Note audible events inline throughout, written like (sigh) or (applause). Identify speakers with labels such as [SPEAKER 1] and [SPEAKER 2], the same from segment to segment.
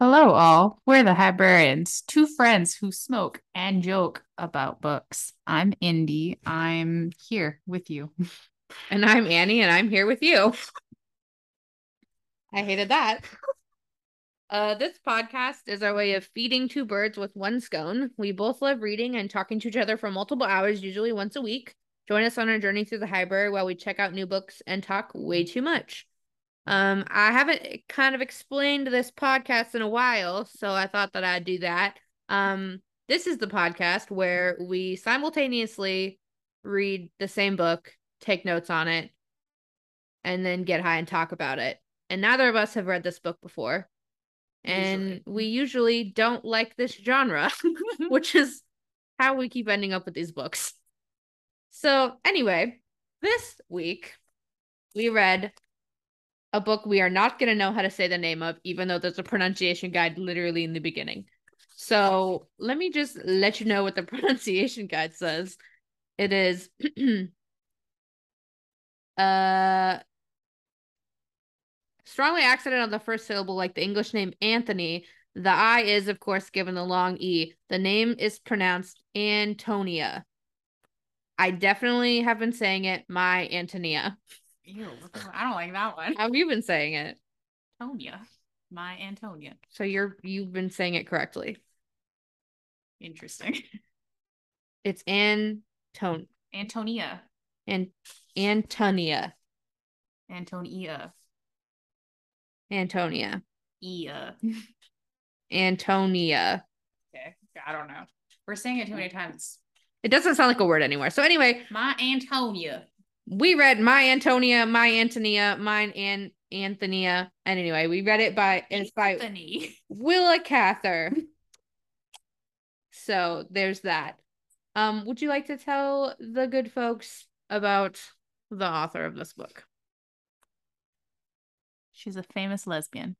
[SPEAKER 1] Hello, all. We're the Librarians, two friends who smoke and joke about books. I'm Indy. I'm here with you.
[SPEAKER 2] And I'm Annie, and I'm here with you. I hated that. Uh, this podcast is our way of feeding two birds with one scone. We both love reading and talking to each other for multiple hours, usually once a week. Join us on our journey through the library while we check out new books and talk way too much. Um, I haven't kind of explained this podcast in a while, so I thought that I'd do that. Um, this is the podcast where we simultaneously read the same book, take notes on it, and then get high and talk about it. And neither of us have read this book before. And
[SPEAKER 1] Usually.
[SPEAKER 2] we usually don't like this genre, (laughs) which is how we keep ending up with these books. So, anyway, this week we read a book we are not going to know how to say the name of, even though there's a pronunciation guide literally in the beginning. So let me just let you know what the (laughs) pronunciation guide says. It is (clears throat) uh strongly accented on the first syllable, like the English name Anthony. The I is, of course, given the long E. The name is pronounced Antonia. I definitely have been saying it my Antonia.
[SPEAKER 1] Ew, I don't like that one.
[SPEAKER 2] How have you been saying it?
[SPEAKER 1] Antonia. My Antonia.
[SPEAKER 2] So you're you've been saying it correctly.
[SPEAKER 1] Interesting.
[SPEAKER 2] It's Anton
[SPEAKER 1] Antonia.
[SPEAKER 2] and Antonia.
[SPEAKER 1] Antonia.
[SPEAKER 2] Antonia.
[SPEAKER 1] Ia.
[SPEAKER 2] Antonia.
[SPEAKER 1] Okay. I don't know. We're saying it too many times.
[SPEAKER 2] It doesn't sound like a word anywhere. So anyway,
[SPEAKER 1] My Antonia.
[SPEAKER 2] we read My Antonia, My Antonia, Mine and Antonia. And anyway, we read it by and it's by
[SPEAKER 1] Anthony.
[SPEAKER 2] Willa Cather. So there's that. Um, would you like to tell the good folks about the author of this book?
[SPEAKER 1] She's a famous lesbian.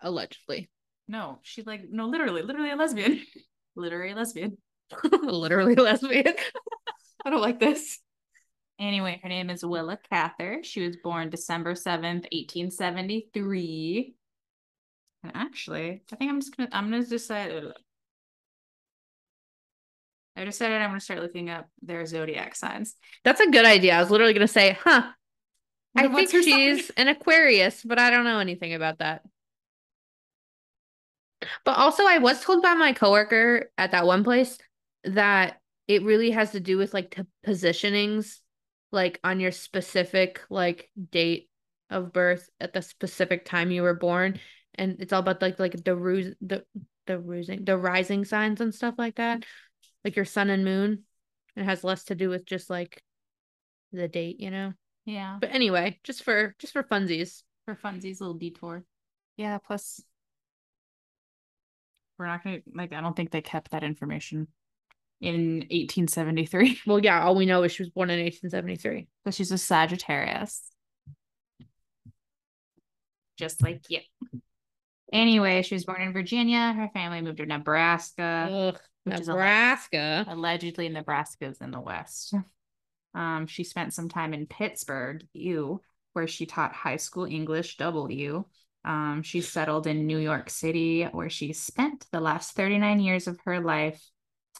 [SPEAKER 2] Allegedly. (laughs)
[SPEAKER 1] No, she's like, no, literally, literally a lesbian. (laughs) Literary lesbian.
[SPEAKER 2] Literally (laughs) lesbian. I don't like this.
[SPEAKER 1] Anyway, her name is Willa Cather. She was born December 7th, 1873. And actually, I think I'm just gonna I'm gonna decide. I decided I'm gonna start looking up their zodiac signs.
[SPEAKER 2] That's a good idea. I was literally gonna say, huh. I
[SPEAKER 1] What's
[SPEAKER 2] think
[SPEAKER 1] her sign?
[SPEAKER 2] she's (laughs) an Aquarius, but I don't know anything about that. But also I was told by my coworker at that one place that it really has to do with like t- positionings like on your specific like date of birth at the specific time you were born and it's all about like like the ruse the the rising the rising signs and stuff like that like your sun and moon it has less to do with just like the date you know
[SPEAKER 1] Yeah,
[SPEAKER 2] but anyway just for just for funsies
[SPEAKER 1] for funsies, little detour. Yeah, plus we're not gonna like I don't think they kept that information in 1873.
[SPEAKER 2] well yeah all we know is she was born in 1873
[SPEAKER 1] So she's a Sagittarius. Just like you. Anyway, she was born in Virginia. Her family moved to Nebraska.
[SPEAKER 2] Ugh,
[SPEAKER 1] which is a-
[SPEAKER 2] nebraska
[SPEAKER 1] Allegedly, Nebraska's in the West. Um, she spent some time in Pittsburgh, U, where she taught high school English, W. Um, she settled in New York City, where she spent the last 39 years of her life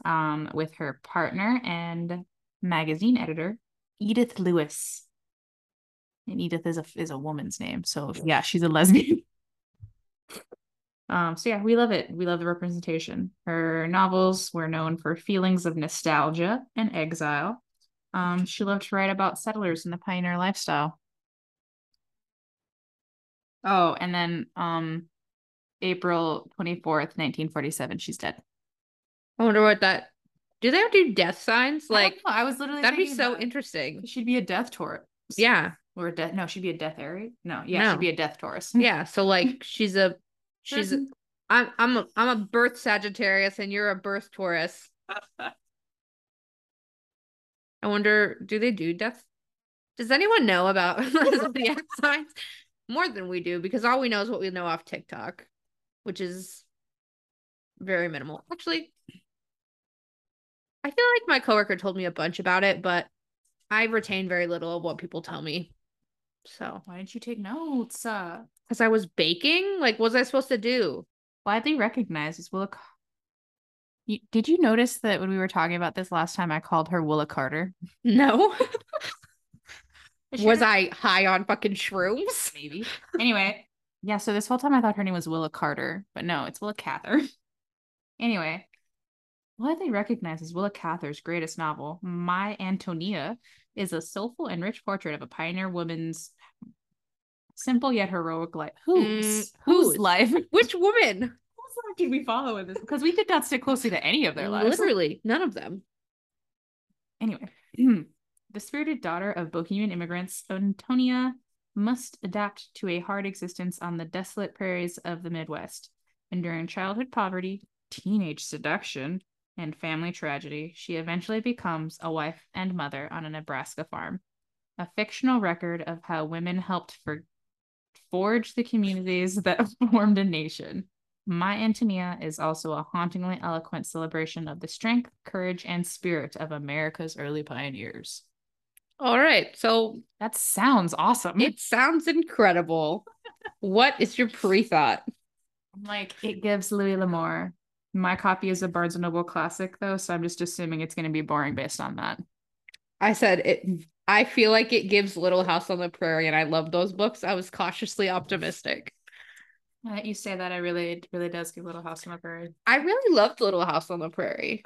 [SPEAKER 1] um, with her partner and magazine editor, Edith Lewis. And Edith is a is a woman's name, so yeah, she's a lesbian. Um, so yeah, we love it. We love the representation. Her novels were known for feelings of nostalgia and exile. Um, she loved to write about settlers and the pioneer lifestyle. Oh, and then um April 24th, 1947, she's dead.
[SPEAKER 2] i wonder what that do they do death signs
[SPEAKER 1] I don't
[SPEAKER 2] like
[SPEAKER 1] know, I was literally
[SPEAKER 2] that'd be
[SPEAKER 1] thinking
[SPEAKER 2] so
[SPEAKER 1] about it.
[SPEAKER 2] interesting
[SPEAKER 1] She'd be a death tour. (laughs)
[SPEAKER 2] yeah
[SPEAKER 1] Or a death no, she'd be a death Aries. No, yeah,
[SPEAKER 2] No.
[SPEAKER 1] she'd be a death Taurus.
[SPEAKER 2] yeah so like she's a she's
[SPEAKER 1] She's
[SPEAKER 2] i'm i'm a, i'm a birth sagittarius and you're a birth taurus I wonder, do they do death? Does anyone know about (laughs) zodiac signs more than we do? Because all we know is what we know off TikTok, which is very minimal. Actually, I feel like my coworker told me a bunch about it, but I retain very little of what people tell me. So,
[SPEAKER 1] (laughs) Why didn't you take notes? Uh,
[SPEAKER 2] because I was baking, like, what was I supposed to do?
[SPEAKER 1] widely recognized as Willa. Ca- You, did you notice that when we were talking about this last time, I called her Willa Carter? (laughs)
[SPEAKER 2] No. was
[SPEAKER 1] should-
[SPEAKER 2] I high on fucking shrooms?
[SPEAKER 1] (laughs) Maybe. Anyway, yeah. So this whole time I thought her name was Willa Carter, but no, it's Willa Cather. (laughs) anyway, widely recognized as Willa Cather's greatest novel, My Antonia, is a soulful and rich portrait of a pioneer woman's simple yet heroic life. Whose
[SPEAKER 2] Mm,
[SPEAKER 1] whose (laughs)
[SPEAKER 2] whose?
[SPEAKER 1] life? Whose
[SPEAKER 2] Which woman?
[SPEAKER 1] life did we follow in this? Because we did not stick closely to any of their lives.
[SPEAKER 2] Literally, none of them.
[SPEAKER 1] Anyway, (clears throat) the spirited daughter of Bohemian immigrants, Antonia must adapt to a hard existence on the desolate prairies of the Midwest. Enduring childhood poverty, teenage seduction, and family tragedy, she eventually becomes a wife and mother on a Nebraska farm. A fictional record of how women helped for- forge the communities that (laughs) formed a nation. My Antonia is also a hauntingly eloquent celebration of the strength, courage, and spirit of America's early pioneers.
[SPEAKER 2] All right. So
[SPEAKER 1] That sounds awesome.
[SPEAKER 2] (laughs) it sounds incredible. what is your pre thought?
[SPEAKER 1] like it gives Louis L'Amour. My copy is a Barnes and Noble classic, though, so I'm just assuming it's going to be boring based on that.
[SPEAKER 2] I said it. I feel like it gives Little House on the Prairie, and I love those books. I was cautiously optimistic.
[SPEAKER 1] Now that you say that, I really, it really does give Little House on the Prairie.
[SPEAKER 2] I really loved Little House on the Prairie.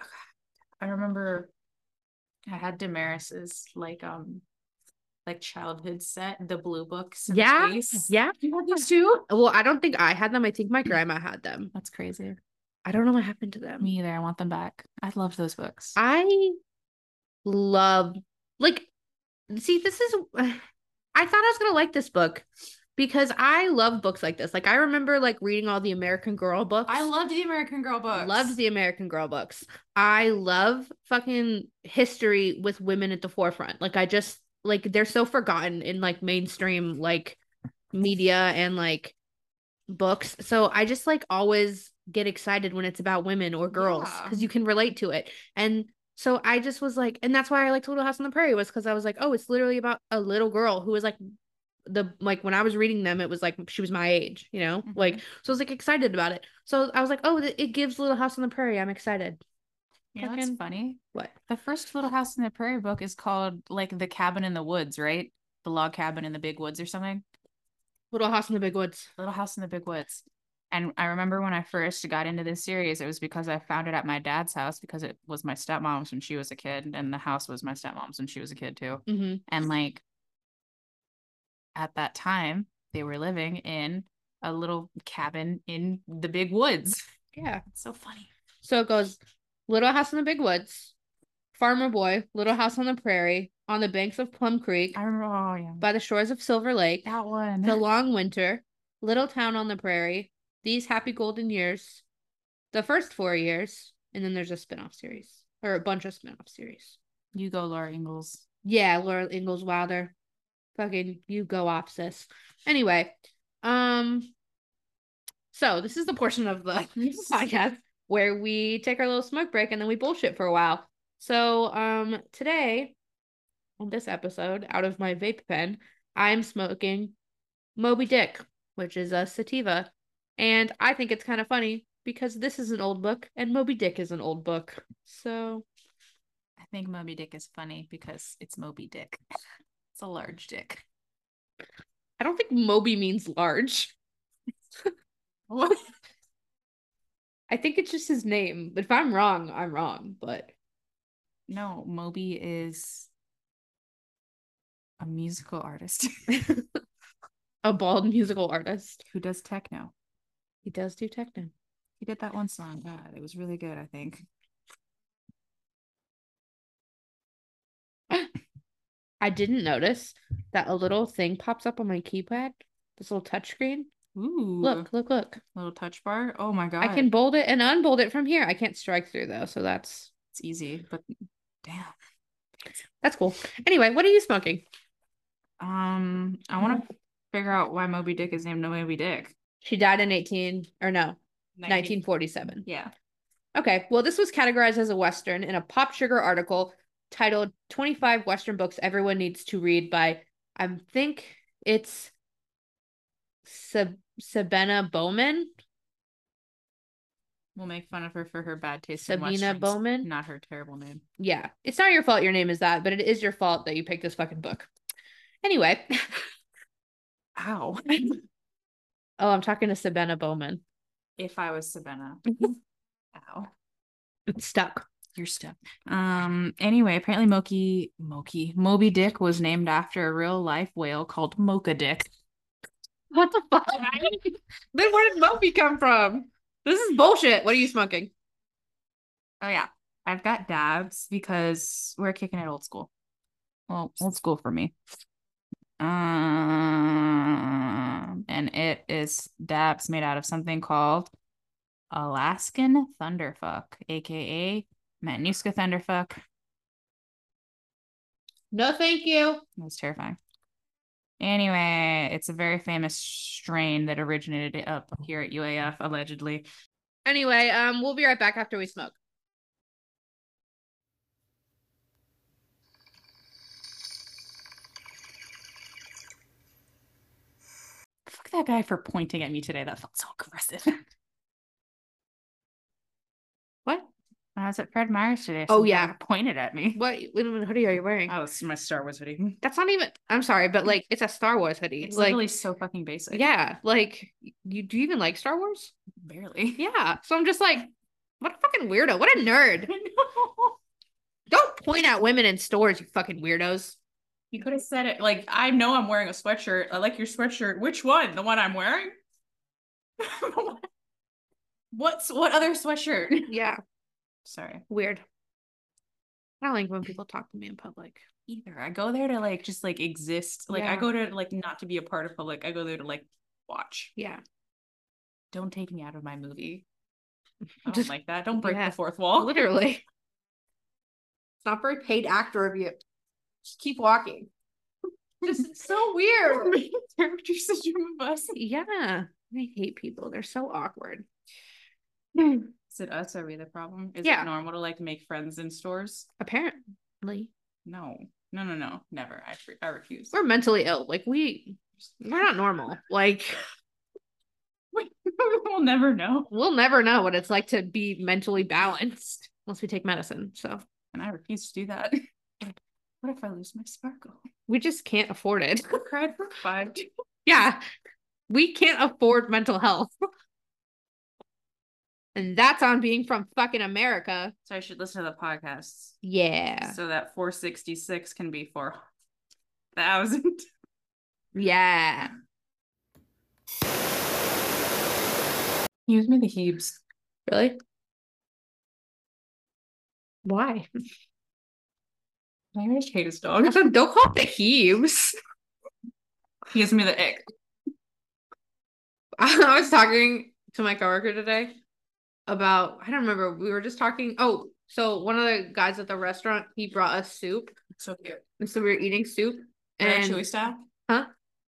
[SPEAKER 1] I remember I had Damaris's like um like childhood set, the blue books. in
[SPEAKER 2] Yeah,
[SPEAKER 1] space.
[SPEAKER 2] yeah.
[SPEAKER 1] You had those too.
[SPEAKER 2] Well, I don't think I had them. I think my grandma had them.
[SPEAKER 1] That's crazy.
[SPEAKER 2] I don't know what happened to them.
[SPEAKER 1] Me either. I want them back. I loved those books.
[SPEAKER 2] I love like see this is I thought I was going to like this book because I love books like this. Like I remember like reading all the American Girl books.
[SPEAKER 1] I loved the American Girl books.
[SPEAKER 2] Loves the American Girl books. I love fucking history with women at the forefront. Like I just like they're so forgotten in like mainstream like media and like books. So I just like always get excited when it's about women or girls
[SPEAKER 1] Yeah.
[SPEAKER 2] because you can relate to it. And so I just was like, and that's why I liked Little House on the Prairie was because I was like, oh, it's literally about a little girl who was like the like when I was reading them, it was like she was my age, you know, like so I was like excited about it. So I was like, oh, th- it gives Little House on the Prairie. I'm excited.
[SPEAKER 1] you know, it's
[SPEAKER 2] fucking-
[SPEAKER 1] funny.
[SPEAKER 2] What?
[SPEAKER 1] The first Little House in the Prairie book is called like the Cabin in the Woods, right? The Log Cabin in the Big Woods or something.
[SPEAKER 2] Little House in the Big Woods.
[SPEAKER 1] Little House in the Big Woods. And I remember when I first got into this series, it was because I found it at my dad's house because it was my stepmom's when she was a kid, and the house was my stepmom's when she was a kid too.
[SPEAKER 2] hmm
[SPEAKER 1] And like at that time, they were living in a little cabin in the big woods.
[SPEAKER 2] Yeah.
[SPEAKER 1] It's so funny.
[SPEAKER 2] So it goes Little House in the Big Woods, Farmer Boy, Little House on the Prairie, On the Banks of Plum Creek,
[SPEAKER 1] I remember. Oh yeah,
[SPEAKER 2] By the Shores of Silver Lake,
[SPEAKER 1] that one.
[SPEAKER 2] The Long Winter, Little Town on the Prairie, These Happy Golden Years, The First Four Years, and then there's a spin-off series or a bunch of spin-off series.
[SPEAKER 1] you go, Laura Ingalls.
[SPEAKER 2] Yeah, Laura Ingalls Wilder. Fucking you go off, sis. Anyway, um so this is the portion of the (laughs) podcast where we take our little smoke break and then we bullshit for a while. So um today on this episode, out of my vape pen, I'm smoking Moby Dick, which is a sativa. And I think it's kind of funny because this is an old book and Moby Dick is an old book. So
[SPEAKER 1] I think Moby Dick is funny because it's Moby Dick. (laughs) It's a large dick.
[SPEAKER 2] I don't think Moby means large.
[SPEAKER 1] What?
[SPEAKER 2] (laughs) I think it's just his name. But if I'm wrong, I'm wrong. But
[SPEAKER 1] No, Moby is a musical artist (laughs)
[SPEAKER 2] a bald musical artist.
[SPEAKER 1] who does techno.
[SPEAKER 2] He does do techno.
[SPEAKER 1] He did that one song. God, it was really good, I think.
[SPEAKER 2] I didn't notice that a little thing pops up on my keypad, this little touchscreen.
[SPEAKER 1] Ooh.
[SPEAKER 2] Look, look, look.
[SPEAKER 1] Little touch bar. Oh my god.
[SPEAKER 2] I can bold it and unbold it from here. I can't strike through though, so that's
[SPEAKER 1] it's easy, but damn.
[SPEAKER 2] that's cool. Anyway, what are you smoking?
[SPEAKER 1] Um, I want to figure out why Moby Dick is named Moby Dick.
[SPEAKER 2] She died in 18 or no,
[SPEAKER 1] 19.
[SPEAKER 2] 1947.
[SPEAKER 1] Yeah.
[SPEAKER 2] Okay, well, this was categorized as a Western in a Pop Sugar article titled 25 Western Books Everyone Needs to Read by, I think It's Sab- Sabina Bowman.
[SPEAKER 1] We'll make fun of her for her bad taste. in
[SPEAKER 2] Sabina
[SPEAKER 1] Westerns,
[SPEAKER 2] Bowman.
[SPEAKER 1] Not her terrible name.
[SPEAKER 2] Yeah. It's not your fault your name is that, but it is your fault that you picked this fucking book. Anyway. (laughs)
[SPEAKER 1] Ow.
[SPEAKER 2] Oh, I'm talking to Sabina Bowman.
[SPEAKER 1] if I was Sabina. Ow.
[SPEAKER 2] It's stuck.
[SPEAKER 1] Mm-hmm. You're stuck. Um. Anyway, apparently Moki Moki Moby Dick was named after a real life whale called Mocha Dick.
[SPEAKER 2] What the (laughs) fuck?
[SPEAKER 1] then where did Moby come from?
[SPEAKER 2] this is bullshit. What are you smoking?
[SPEAKER 1] Oh yeah, I've got dabs because we're kicking it old school. Well, old school for me. Um, and it is dabs made out of something called Alaskan Thunderfuck, aka Matanuska Thunderfuck.
[SPEAKER 2] No, thank you.
[SPEAKER 1] It was terrifying. Anyway, it's a very famous strain that originated up here at UAF, allegedly.
[SPEAKER 2] Anyway, um, we'll be right back after we smoke.
[SPEAKER 1] Fuck that guy for pointing at me today. That felt so aggressive. (laughs) what? I was at Fred Meyer's today.
[SPEAKER 2] Oh,
[SPEAKER 1] some guy
[SPEAKER 2] yeah.
[SPEAKER 1] pointed at me.
[SPEAKER 2] What, what hoodie are you wearing?
[SPEAKER 1] Oh, it's my Star Wars hoodie.
[SPEAKER 2] That's not even. I'm sorry, but like, it's a Star Wars hoodie.
[SPEAKER 1] It's
[SPEAKER 2] like,
[SPEAKER 1] literally so fucking basic.
[SPEAKER 2] yeah, like, you do you even like Star Wars?
[SPEAKER 1] barely. (laughs)
[SPEAKER 2] Yeah. So I'm just like, what a fucking weirdo. What a nerd. Don't point at women in stores, you fucking weirdos.
[SPEAKER 1] You could have said it like I know I'm wearing a sweatshirt. I like your sweatshirt. Which one? The one I'm wearing? (laughs) What's what other sweatshirt?
[SPEAKER 2] Yeah.
[SPEAKER 1] Sorry.
[SPEAKER 2] Weird. I don't like when people talk to me in public.
[SPEAKER 1] Either I go there to like just like exist. Like I
[SPEAKER 2] Yeah.
[SPEAKER 1] go to like not to be a part of public. I go there to like watch.
[SPEAKER 2] Yeah.
[SPEAKER 1] Don't take me out of my (laughs) movie. I don't
[SPEAKER 2] Just-
[SPEAKER 1] like that. Don't break
[SPEAKER 2] yeah.
[SPEAKER 1] the fourth wall.
[SPEAKER 2] Literally. It's Oh. not for a paid actor of you. Just keep walking.
[SPEAKER 1] This is so (laughs) weird. Character syndrome of us.
[SPEAKER 2] (laughs) Yeah. I hate people. They're so awkward.
[SPEAKER 1] Is it us? Are we the problem? Is
[SPEAKER 2] Yeah.
[SPEAKER 1] it normal to like make friends in stores?
[SPEAKER 2] Apparently.
[SPEAKER 1] No, no, no, no, never. I fr- I (laughs) refuse.
[SPEAKER 2] We're mentally ill. Like we we're not normal. Like
[SPEAKER 1] we'll never know.
[SPEAKER 2] we'll never know what it's like to be mentally balanced unless we take medicine. So
[SPEAKER 1] And I refuse to do that. (laughs) What if I lose my sparkle? (laughs)
[SPEAKER 2] we just can't afford it. (laughs)
[SPEAKER 1] I cried for five days.
[SPEAKER 2] yeah. We can't afford mental health. (laughs) and that's on being from fucking America.
[SPEAKER 1] So I should listen to the podcasts
[SPEAKER 2] Yeah.
[SPEAKER 1] so that 466 can be 4,000. (laughs)
[SPEAKER 2] Yeah.
[SPEAKER 1] Use me the heaps.
[SPEAKER 2] Really? Why? (laughs)
[SPEAKER 1] I just hate his dog.
[SPEAKER 2] Also, don't call it the heaves.
[SPEAKER 1] He gives me the ick.
[SPEAKER 2] (laughs) I was talking to my coworker today about I don't remember. We were just talking. Oh, so one of the guys at the restaurant he brought us soup,
[SPEAKER 1] So cute.
[SPEAKER 2] and so we were eating soup.
[SPEAKER 1] Ratatouille
[SPEAKER 2] And
[SPEAKER 1] style?
[SPEAKER 2] Huh?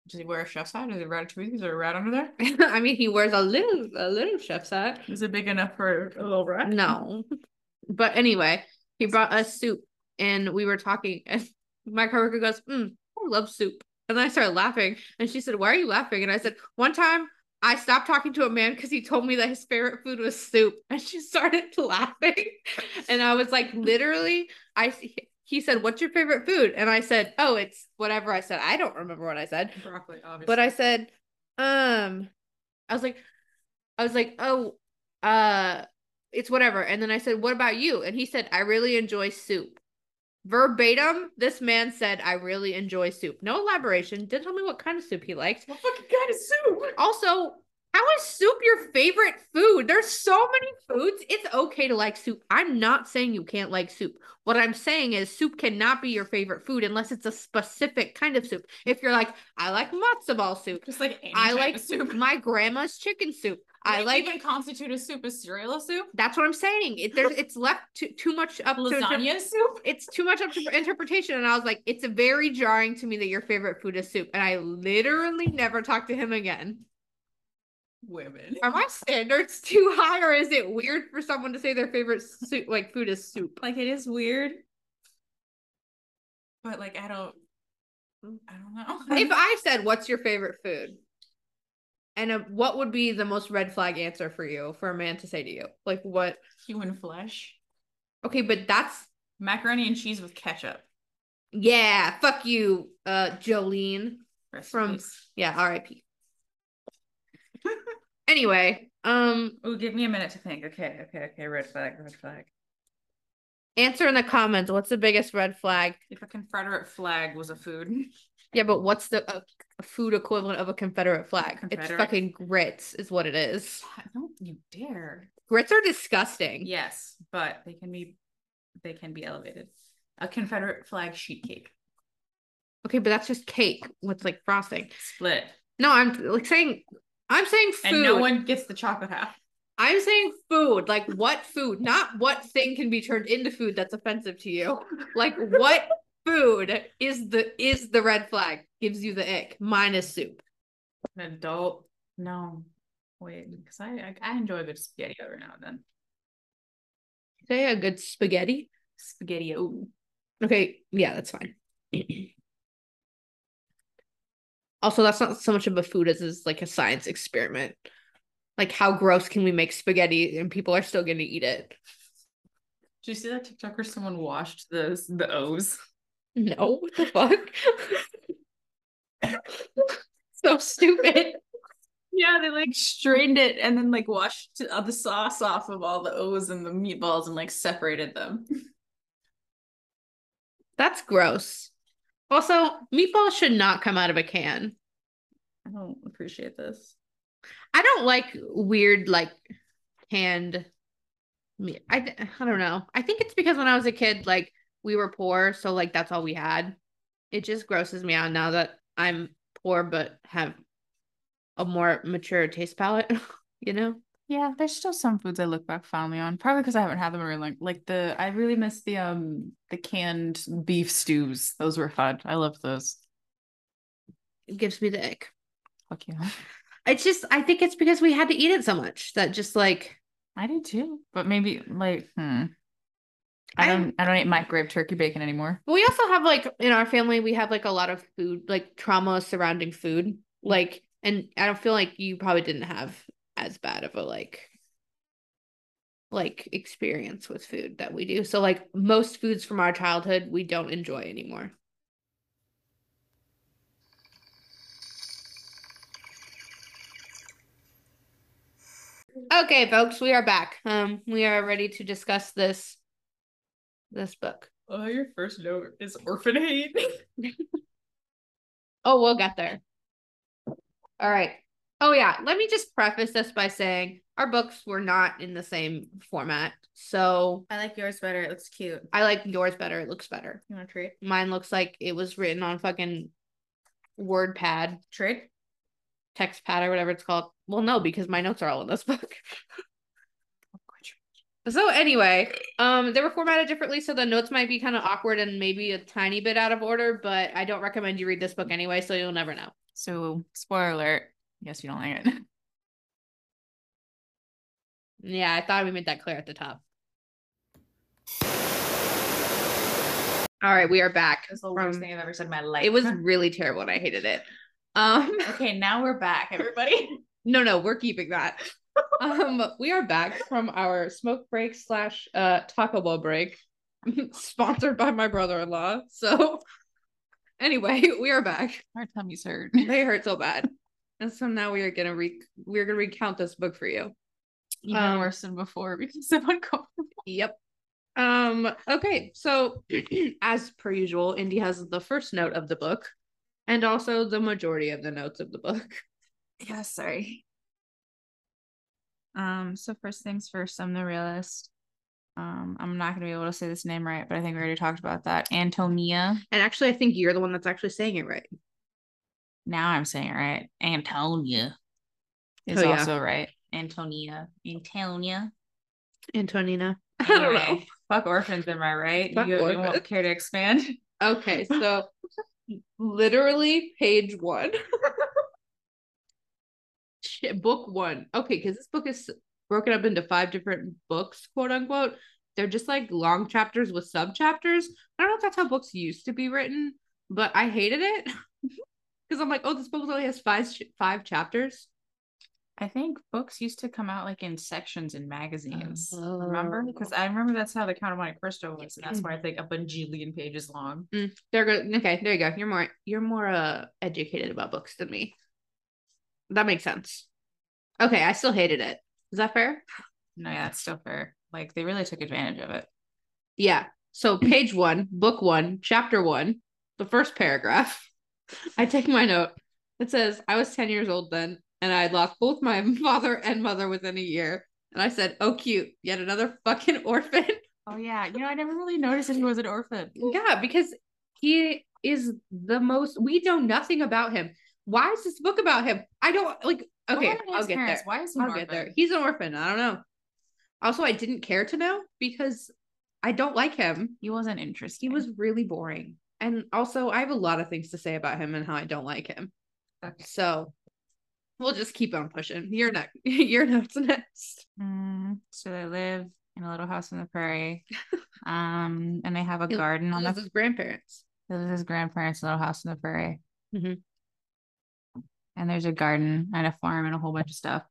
[SPEAKER 1] Does he wear a chef's hat? Is it ratatouille? Is there a rat under there?
[SPEAKER 2] (laughs) I mean, he wears a little a little chef's hat.
[SPEAKER 1] Is it big enough for a little rat?
[SPEAKER 2] No. But anyway, he brought us soup and we were talking and (laughs) my coworker goes, mm, I love soup. And I started laughing and she said, Why are you laughing? And I said, One time I stopped talking to a man because he told me that his favorite food was soup. (laughs) And she started laughing. And I was like, literally, I he said, What's your favorite food? And I said, Oh, it's whatever I said. I don't remember what I said.
[SPEAKER 1] Broccoli, obviously.
[SPEAKER 2] But I said, um, I was like, I was like, oh, uh, it's whatever. And then I said, what about you? And he said, I really enjoy soup. Verbatim, this man said, I really enjoy soup. No elaboration. Didn't tell me what kind of soup he liked.
[SPEAKER 1] What fucking kind of soup?
[SPEAKER 2] Also, how is soup your favorite food? There's so many foods. It's okay to like soup. I'm not saying you can't like soup. What I'm saying is soup cannot be your favorite food unless it's a specific kind of soup. If you're like, I like matzo ball soup.
[SPEAKER 1] Just like any
[SPEAKER 2] I
[SPEAKER 1] type
[SPEAKER 2] (laughs) like
[SPEAKER 1] of soup.
[SPEAKER 2] My grandma's chicken soup. I
[SPEAKER 1] Would it
[SPEAKER 2] like.
[SPEAKER 1] even constitute a soup as cereal soup.
[SPEAKER 2] that's what I'm saying. It, there's, it's left too, too much up to interpre-
[SPEAKER 1] Lasagna soup.
[SPEAKER 2] It's too much up to interpretation. And I was like, it's very jarring to me that your favorite food is soup. And I literally never talked to him again.
[SPEAKER 1] Women.
[SPEAKER 2] Are my standards too high, or is it weird for someone to say their favorite soup, like food, is soup?
[SPEAKER 1] Like it is weird, but like I don't. I don't know. (laughs)
[SPEAKER 2] if I said, "What's your favorite food?" and uh what would be the most red flag answer for you for a man to say to you, like what?
[SPEAKER 1] human flesh,
[SPEAKER 2] Okay, but that's
[SPEAKER 1] macaroni and cheese with ketchup.
[SPEAKER 2] yeah. Fuck you, uh, Jolene.
[SPEAKER 1] Rest in
[SPEAKER 2] From-
[SPEAKER 1] peace.
[SPEAKER 2] Yeah, R.I.P. anyway, um,
[SPEAKER 1] Ooh, give me a minute to think. Okay, okay, okay. Red flag, red flag.
[SPEAKER 2] answer in the comments. What's the biggest red flag?
[SPEAKER 1] If a Confederate flag was a food,
[SPEAKER 2] Yeah, but what's the uh, food equivalent of a Confederate flag? It's
[SPEAKER 1] Confederate-
[SPEAKER 2] fucking grits, is what it is.
[SPEAKER 1] don't you dare.
[SPEAKER 2] Grits are disgusting.
[SPEAKER 1] Yes, but they can be, they can be elevated. A Confederate flag sheet cake
[SPEAKER 2] Okay, but that's just cake with like frosting.
[SPEAKER 1] split,
[SPEAKER 2] No, I'm like saying, I'm saying food.
[SPEAKER 1] and no one gets the chocolate half.
[SPEAKER 2] I'm saying food. Like what food? Not what thing can be turned into food that's offensive to you. Like (laughs) what food is the is the red flag? Gives you the ick. Mine is soup.
[SPEAKER 1] An adult? No, wait, because I, I I enjoy a good spaghetti every now and then.
[SPEAKER 2] Say a good spaghetti.
[SPEAKER 1] Spaghetti, ooh.
[SPEAKER 2] Okay, yeah, that's fine. (clears throat) also, that's not so much of a food as is like a science experiment. Like how gross can we make spaghetti and people are still going to eat it?
[SPEAKER 1] Did you see that TikTok where someone washed the the O's?
[SPEAKER 2] No, what the fuck? (laughs) so stupid.
[SPEAKER 1] Yeah, they like strained it and then like washed all the sauce off of all the O's and the meatballs and like separated them.
[SPEAKER 2] That's gross. Also, meatballs should not come out of a can.
[SPEAKER 1] I don't appreciate this.
[SPEAKER 2] I don't like weird like canned meat. I th- I don't know. I think it's because when I was a kid, like we were poor, so like that's all we had. It just grosses me out now that I'm poor but have a more mature taste palette. (laughs) you know,
[SPEAKER 1] Yeah, there's still some foods I look back fondly on, probably because I haven't had them in a really long. Like the, I really miss the um the canned beef stews. Those were fun. I loved those.
[SPEAKER 2] it gives me the ick.
[SPEAKER 1] Fuck you.
[SPEAKER 2] It's just I think it's because we had to eat it so much that just like
[SPEAKER 1] (laughs) I do too, but maybe like, hmm. I
[SPEAKER 2] I'm-
[SPEAKER 1] don't. I don't eat microwave turkey bacon anymore.
[SPEAKER 2] But we also have like in our family, we have like a lot of food, like trauma surrounding food. Like, and I don't feel like you probably didn't have as bad of a like like experience with food that we do. So like most foods from our childhood we don't enjoy anymore. Okay, folks, we are back. Um we are ready to discuss this this book.
[SPEAKER 1] Oh, your first note is orphan (laughs) hate.
[SPEAKER 2] Oh, we'll get there. All right. Oh, yeah. Let me just preface this by saying our books were not in the same format. So
[SPEAKER 1] I like yours better. It looks cute.
[SPEAKER 2] I like yours better. It looks better.
[SPEAKER 1] You want to trade?
[SPEAKER 2] Mine looks like it was written on fucking WordPad,
[SPEAKER 1] Trade?
[SPEAKER 2] text pad, or whatever it's called. Well, no, because my notes are all in this (laughs) book. So anyway, um, they were formatted differently, so the notes might be kind of awkward and maybe a tiny bit out of order. But I don't recommend you read this book anyway, so you'll never know.
[SPEAKER 1] So, spoiler alert. Yes, you don't like it.
[SPEAKER 2] Yeah, I thought we made that clear at the top. All right, we are back.
[SPEAKER 1] It's the
[SPEAKER 2] worst
[SPEAKER 1] worst
[SPEAKER 2] From-
[SPEAKER 1] thing I've ever said in my life.
[SPEAKER 2] It was really terrible and I hated it. Um
[SPEAKER 1] (laughs)
[SPEAKER 2] (laughs)
[SPEAKER 1] okay. Now we're back, everybody.
[SPEAKER 2] no no, we're keeping that. (laughs) Um we are back from our smoke break slash uh taco bell break (laughs) sponsored by my brother-in-law. So anyway, (laughs) we are back.
[SPEAKER 1] (laughs) Our tummies hurt.
[SPEAKER 2] They hurt so bad. And so now we are gonna re we're gonna recount this book for you.
[SPEAKER 1] Even
[SPEAKER 2] Um,
[SPEAKER 1] worse than before because I'm uncomfortable.
[SPEAKER 2] Yep. Um, okay, so (clears throat) as per usual, Indy has the first note of the book and also the majority of the notes of the book.
[SPEAKER 1] Yeah, sorry. Um, so first things first, I'm the realist. Um, I'm not gonna be able to say this name right, but I think we already talked about that. Antonia.
[SPEAKER 2] And actually, I think you're the one that's actually saying it right.
[SPEAKER 1] Now I'm saying it right. Antonia is
[SPEAKER 2] Oh, yeah.
[SPEAKER 1] also right. Antonia. (laughs) Antonia.
[SPEAKER 2] Antonina. (laughs) I don't know.
[SPEAKER 1] Anyway, Fuck orphans, am I right?
[SPEAKER 2] Fuck
[SPEAKER 1] you, you won't
[SPEAKER 2] orphans.
[SPEAKER 1] care to expand?
[SPEAKER 2] Okay, so literally page one. Shit, book one. Okay, because this book is broken up into five different books, quote unquote. They're just like long chapters with sub chapters. I don't know if that's how books used to be written, but I hated it (laughs) because I'm like, oh, this book only has five ch- five chapters.
[SPEAKER 1] I think books used to come out like in sections in magazines.
[SPEAKER 2] Oh.
[SPEAKER 1] Remember? Because I remember that's how the Count of Monte Cristo was. And that's why (clears throat) it's like a bajillion pages long.
[SPEAKER 2] There go. Okay, there you go. You're more you're more uh educated about books than me. That makes sense. Okay, I still hated it. Is that fair?
[SPEAKER 1] No, yeah, it's still fair. Like they really took advantage of it.
[SPEAKER 2] Yeah. (laughs) So page one, book one, chapter one, the first paragraph. (laughs) I take my note. It says, I was 10 years old then, and I had lost both my (laughs) father and mother within a year. And I said, Oh cute, yet another (laughs) fucking orphan.
[SPEAKER 1] Oh yeah. You know, I never really noticed that he was an orphan.
[SPEAKER 2] yeah, because he is the most we know nothing about him. Why is this book about him? I don't like okay, I'll get there.
[SPEAKER 1] Why is he
[SPEAKER 2] I'll get there. He's an orphan. I don't know. Also, I didn't care to know because I don't like him.
[SPEAKER 1] He wasn't interested.
[SPEAKER 2] He was really boring. And also, I have a lot of things to say about him and how I don't like him.
[SPEAKER 1] Okay.
[SPEAKER 2] So we'll just keep on pushing. Your next, (laughs) your notes next.
[SPEAKER 1] Mm, so they live in a little house on the prairie. um, and they have a
[SPEAKER 2] He-
[SPEAKER 1] garden on
[SPEAKER 2] This
[SPEAKER 1] the
[SPEAKER 2] is grandparents.
[SPEAKER 1] This is his grandparents' little house in the prairie.
[SPEAKER 2] Mhm.
[SPEAKER 1] And there's a garden and a farm and a whole bunch of stuff.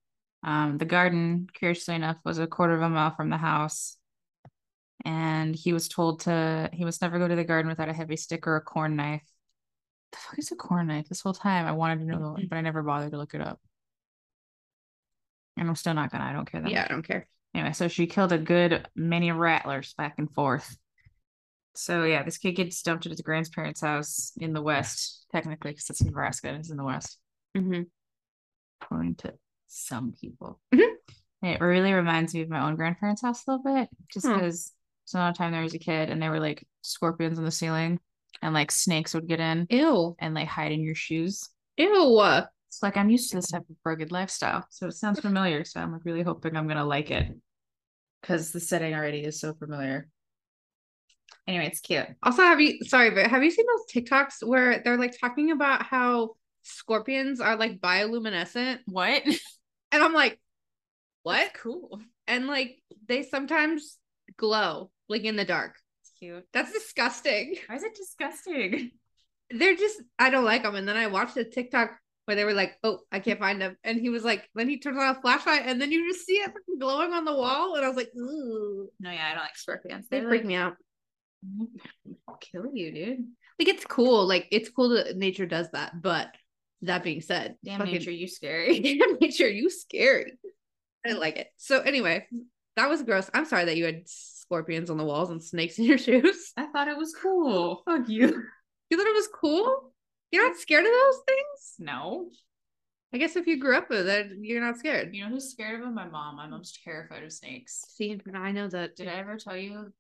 [SPEAKER 1] Um, the garden, curiously enough, was a quarter of a mile from the house. And he was told to, he must never go to the garden without a heavy stick or a corn knife. The fuck is a corn knife? This whole time I wanted to know, but I never bothered to look it up. And I'm still not gonna, I don't care that
[SPEAKER 2] Yeah, I don't care.
[SPEAKER 1] Anyway, so she killed a good many rattlers back and forth. So yeah, this kid gets dumped at his grandparents' house in the West, technically, because it's Nebraska and it's in the West,
[SPEAKER 2] Mhm.
[SPEAKER 1] according to some people.
[SPEAKER 2] Mhm.
[SPEAKER 1] And It really reminds me of my own grandparents' house a little bit, just
[SPEAKER 2] Huh.
[SPEAKER 1] because it's not a time there was a kid and there were like scorpions on the ceiling and like snakes would get in
[SPEAKER 2] Ew.
[SPEAKER 1] and like hide in your shoes.
[SPEAKER 2] Ew.
[SPEAKER 1] It's like I'm used to this type of rugged lifestyle. So it sounds familiar. So I'm like really hoping I'm gonna like it. Cause the setting already is so familiar. Anyway, it's cute.
[SPEAKER 2] Also, have you, sorry, but have you seen those TikToks where they're like talking about how scorpions are like bioluminescent?
[SPEAKER 1] What?
[SPEAKER 2] And I'm like, what?
[SPEAKER 1] Cool.
[SPEAKER 2] And like, they sometimes glow like in the dark.
[SPEAKER 1] It's cute.
[SPEAKER 2] That's disgusting.
[SPEAKER 1] Why is it disgusting?
[SPEAKER 2] they're just I don't like them. And then I watched a TikTok where they were like, "Oh, I can't find them," and he was like, then he turns on a flashlight, and then you just see it fucking glowing on the wall, and I was like, "Ooh,
[SPEAKER 1] No, yeah, I don't like scorpions.
[SPEAKER 2] they freak me out."
[SPEAKER 1] out. Kill you, dude.
[SPEAKER 2] Like it's cool, like it's cool that nature does that. But that being said,
[SPEAKER 1] Damn
[SPEAKER 2] fucking-
[SPEAKER 1] nature, you scary.
[SPEAKER 2] (laughs) damn nature, you scary. I didn't like it. So anyway, that was gross. I'm sorry that you had scorpions on the walls and snakes in your (laughs) shoes.
[SPEAKER 1] I thought it was cool. Fuck you. (laughs)
[SPEAKER 2] You thought it was cool. You're not scared of those things.
[SPEAKER 1] No.
[SPEAKER 2] I guess if you grew up with it, you're not scared.
[SPEAKER 1] You know who's scared of them? My mom. My mom's terrified of snakes.
[SPEAKER 2] See, I know that.
[SPEAKER 1] Did I ever tell you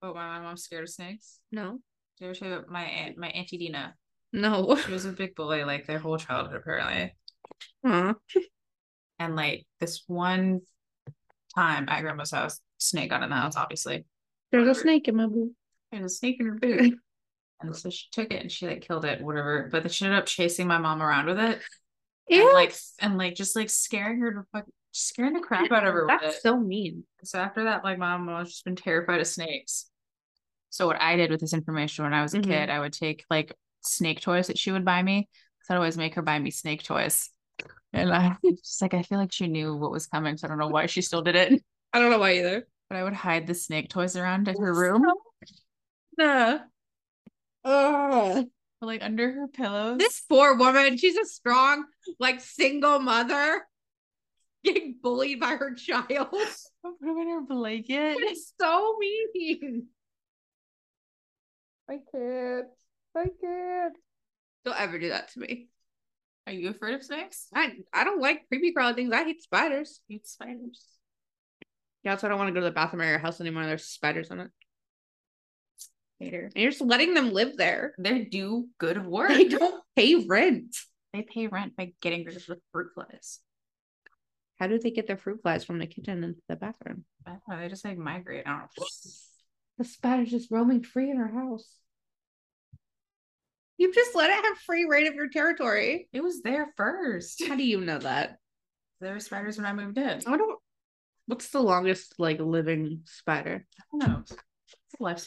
[SPEAKER 1] about why my mom's scared of snakes?
[SPEAKER 2] No.
[SPEAKER 1] Did I ever tell you about my aunt, my auntie Dina?
[SPEAKER 2] No. (laughs)
[SPEAKER 1] She was a big bully like their whole childhood apparently.
[SPEAKER 2] Aw.
[SPEAKER 1] And like this one time at grandma's house, snake got in the house, obviously.
[SPEAKER 2] There's a snake in my boot.
[SPEAKER 1] There's a snake in her boot. And so she took it and she like killed it, whatever. But then she ended up chasing my mom around with it. And like and like just like scaring her to fuck scaring the crap out of her with it.
[SPEAKER 2] That's so mean.
[SPEAKER 1] So after that, like my mom has just been terrified of snakes. So what I did with this information when I was a
[SPEAKER 2] Mhm.
[SPEAKER 1] kid, I would take like snake toys that she would buy me. So I'd always make her buy me snake toys. And I (laughs) just like I feel like she knew what was coming, so I don't know why she still did it.
[SPEAKER 2] I don't know why either.
[SPEAKER 1] But I would hide the snake toys around in her room,
[SPEAKER 2] Nah. Ugh.
[SPEAKER 1] like under her pillows. (laughs)
[SPEAKER 2] This poor woman, she's a strong, like single mother (laughs) getting bullied by her child. (laughs)
[SPEAKER 1] I put them in her (laughs) blanket.
[SPEAKER 2] It's so mean. I can't. I can't. Don't ever do that to me.
[SPEAKER 1] Are you afraid of snakes?
[SPEAKER 2] I I don't like creepy crawly things. I hate spiders.
[SPEAKER 1] hate spiders.
[SPEAKER 2] Yeah, so I don't want to go to the bathroom at your house anymore. There's spiders in it.
[SPEAKER 1] Later.
[SPEAKER 2] And you're just letting them live (laughs) there.
[SPEAKER 1] They do good work.
[SPEAKER 2] They don't pay rent.
[SPEAKER 1] They pay rent by getting rid of the fruit flies.
[SPEAKER 2] How do they get their fruit flies from the kitchen into the bathroom?
[SPEAKER 1] I don't know. They just like migrate. I don't know.
[SPEAKER 2] The spider's just roaming free in her house. You just let it have free reign of your territory.
[SPEAKER 1] It was there first.
[SPEAKER 2] How do you know that?
[SPEAKER 1] There were spiders when I moved in.
[SPEAKER 2] I don't. What's the longest like living spider?
[SPEAKER 1] Who knows? It's a life-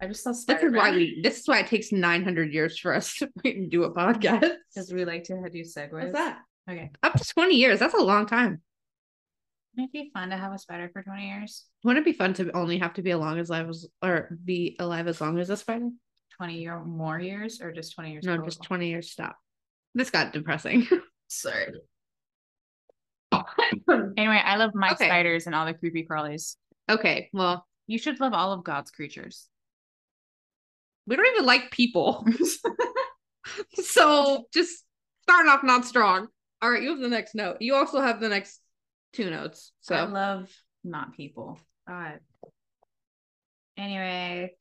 [SPEAKER 1] I just saw
[SPEAKER 2] This is why
[SPEAKER 1] Spider-Man.
[SPEAKER 2] we. This is why it takes nine hundred years for us (laughs) to even do a podcast.
[SPEAKER 1] because we like to do segues.
[SPEAKER 2] What's that?
[SPEAKER 1] Okay.
[SPEAKER 2] Up to twenty years. That's a long time.
[SPEAKER 1] Wouldn't it be fun to have a spider for 20 years?
[SPEAKER 2] Wouldn't it be fun to only have to be along as live as or be alive as long as a spider?
[SPEAKER 1] 20 year more years or just 20 years?
[SPEAKER 2] No, just twenty years. Stop. This got depressing. (laughs)
[SPEAKER 1] Sorry. Anyway, I love my
[SPEAKER 2] Okay.
[SPEAKER 1] spiders and all the creepy crawlies.
[SPEAKER 2] okay. Well,
[SPEAKER 1] You should love all of God's creatures.
[SPEAKER 2] we don't even like people. (laughs) so just starting off not strong. All right, you have the next note. You also have the next two notes. So
[SPEAKER 1] I love not people. God. Anyway.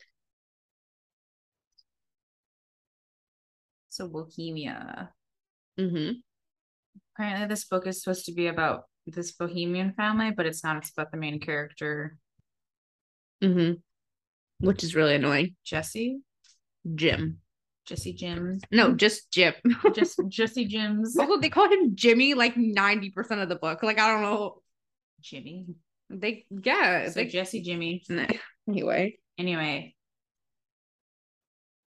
[SPEAKER 1] So Bohemia.
[SPEAKER 2] Mhm.
[SPEAKER 1] Apparently this book is supposed to be about this Bohemian family, but it's not. It's about the main character,
[SPEAKER 2] Mhm. Which is really annoying.
[SPEAKER 1] Jesse.
[SPEAKER 2] Jim.
[SPEAKER 1] Jesse Jim.
[SPEAKER 2] No, just Jim. (laughs)
[SPEAKER 1] Just Jesse Jim's
[SPEAKER 2] also, they call him Jimmy like 90% of the book. Like I don't know.
[SPEAKER 1] Jimmy.
[SPEAKER 2] They yeah,
[SPEAKER 1] So
[SPEAKER 2] they
[SPEAKER 1] Jesse Jimmy.
[SPEAKER 2] anyway.
[SPEAKER 1] anyway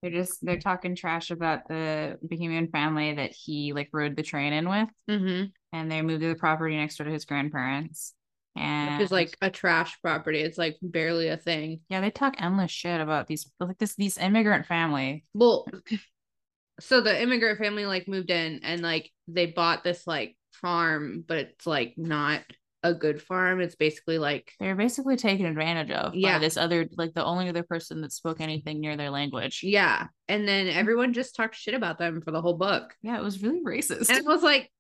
[SPEAKER 1] they're just they're talking trash about the bohemian family that he like rode the train in with
[SPEAKER 2] Mhm.
[SPEAKER 1] and they moved to the property next door to his grandparents and
[SPEAKER 2] Which is like a trash property. It's like barely a thing.
[SPEAKER 1] yeah they talk endless shit about these like this these immigrant family (laughs)
[SPEAKER 2] Well, so the immigrant family like moved in and like they bought this like farm, but it's like not a good farm. It's basically like
[SPEAKER 1] they're basically taken advantage of yeah
[SPEAKER 2] Yeah.
[SPEAKER 1] by this other like the only other person that spoke anything near their language
[SPEAKER 2] yeah. And then
[SPEAKER 1] Mm-hmm.
[SPEAKER 2] everyone just talked shit about them for the whole book.
[SPEAKER 1] yeah it was really racist
[SPEAKER 2] And it was like,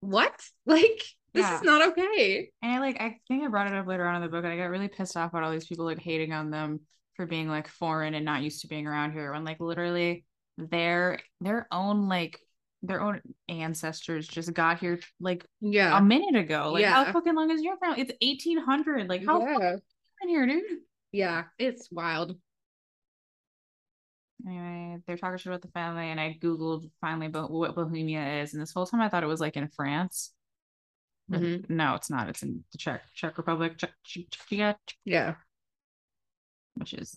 [SPEAKER 2] what? (laughs) Like this
[SPEAKER 1] Yeah.
[SPEAKER 2] is not okay.
[SPEAKER 1] And I like I think I brought it up later on in the book, and I got really pissed off at all these people like hating on them for being like foreign and not used to being around here when like literally their their own like their own ancestors just got here like
[SPEAKER 2] Yeah.
[SPEAKER 1] a minute ago. Like how
[SPEAKER 2] Yeah.
[SPEAKER 1] fucking long is your family? It's eighteen hundred. Like how long
[SPEAKER 2] yeah.
[SPEAKER 1] been here, dude?
[SPEAKER 2] Yeah. It's wild.
[SPEAKER 1] Anyway, they're talking shit about the family, and I googled finally bo- what Bohemia is, and this whole time I thought it was like in France. But
[SPEAKER 2] Mhm.
[SPEAKER 1] No, it's not. It's in the Czech Czech Republic, Czech, Czech,
[SPEAKER 2] Yeah.
[SPEAKER 1] which is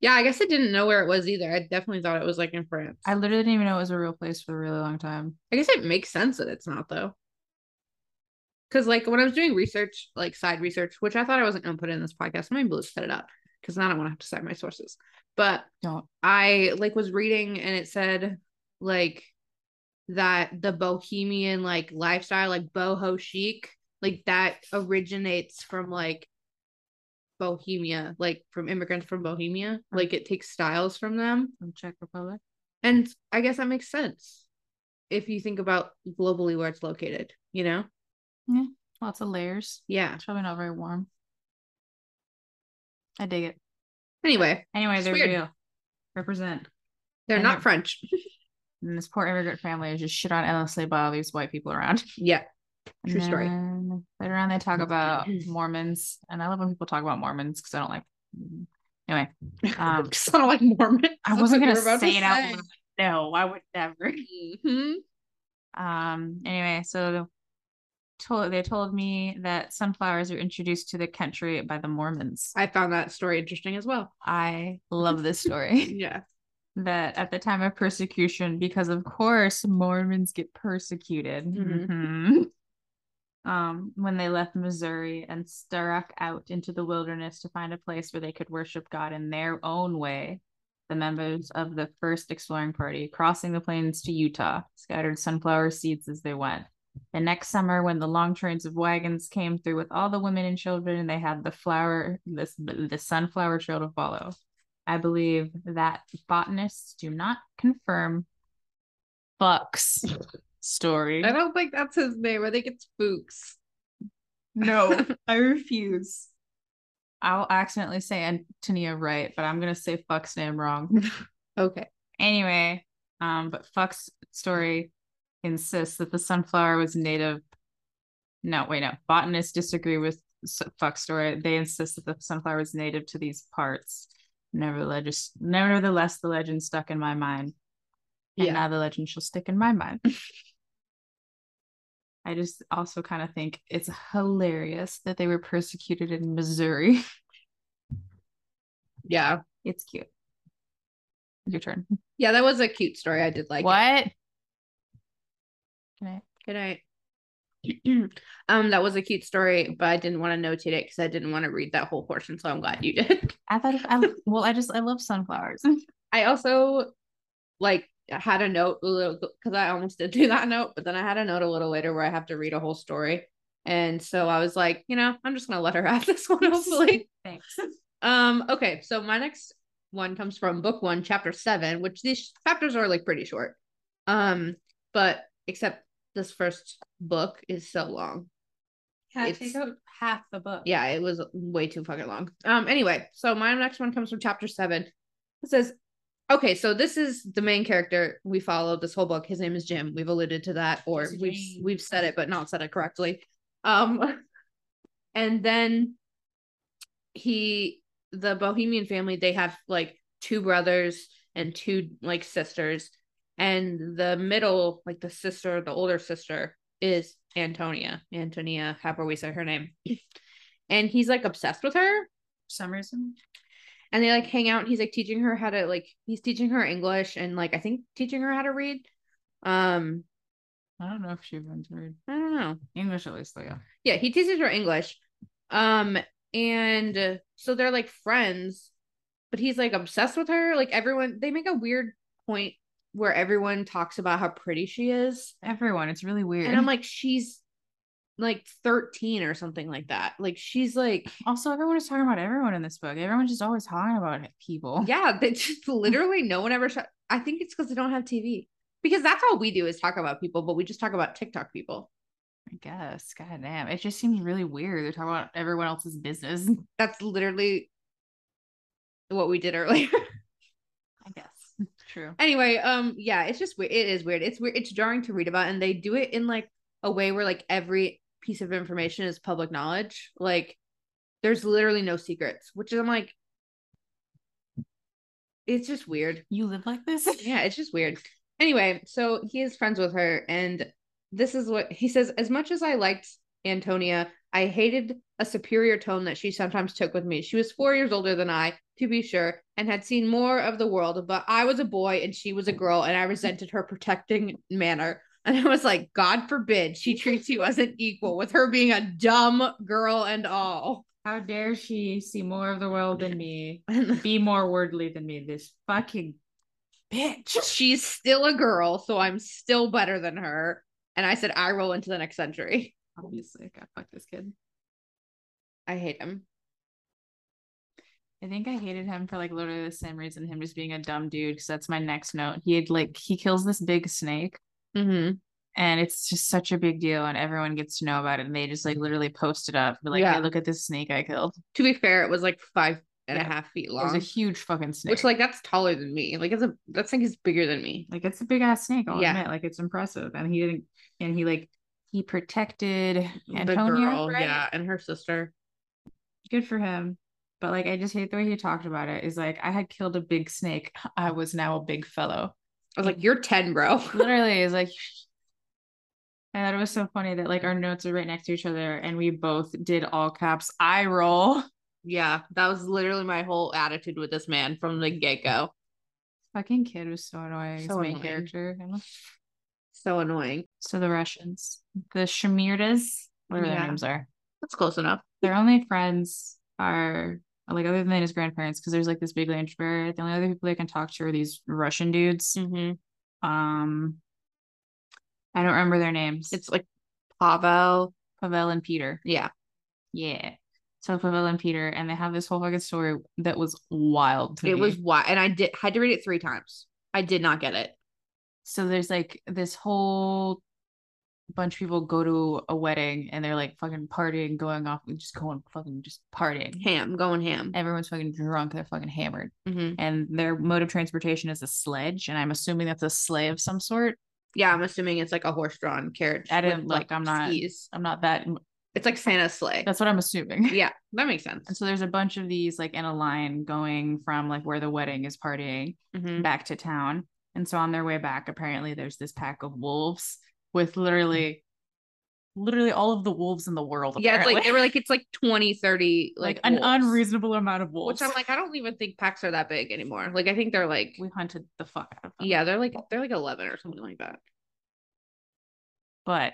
[SPEAKER 2] Yeah. I guess I didn't know where it was either. I definitely thought it was like in France.
[SPEAKER 1] I literally didn't even know it was a real place for a really long time.
[SPEAKER 2] I guess it makes sense that it's not though. Cause like when I was doing research, like side research, which I thought I wasn't gonna put in this podcast, my blue set it up because now I don't want to have to cite my sources. But
[SPEAKER 1] Don't.
[SPEAKER 2] I like was reading and it said like that the bohemian like lifestyle, like boho chic, like that originates from like Bohemia, like from immigrants from Bohemia. Like it takes styles from them.
[SPEAKER 1] From Czech Republic.
[SPEAKER 2] And I guess that makes sense if you think about globally where it's located, you know?
[SPEAKER 1] Lots of layers.
[SPEAKER 2] Yeah.
[SPEAKER 1] It's probably not very warm. I dig it.
[SPEAKER 2] Anyway,
[SPEAKER 1] Anyway,
[SPEAKER 2] It's
[SPEAKER 1] they're
[SPEAKER 2] weird.
[SPEAKER 1] real. Represent.
[SPEAKER 2] they're
[SPEAKER 1] And
[SPEAKER 2] not
[SPEAKER 1] they're-
[SPEAKER 2] French. (laughs)
[SPEAKER 1] And this poor immigrant family is just shit on endlessly by all these white people around.
[SPEAKER 2] yeah.
[SPEAKER 1] And
[SPEAKER 2] True story.
[SPEAKER 1] then Later on, they talk about (clears throat) Mormons, and I love when people talk about Mormons because I don't like. Anyway,
[SPEAKER 2] (laughs)
[SPEAKER 1] um,
[SPEAKER 2] 'Cause I don't like Mormon.
[SPEAKER 1] (laughs) I
[SPEAKER 2] (laughs)
[SPEAKER 1] wasn't gonna say it out loud. No, I would never. (laughs)
[SPEAKER 2] hmm
[SPEAKER 1] Um. Anyway, so told they told me that sunflowers were introduced to the country by the Mormons.
[SPEAKER 2] I found that story interesting
[SPEAKER 1] (laughs)
[SPEAKER 2] as well.
[SPEAKER 1] I love this story
[SPEAKER 2] Yeah.
[SPEAKER 1] that at the time of persecution, because of course Mormons get persecuted.
[SPEAKER 2] Mhm.
[SPEAKER 1] Mhm. Um, when they left Missouri and struck out into the wilderness to find a place where they could worship God in their own way, the members of the first exploring party, crossing the plains to Utah, scattered sunflower seeds as they went. The next summer, when the long trains of wagons came through with all the women and children, they had the flower, this the sunflower trail to follow. I believe that botanists do not confirm Buck's story.
[SPEAKER 2] I don't think that's his name. I think it's Spooks.
[SPEAKER 1] (laughs) No, I refuse. I'll accidentally say Antonia right, but I'm gonna say Fuck's name wrong.
[SPEAKER 2] Okay.
[SPEAKER 1] anyway, um, but Fuck's story insists that the sunflower was native. No, wait, no. Botanists disagree with s- Fuck's story. They insist that the sunflower was native to these parts. Nevertheless, nevertheless, the legend stuck in my mind, and
[SPEAKER 2] Yeah.
[SPEAKER 1] now the legend shall stick in my
[SPEAKER 2] (laughs)
[SPEAKER 1] mind. I just also kind of think it's hilarious that they were persecuted in Missouri.
[SPEAKER 2] Yeah.
[SPEAKER 1] (laughs) It's cute. Your turn.
[SPEAKER 2] Yeah, that was a cute story. I did like it.
[SPEAKER 1] what? Can I?
[SPEAKER 2] Good night. (clears throat) um, that was a cute story, but I didn't want to notate it because I didn't want to read that whole portion. So I'm glad you did. (laughs)
[SPEAKER 1] I thought if I well, I just I love sunflowers.
[SPEAKER 2] I also like had a note a little because I almost did do that note, but then I had a note a little later where I have to read a whole story. And so I was like, you know, I'm just gonna let her have (laughs) this one, hopefully.
[SPEAKER 1] Thanks. (laughs)
[SPEAKER 2] um, okay, so my next one comes from book one, chapter seven, which these chapters are like pretty short. Um, but except this first book is so long.
[SPEAKER 1] Yeah,
[SPEAKER 2] It's-
[SPEAKER 1] take out half the book.
[SPEAKER 2] yeah, it was way too fucking long. Um, anyway, so my next one comes from chapter seven. It says, okay, so this is the main character we follow this whole book. His name is Jim. We've alluded to that, or
[SPEAKER 1] Jesse
[SPEAKER 2] we've
[SPEAKER 1] James.
[SPEAKER 2] we've said it but not said it correctly. Um, (laughs) and then he, the Bohemian family, they have like two brothers and two like sisters, and the middle, like the sister, the older sister, is Antonia. Antonia, however we say her name. (clears throat) And he's like obsessed with her.
[SPEAKER 1] For some reason.
[SPEAKER 2] And they like hang out and he's like teaching her how to like he's teaching her English and like I think teaching her how to read. Um,
[SPEAKER 1] I don't know if she even heard
[SPEAKER 2] I don't know.
[SPEAKER 1] English at least. uh, Though, yeah.
[SPEAKER 2] yeah he teaches her english um and uh, so they're like friends but he's like obsessed with her like everyone they make a weird point where everyone talks about how pretty she is
[SPEAKER 1] Everyone, it's really weird.
[SPEAKER 2] and i'm like she's like 13 or something like that like she's like
[SPEAKER 1] also, everyone is talking about everyone in this book. Everyone's just always talking about it- (laughs) people.
[SPEAKER 2] yeah they just literally no one ever sh- i think it's because they don't have tv because that's all we do is talk about people but we just talk about tiktok people
[SPEAKER 1] I guess. God damn. It just seems really weird. They're talking about everyone else's business. (laughs)
[SPEAKER 2] that's literally what we did earlier (laughs)
[SPEAKER 1] I (laughs) guess. True.
[SPEAKER 2] anyway um yeah it's just weird it is weird it's weird it's jarring to read about and they do it in like a way where like every piece of information is public knowledge like there's literally no secrets which is i'm like it's just weird
[SPEAKER 1] You live like this?
[SPEAKER 2] (laughs) yeah it's just weird anyway so he is friends with her and this is what he says as much as i liked antonia i hated a superior tone that she sometimes took with me she was four years older than i to be sure and had seen more of the world but i was a boy and she was a girl and i resented her protecting manner and i was like god forbid she treats you as an equal with her being a dumb girl and all (laughs)
[SPEAKER 1] How dare she see more of the world than me?
[SPEAKER 2] and
[SPEAKER 1] Be more worldly than me, this fucking bitch.
[SPEAKER 2] she's still a girl so i'm still better than her and i said i roll into the next century
[SPEAKER 1] Obviously, God, fuck this kid.
[SPEAKER 2] I hate him.
[SPEAKER 1] I think I hated him for like literally the same reason him just being a dumb dude. Because that's my next note. He had like he kills this big snake,
[SPEAKER 2] Mm-hmm.
[SPEAKER 1] and it's just such a big deal, and everyone gets to know about it. And they just like literally post it up, be like,
[SPEAKER 2] Yeah.
[SPEAKER 1] "Hey, look at this snake I killed."
[SPEAKER 2] To be fair, it was like five and a half
[SPEAKER 1] Yeah.
[SPEAKER 2] feet
[SPEAKER 1] It was a
[SPEAKER 2] long,
[SPEAKER 1] huge fucking snake.
[SPEAKER 2] which like that's taller than me. Like it's a that thing is bigger than me.
[SPEAKER 1] like it's a big ass snake. I'll
[SPEAKER 2] Yeah.
[SPEAKER 1] admit, like it's impressive. And he didn't, and he like he protected
[SPEAKER 2] the
[SPEAKER 1] Antonia.
[SPEAKER 2] girl,
[SPEAKER 1] right?
[SPEAKER 2] yeah, and her sister.
[SPEAKER 1] good for him. But like, I just hate the way he talked about it. Is like, I had killed a big snake. I was now a big fellow.
[SPEAKER 2] I was like, "You're ten, bro." (laughs)
[SPEAKER 1] Literally, is like. I thought it was so funny that like our notes are right next to each other, and we both did all caps eye roll.
[SPEAKER 2] yeah, that was literally my whole attitude with this man from the get go.
[SPEAKER 1] Fucking kid was so annoying.
[SPEAKER 2] So
[SPEAKER 1] So main
[SPEAKER 2] annoying.
[SPEAKER 1] character.
[SPEAKER 2] So annoying.
[SPEAKER 1] So the Russians, the Shamirdas, whatever
[SPEAKER 2] Yeah.
[SPEAKER 1] their names are.
[SPEAKER 2] That's close enough.
[SPEAKER 1] their only friends are like other than his grandparents because there's like this big language barrier. The only other people they can talk to are these Russian dudes.
[SPEAKER 2] Mm-hmm.
[SPEAKER 1] Um, I don't remember their names.
[SPEAKER 2] It's like Pavel.
[SPEAKER 1] Pavel and Peter.
[SPEAKER 2] Yeah,
[SPEAKER 1] Yeah. So Pavel and Peter, and they have this whole fucking story that was wild. To
[SPEAKER 2] it
[SPEAKER 1] me.
[SPEAKER 2] was why, and I did had to read it three times. I did not get it.
[SPEAKER 1] so there's like this whole bunch of people go to a wedding and they're like fucking partying, going off, just going fucking just partying.
[SPEAKER 2] Ham, going ham.
[SPEAKER 1] Everyone's fucking drunk. They're fucking hammered.
[SPEAKER 2] Mm-hmm.
[SPEAKER 1] and their mode of transportation is a sledge and i'm assuming that's a sleigh of some sort
[SPEAKER 2] Yeah, I'm assuming it's like a horse drawn carriage.
[SPEAKER 1] I
[SPEAKER 2] with,
[SPEAKER 1] didn't look, I'm not-
[SPEAKER 2] skis.
[SPEAKER 1] i'm not that
[SPEAKER 2] It's like Santa's sleigh.
[SPEAKER 1] that's what i'm assuming (laughs)
[SPEAKER 2] yeah, that makes sense.
[SPEAKER 1] and so there's a bunch of these like in a line going from like where the wedding is partying
[SPEAKER 2] Mhm.
[SPEAKER 1] back to town and so on their way back apparently there's this pack of wolves with literally literally all of the wolves in the world.
[SPEAKER 2] Yeah, it's like they
[SPEAKER 1] apparently.
[SPEAKER 2] were like it's like 20, 30
[SPEAKER 1] (laughs)
[SPEAKER 2] like,
[SPEAKER 1] like an
[SPEAKER 2] wolves.
[SPEAKER 1] unreasonable amount of
[SPEAKER 2] Which
[SPEAKER 1] wolves.
[SPEAKER 2] I'm like, I don't even think packs are that big anymore. Like I think they're like
[SPEAKER 1] we hunted the fuck out of them.
[SPEAKER 2] yeah, they're like they're like eleven or something like that.
[SPEAKER 1] but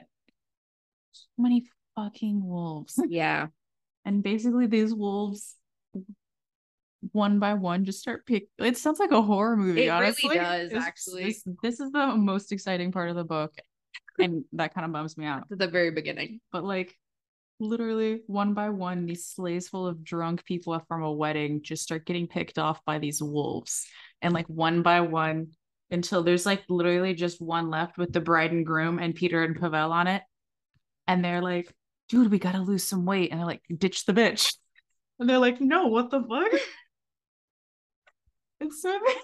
[SPEAKER 1] so many fucking wolves.
[SPEAKER 2] Yeah.
[SPEAKER 1] and basically these wolves one by one just start pick it sounds like a horror movie
[SPEAKER 2] It really
[SPEAKER 1] honestly
[SPEAKER 2] does,
[SPEAKER 1] It's-
[SPEAKER 2] actually.
[SPEAKER 1] this, this is the most exciting part of the book and that kind of bums me out
[SPEAKER 2] At the very beginning.
[SPEAKER 1] but like literally one by one these sleighs full of drunk people from a wedding just start getting picked off by these wolves and like one by one until there's like literally just one left with the bride and groom and peter and pavel on it and they're like dude we gotta lose some weight and they're like ditch the bitch (laughs) and they're like no what the fuck (laughs) and so (laughs) they-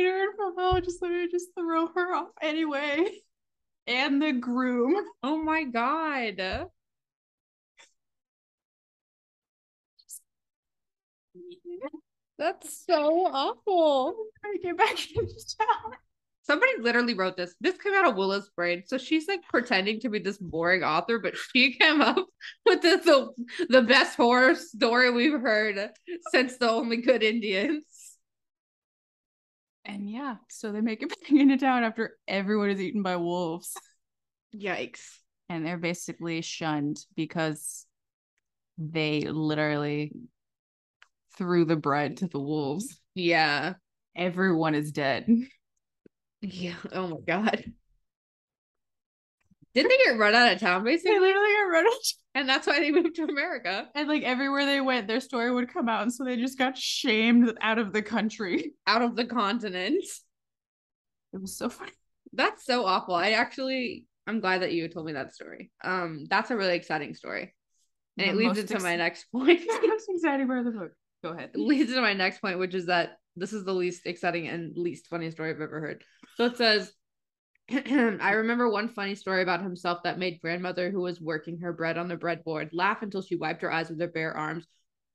[SPEAKER 1] peter and pavel just literally just throw her off anyway (laughs) and the groom
[SPEAKER 2] Oh my god. That's so awful.
[SPEAKER 1] I get back (laughs) into town.
[SPEAKER 2] Somebody literally wrote this. This came out of Willa's brain. So she's like pretending to be this boring author, but she (laughs) came up with this, the, the best horror story we've heard since the only good Indians.
[SPEAKER 1] And yeah, so they make it (laughs) back into town after everyone is eaten by wolves.
[SPEAKER 2] Yikes.
[SPEAKER 1] And they're basically shunned because they literally threw the bread to the wolves.
[SPEAKER 2] Yeah.
[SPEAKER 1] Everyone is dead. (laughs)
[SPEAKER 2] Yeah. Oh my God. Didn't they get run out of town
[SPEAKER 1] They
[SPEAKER 2] basically?
[SPEAKER 1] literally got run out.
[SPEAKER 2] And that's why they moved to America.
[SPEAKER 1] And like everywhere they went, their story would come out. And so they just got shamed out of the country. (laughs)
[SPEAKER 2] out of the continent.
[SPEAKER 1] It was so funny.
[SPEAKER 2] That's so awful. I actually I'm glad that you told me that story. Um that's a really exciting story. And
[SPEAKER 1] The
[SPEAKER 2] it leads
[SPEAKER 1] most
[SPEAKER 2] into
[SPEAKER 1] ex-
[SPEAKER 2] my next point.
[SPEAKER 1] (laughs)
[SPEAKER 2] it
[SPEAKER 1] Most exciting part of the book. Go ahead.
[SPEAKER 2] (laughs) leads into my next point, which is that this is the least exciting and least funny story I've ever heard. So it says (clears throat) I remember one funny story about himself that made grandmother who was working her bread on the breadboard laugh until she wiped her eyes with her bare arms,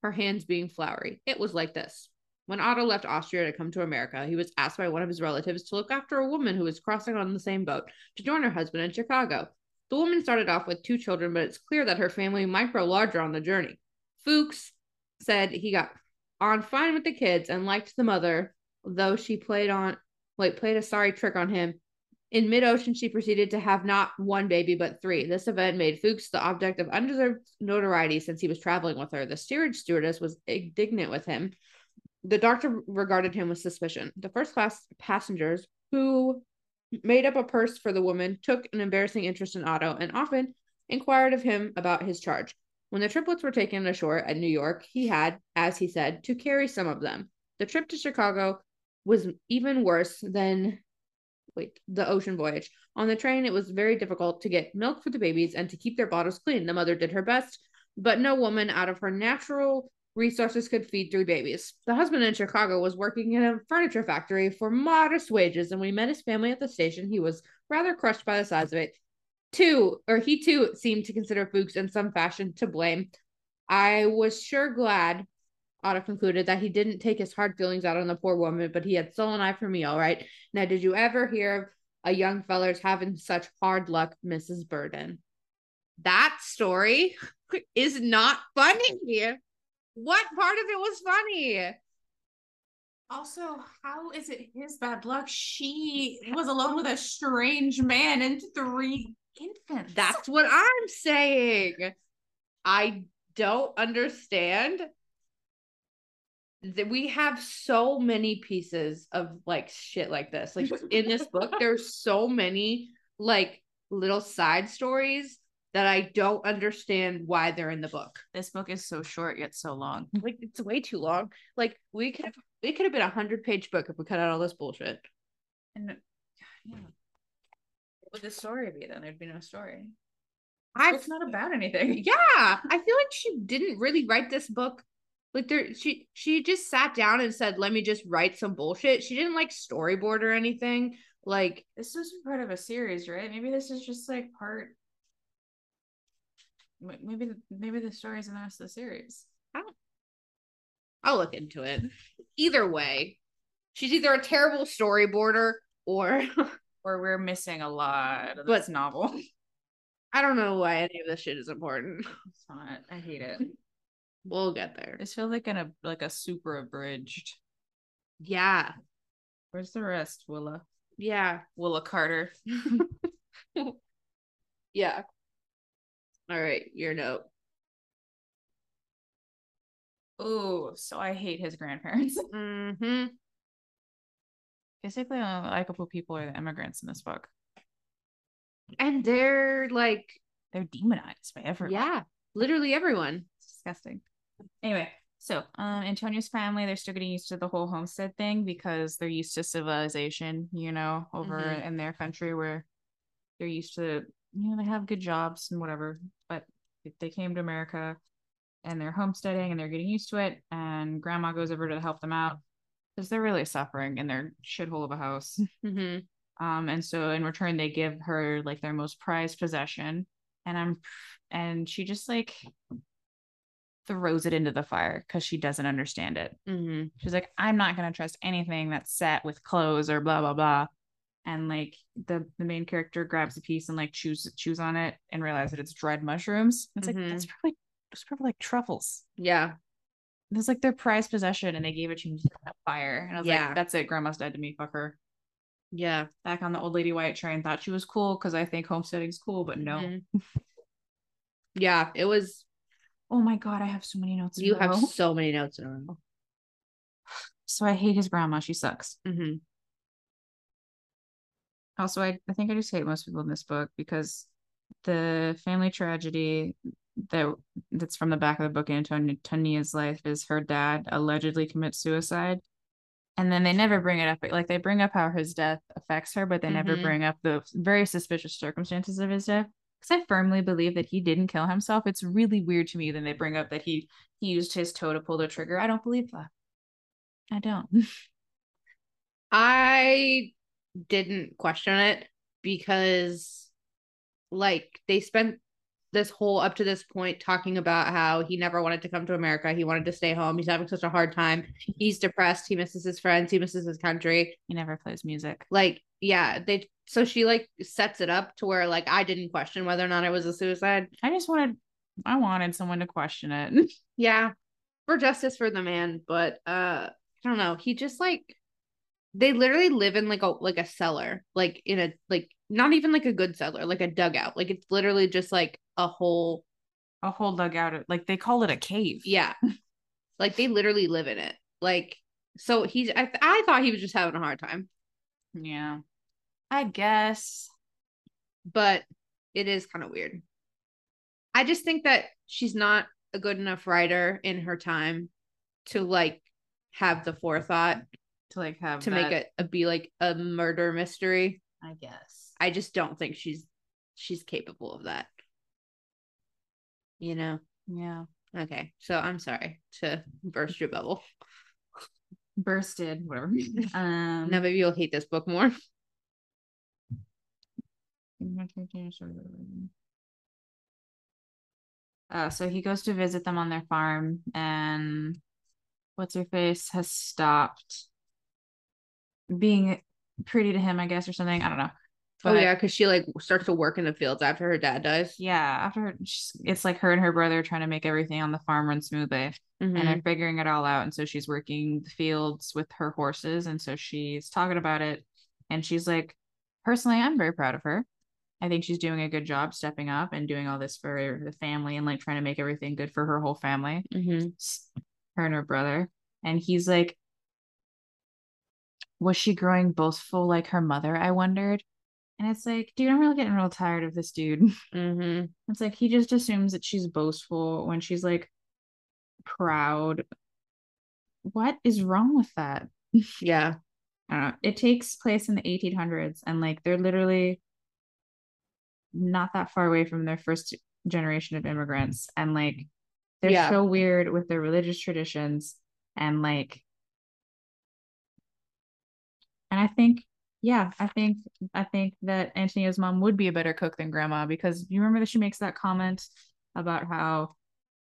[SPEAKER 2] her hands being floury. It was like this. When Otto left Austria to come to America, he was asked by one of his relatives to look after a woman who was crossing on the same boat to join her husband in Chicago. The woman started off with two children, but it's clear that her family might grow larger on the journey. Fuchs said he got on fine with the kids and liked the mother, though she played on like played a sorry trick on him. In mid-ocean, she proceeded to have not one baby but three. This event made Fuchs the object of undeserved notoriety since he was traveling with her. The steerage stewardess was indignant with him. The doctor regarded him with suspicion. The first class passengers who made up a purse for the woman took an embarrassing interest in Otto and often inquired of him about his charge. When the triplets were taken ashore at New York, he had, as he said, to carry some of them. The trip to Chicago was even worse than wait, the ocean voyage. On the train, it was very difficult to get milk for the babies and to keep their bottles clean. The mother did her best, but no woman out of her natural resources could feed three babies. The husband in Chicago was working in a furniture factory for modest wages, and we met his family at the station. He was rather crushed by the size of it. Too, or he too seemed to consider Fuchs in some fashion to blame. I was sure glad, Otto concluded, that he didn't take his hard feelings out on the poor woman, but he had stolen an eye for me, all right. Now, did you ever hear of a young feller's having such hard luck, Mrs. Burden? That story (laughs) is not funny. What part of it was funny?
[SPEAKER 3] Also, how is it his bad luck? She was alone with a strange man and three infants.
[SPEAKER 2] That's what I'm saying. I don't understand that we have so many pieces of like shit like this. Like in this (laughs) book, there's so many like little side stories that I don't understand why they're in the book.
[SPEAKER 1] This book is so short yet so long.
[SPEAKER 2] Like it's way too long. Like we could have it could have been a hundred page book if we cut out all this bullshit.
[SPEAKER 3] and, yeah. What would the story be then? There'd be no story.
[SPEAKER 2] I
[SPEAKER 3] It's not about
[SPEAKER 2] (laughs)
[SPEAKER 3] anything.
[SPEAKER 2] yeah i feel like she didn't really write this book like there she she just sat down and said let me just write some bullshit she didn't like storyboard or anything like
[SPEAKER 3] This was part of a series, right? Maybe this is just like part. m- Maybe maybe the story's in the rest of the series.
[SPEAKER 2] i'll look into it either way she's either a terrible storyboarder or (laughs)
[SPEAKER 3] Or we're missing a lot of
[SPEAKER 2] But-
[SPEAKER 3] this novel. (laughs)
[SPEAKER 2] I don't know why any of this shit is important.
[SPEAKER 4] It's not. I hate it.
[SPEAKER 2] We'll get there.
[SPEAKER 1] This feels like an ab- like a super abridged.
[SPEAKER 2] Yeah.
[SPEAKER 1] Where's the rest, Willa?
[SPEAKER 2] Yeah. (laughs)
[SPEAKER 1] Willa Carter.
[SPEAKER 2] Yeah. All right. Your note.
[SPEAKER 1] Ooh, so I hate
[SPEAKER 3] (laughs)
[SPEAKER 1] his grandparents.
[SPEAKER 2] Mm-hmm.
[SPEAKER 1] Basically,
[SPEAKER 3] uh,
[SPEAKER 1] only likable people are the immigrants in this book.
[SPEAKER 2] And they're like,
[SPEAKER 1] They're demonized by everyone.
[SPEAKER 2] yeah, literally everyone.
[SPEAKER 1] It's disgusting. Anyway, so um Antonio's family, they're still getting used to the whole homestead thing because they're used to civilization, you know, over
[SPEAKER 2] Mhm.
[SPEAKER 1] in their country where they're used to, you know, they have good jobs and whatever, but they came to America and they're homesteading and they're getting used to it and grandma goes over to help them out because they're really suffering in their shithole of a house. (laughs)
[SPEAKER 2] Mm-hmm.
[SPEAKER 1] Um, and so in return, they give her like their most prized possession, and I'm, and she just like throws it into the fire because she doesn't understand it.
[SPEAKER 2] Mm-hmm.
[SPEAKER 1] She's like, I'm not gonna trust anything that's set with clothes or blah blah blah. And like the the main character grabs a piece and like chews chews on it and realizes that it's dried mushrooms. It's
[SPEAKER 2] Mhm.
[SPEAKER 1] like that's probably it's probably like truffles.
[SPEAKER 2] Yeah.
[SPEAKER 1] That's like their prized possession, and they gave it to me fire. And I was
[SPEAKER 2] Yeah.
[SPEAKER 1] like, that's it. Grandma's dead to me. Fuck her
[SPEAKER 2] Yeah.
[SPEAKER 1] back on the old lady white train thought she was cool because i think homesteading's cool but no
[SPEAKER 2] Mhm. Yeah. It was,
[SPEAKER 1] oh my god i have so many notes in
[SPEAKER 2] you
[SPEAKER 1] a
[SPEAKER 2] have
[SPEAKER 1] row.
[SPEAKER 2] so many notes in a row.
[SPEAKER 1] so i hate his grandma she sucks
[SPEAKER 2] Mm-hmm.
[SPEAKER 1] also I, I think i just hate most people in this book because the family tragedy that that's from the back of the book in Antonia- antonia's life is her dad allegedly commits suicide and then they never bring it up like they bring up how his death affects her but they never
[SPEAKER 2] Mhm.
[SPEAKER 1] bring up the very suspicious circumstances of his death because i firmly believe that he didn't kill himself it's really weird to me when they bring up that he he used his toe to pull the trigger i don't believe that i don't (laughs)
[SPEAKER 2] I didn't question it because, like, they spent this whole up to this point talking about how he never wanted to come to America. He wanted to stay home. He's having such a hard time. He's depressed. He misses his friends. He misses his country.
[SPEAKER 1] he never plays music
[SPEAKER 2] Like, yeah, they so she like sets it up to where like I didn't question whether or not it was a suicide.
[SPEAKER 1] i just wanted i wanted someone to question it (laughs)
[SPEAKER 2] Yeah. For justice for the man, but uh I don't know. He just like they literally live in like a like a cellar, like in a like not even like a good cellar, like a dugout. Like it's literally just like a hole.
[SPEAKER 1] a whole dugout. Like they call it a cave.
[SPEAKER 2] Yeah. like they literally live in it. Like so he's I th- I thought he was just having a hard time,
[SPEAKER 1] Yeah. I guess.
[SPEAKER 2] but it is kind of weird. I just think that she's not a good enough writer in her time to like have the forethought
[SPEAKER 1] To like have
[SPEAKER 2] to make
[SPEAKER 1] that-
[SPEAKER 2] it a, be like a murder mystery.
[SPEAKER 1] I guess.
[SPEAKER 2] I just don't think she's she's capable of that. You know.
[SPEAKER 1] yeah.
[SPEAKER 2] Okay. So I'm sorry to burst your bubble.
[SPEAKER 1] Bursted,
[SPEAKER 2] (laughs)
[SPEAKER 1] whatever. um
[SPEAKER 2] Now maybe you'll hate this
[SPEAKER 1] (laughs)
[SPEAKER 2] book more.
[SPEAKER 1] uh, so he goes to visit them on their farm and what's her face has stopped being pretty to him, I guess, or something. I don't know.
[SPEAKER 2] oh yeah, because she like starts to work in the fields after her dad dies.
[SPEAKER 1] yeah, after her- she's- it's like her and her brother are trying to make everything on the farm run smoothly. and
[SPEAKER 2] Mhm.
[SPEAKER 1] they're figuring it all out. And so she's working the fields with her horses. And so she's talking about it. And she's like, personally, I'm very proud of her. I think she's doing a good job stepping up and doing all this for the family and like trying to make everything good for her whole family,
[SPEAKER 2] Mhm.
[SPEAKER 1] s- her and her brother. And he's like, was she growing boastful like her mother? I wondered. And it's like, dude, I'm really getting real tired of this dude.
[SPEAKER 2] Mhm.
[SPEAKER 1] It's like he just assumes that she's boastful when she's like proud. What is wrong with that?
[SPEAKER 2] Yeah.
[SPEAKER 1] I don't know. It takes place in the 1800s and like they're literally not that far away from their first generation of immigrants and like they're
[SPEAKER 2] Yeah.
[SPEAKER 1] so weird with their religious traditions and like and I think yeah, I think I think that Antonia's mom would be a better cook than grandma because you remember that she makes that comment about how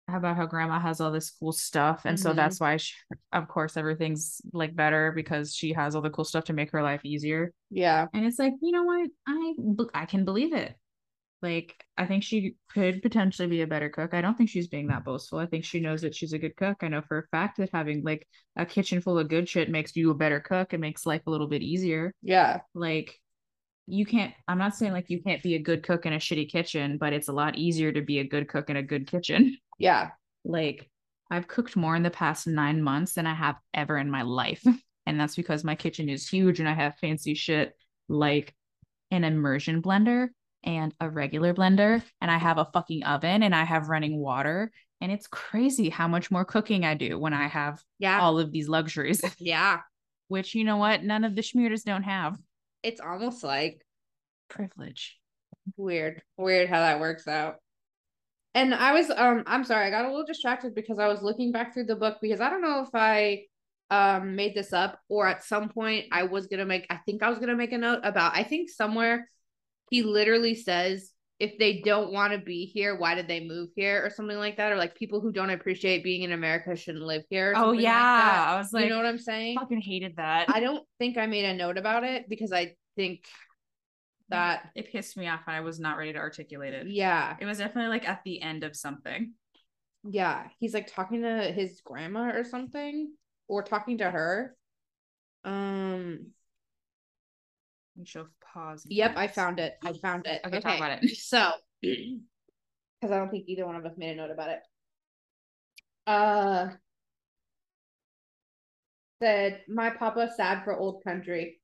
[SPEAKER 1] about how grandma has all this cool stuff and so
[SPEAKER 2] Mhm.
[SPEAKER 1] that's why she, of course everything's like better because she has all the cool stuff to make her life easier
[SPEAKER 2] Yeah.
[SPEAKER 1] and it's like you know what i b- i can believe it Like, I think she could potentially be a better cook. I don't think she's being that boastful. I think she knows that she's a good cook. I know for a fact that having like a kitchen full of good shit makes you a better cook. It makes life a little bit easier.
[SPEAKER 2] Yeah.
[SPEAKER 1] Like, you can't, I'm not saying like you can't be a good cook in a shitty kitchen, but it's a lot easier to be a good cook in a good kitchen. (laughs)
[SPEAKER 2] Yeah.
[SPEAKER 1] Like, I've cooked more in the past nine months than I have ever in my life. (laughs) And that's because my kitchen is huge and I have fancy shit like an immersion blender and a regular blender. And I have a fucking oven and I have running water. And it's crazy how much more cooking I do when I have
[SPEAKER 2] Yeah.
[SPEAKER 1] all of these luxuries, (laughs)
[SPEAKER 2] Yeah.
[SPEAKER 1] which you know what? None of the schmears don't have.
[SPEAKER 2] It's almost like
[SPEAKER 1] Privilege.
[SPEAKER 2] weird. Weird how that works out. And I was um I'm sorry, I got a little distracted because I was looking back through the book because I don't know if I um made this up or at some point I was going to make I think I was going to make a note about I think somewhere he literally says if they don't want to be here, why did they move here or something like that or like people who don't appreciate being in America shouldn't live here. or
[SPEAKER 1] Oh,
[SPEAKER 2] something like
[SPEAKER 1] yeah.
[SPEAKER 2] that.
[SPEAKER 1] I was like,
[SPEAKER 2] you know what I'm saying?
[SPEAKER 1] fucking hated that.
[SPEAKER 2] I don't think I made a note about it because I think that
[SPEAKER 1] it pissed me off and I was not ready to articulate it.
[SPEAKER 2] yeah,
[SPEAKER 1] It was definitely like at the end of something.
[SPEAKER 2] yeah, he's like talking to his grandma or something or talking to her. Um,
[SPEAKER 1] We shall pause. and
[SPEAKER 2] yep, I
[SPEAKER 1] rest.
[SPEAKER 2] found it. I found it.
[SPEAKER 1] Okay, talk about it.
[SPEAKER 2] So, because I don't think either one of us made a note about it. Uh, said my papa sad for old country.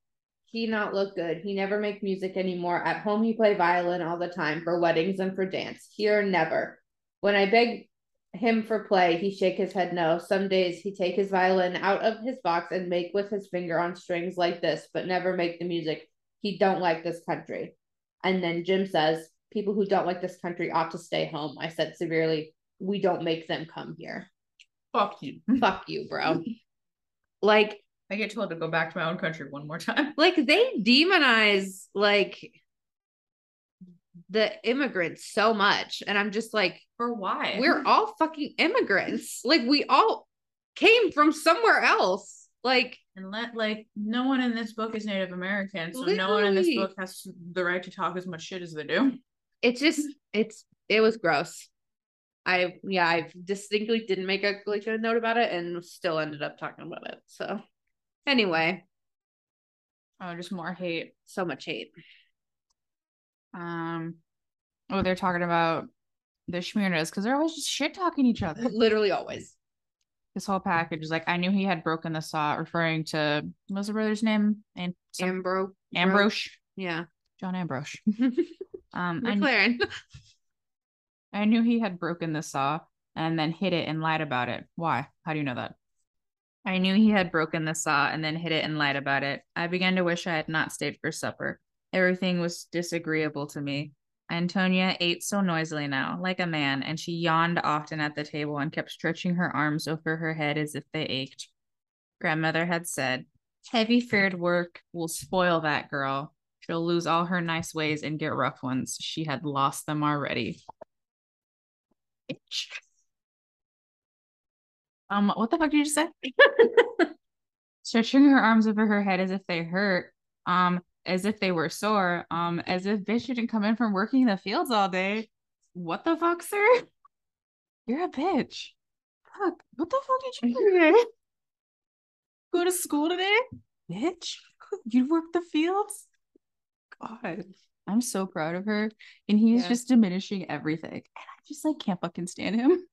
[SPEAKER 2] He not look good. He never make music anymore. At home he play violin all the time for weddings and for dance. Here never. When I beg him for play, he shake his head no. Some days he take his violin out of his box and make with his finger on strings like this, but never make the music. He don't like this country. And then Jim says, People who don't like this country ought to stay home. I said severely, We don't make them come (laughs) here.
[SPEAKER 1] Fuck you.
[SPEAKER 2] Fuck you, bro. (laughs) like,
[SPEAKER 1] I get told to go back to my own country one more time. (laughs)
[SPEAKER 2] like they demonize like the immigrants so much. And I'm just like,
[SPEAKER 1] For why?
[SPEAKER 2] we're all fucking immigrants. Like we all came from somewhere else. Like,
[SPEAKER 1] and let like no one in this book is Native American, so no one in this
[SPEAKER 2] Literally.
[SPEAKER 1] book has the right to talk as much shit as they do.
[SPEAKER 2] it just it's it was gross. I yeah, I distinctly didn't make a like a note about it and still ended up talking about it. So anyway,
[SPEAKER 1] Oh, just more hate.
[SPEAKER 2] so
[SPEAKER 1] (laughs)
[SPEAKER 2] much hate.
[SPEAKER 1] Um, oh, they're talking about the Schmiernas because they're always just shit talking each other.
[SPEAKER 2] Literally always.
[SPEAKER 1] This whole package is like I knew he had broken the saw, referring to what was the brother's name and some,
[SPEAKER 2] Ambro
[SPEAKER 1] Ambrose,
[SPEAKER 2] Yeah.
[SPEAKER 1] John Ambrose. um, I, kn-
[SPEAKER 2] McLaren. (laughs)
[SPEAKER 1] I knew he had broken the saw and then hid it and lied about it. Why? How do you know that? I knew he had broken the saw and then hid it and lied about it. I began to wish I had not stayed for supper. Everything was disagreeable to me. Antonia ate so noisily now, like a man, and she yawned often at the table and kept stretching her arms over her head as if they ached. Grandmother had said, Heavy fared work will spoil that girl. She'll lose all her nice ways and get rough ones. She had lost them already. Itch. Um, what the fuck did you just say? (laughs) Stretching her arms over her head as if they hurt, um, as if they were sore, um, as if bitch didn't come in from working in the fields all day. What the fuck, sir? You're a bitch. Fuck. What the fuck did you do today? Go to school today, bitch. You work the fields. God, I'm so proud of her, and he's
[SPEAKER 2] Yeah.
[SPEAKER 1] just diminishing everything, and I just like can't fucking stand him.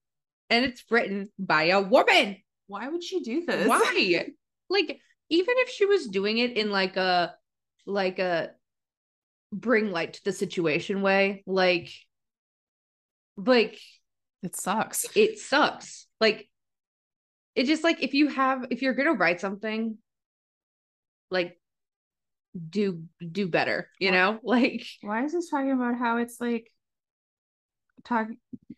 [SPEAKER 2] and it's written by a woman.
[SPEAKER 1] Why would she do this?
[SPEAKER 2] Why? Like, even if she was doing it in like a like a bring light to the situation way, like like
[SPEAKER 1] It sucks.
[SPEAKER 2] it sucks. Like it just like if you have if you're gonna write something, like do do better, you know? (laughs) Like
[SPEAKER 1] (laughs) Why is this talking about how it's like talk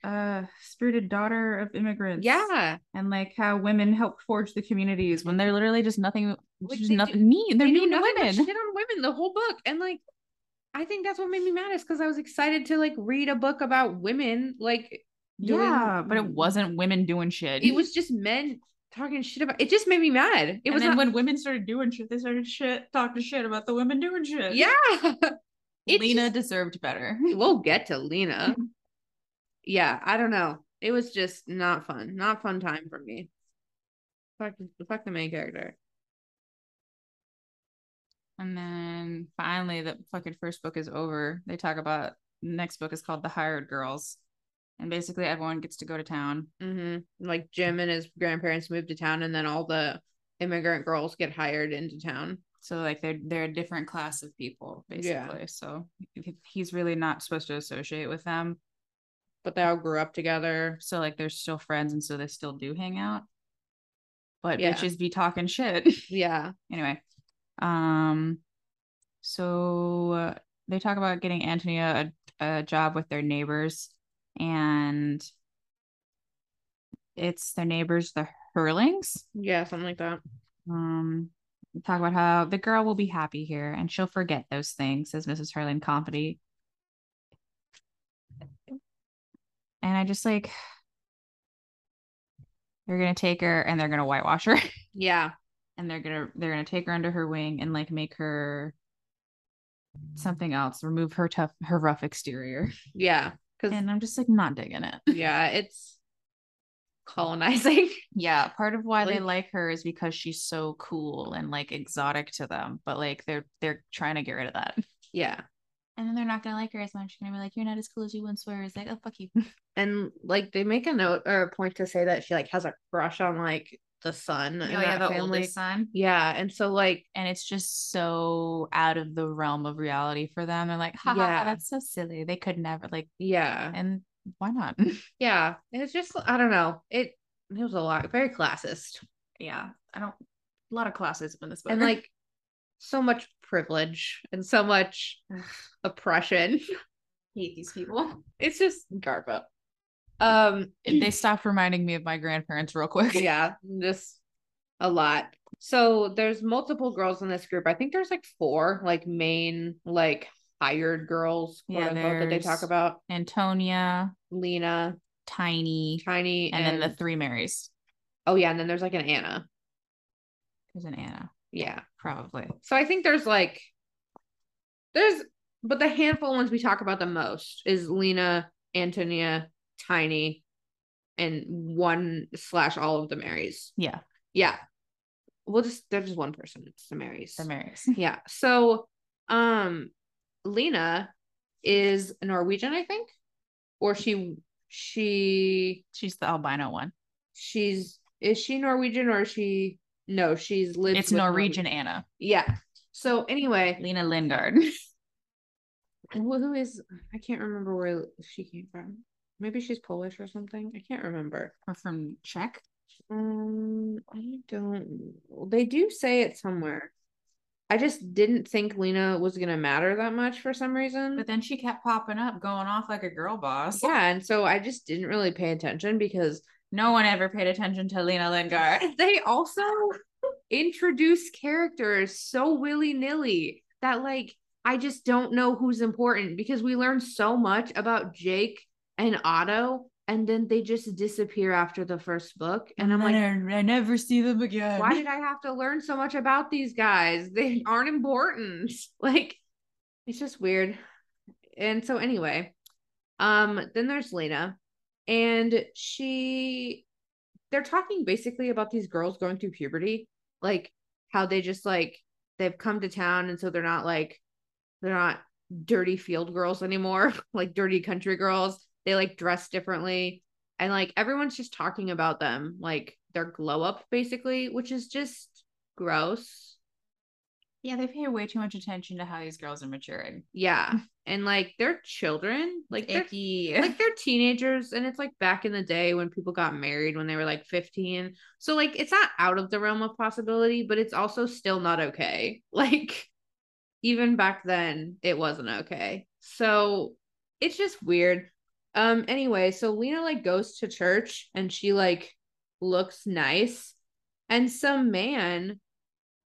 [SPEAKER 1] uh spirited daughter of immigrants?
[SPEAKER 2] yeah.
[SPEAKER 1] And like how women help forge the communities when they're literally just nothing
[SPEAKER 2] Like,
[SPEAKER 1] just
[SPEAKER 2] they
[SPEAKER 1] nothing
[SPEAKER 2] do-
[SPEAKER 1] mean. They're
[SPEAKER 2] they do
[SPEAKER 1] mean to
[SPEAKER 2] nothing but
[SPEAKER 1] women.
[SPEAKER 2] Shit on women the whole book, and like, I think that's what made me mad is because I was excited to like read a book about women. Like, doing-
[SPEAKER 1] yeah, but it wasn't women doing shit.
[SPEAKER 2] it was just men talking shit about. It just made me mad. It
[SPEAKER 1] and
[SPEAKER 2] was
[SPEAKER 1] then
[SPEAKER 2] not,
[SPEAKER 1] when women started doing shit, they started shit talking shit about the women doing shit.
[SPEAKER 2] yeah. (laughs) It
[SPEAKER 1] Lena deserved better.
[SPEAKER 2] we'll get
[SPEAKER 1] (laughs)
[SPEAKER 2] to Lena. yeah, I don't know. It was just not fun. Not fun time for me. Fuck, fuck the main character.
[SPEAKER 1] And then finally, the fucking first book is over. They talk about next book is called The Hired Girls, and basically everyone gets to go to town.
[SPEAKER 2] hmm Like Jim and his grandparents moved to town, and then all the immigrant girls get hired into town.
[SPEAKER 1] So like they're they're a different class of people
[SPEAKER 2] Yeah.
[SPEAKER 1] basically. So he- he's really not supposed to associate with them.
[SPEAKER 2] But they all grew up together.
[SPEAKER 1] So like they're still friends, and so they still do hang out. But
[SPEAKER 2] Yeah.
[SPEAKER 1] bitches be talking shit. (laughs)
[SPEAKER 2] Yeah.
[SPEAKER 1] anyway um so uh, they talk about getting antonia a, a job with their neighbors and it's their neighbors the hurlings
[SPEAKER 2] Yeah. Something like that.
[SPEAKER 1] um they talk about how the girl will be happy here and she'll forget those things says mrs hurling confidently and i just like they're gonna take her and they're gonna whitewash her
[SPEAKER 2] Yeah.
[SPEAKER 1] and they're gonna they're gonna take her under her wing and like make her something else remove her tough her rough exterior
[SPEAKER 2] Yeah. Because,
[SPEAKER 1] and i'm just like not digging it
[SPEAKER 2] (laughs)
[SPEAKER 1] (laughs)
[SPEAKER 2] yeah, it's colonizing. (laughs)
[SPEAKER 1] yeah part of why they
[SPEAKER 2] Like-
[SPEAKER 1] like her is because she's so cool and like exotic to them but like they're they're trying to get rid of that
[SPEAKER 2] yeah.
[SPEAKER 1] and then they're not gonna like her as much They're gonna be like you're not as cool as you once were it's like oh (laughs) fuck you
[SPEAKER 2] And like they make a note or a point to say that she like has a crush on like the son.
[SPEAKER 1] oh
[SPEAKER 2] in
[SPEAKER 1] yeah
[SPEAKER 2] that
[SPEAKER 1] the
[SPEAKER 2] family.
[SPEAKER 1] oldest son
[SPEAKER 2] Yeah. And so like
[SPEAKER 1] and it's just so out of the realm of reality for them they're like haha
[SPEAKER 2] Yeah.
[SPEAKER 1] that's so silly they could never like
[SPEAKER 2] yeah.
[SPEAKER 1] and why not
[SPEAKER 2] Yeah. It's just I don't know. It it was a lot very classist.
[SPEAKER 1] yeah i don't a lot of classes in this book
[SPEAKER 2] And like so much privilege and so
[SPEAKER 1] (sighs)
[SPEAKER 2] much
[SPEAKER 1] Ugh. (laughs)
[SPEAKER 2] oppression.
[SPEAKER 1] hate these people
[SPEAKER 2] It's just Garbo. Um
[SPEAKER 1] they stopped reminding me of my grandparents real quick
[SPEAKER 2] yeah, just a lot. So there's multiple girls in this group. I think there's like four like main like hired girls quote
[SPEAKER 1] Yeah,
[SPEAKER 2] unquote, that they talk
[SPEAKER 1] there's-
[SPEAKER 2] about.
[SPEAKER 1] antonia
[SPEAKER 2] Lena,
[SPEAKER 1] tiny
[SPEAKER 2] Tiny,
[SPEAKER 1] and, then the three marys
[SPEAKER 2] oh yeah, and then there's like an Anna.
[SPEAKER 1] there's an anna
[SPEAKER 2] Yeah.
[SPEAKER 1] probably
[SPEAKER 2] So I think there's like there's but the handful ones we talk about the most is Lena, Antonia, Tiny, and one slash all of the Marys.
[SPEAKER 1] yeah
[SPEAKER 2] Yeah. We'll just there's just one person. It's the Marys.
[SPEAKER 1] the (laughs) marys
[SPEAKER 2] yeah. So um Lena is Norwegian, I think. Or she she
[SPEAKER 1] she's the albino one
[SPEAKER 2] she's is she Norwegian or is she no, she's lives
[SPEAKER 1] it's
[SPEAKER 2] with Norwe-
[SPEAKER 1] norwegian anna
[SPEAKER 2] Yeah. So anyway,
[SPEAKER 1] lena lingard (laughs)
[SPEAKER 2] who who is I can't remember where she came from. Maybe she's Polish or something. I can't remember.
[SPEAKER 1] or from czech
[SPEAKER 2] Um, I don't. They do say it somewhere. I just didn't think Lena was gonna matter that much for some reason.
[SPEAKER 1] but then she kept popping up going off like a girl boss
[SPEAKER 2] Yeah, and so I just didn't really pay attention because
[SPEAKER 1] no one ever paid attention to lena lingard (laughs)
[SPEAKER 2] (laughs) they also introduce characters so willy-nilly that like I just don't know who's important because we learn so much about Jake and Otto and then they just disappear after the first book and I'm like
[SPEAKER 1] I, never see them again
[SPEAKER 2] why did I have to learn so much about these guys? They (laughs) aren't important. (laughs) Like it's just weird. And so anyway, um then there's Lena and she they're talking basically about these girls going through puberty, like how they just like they've come to town and so they're not like they're not dirty field girls anymore, (laughs) like dirty country girls. They like dress differently and like everyone's just talking about them, like their glow up basically, which is just gross.
[SPEAKER 1] Yeah, they pay way too much attention to how these girls are maturing.
[SPEAKER 2] Yeah. And like they're children, like they're
[SPEAKER 1] Icky.
[SPEAKER 2] like they're teenagers and it's like back in the day when people got married when they were like 15 so like it's not out of the realm of possibility but it's also still not okay (laughs) like even back then it wasn't okay so it's just weird um anyway so lena like goes to church and she like looks nice and some man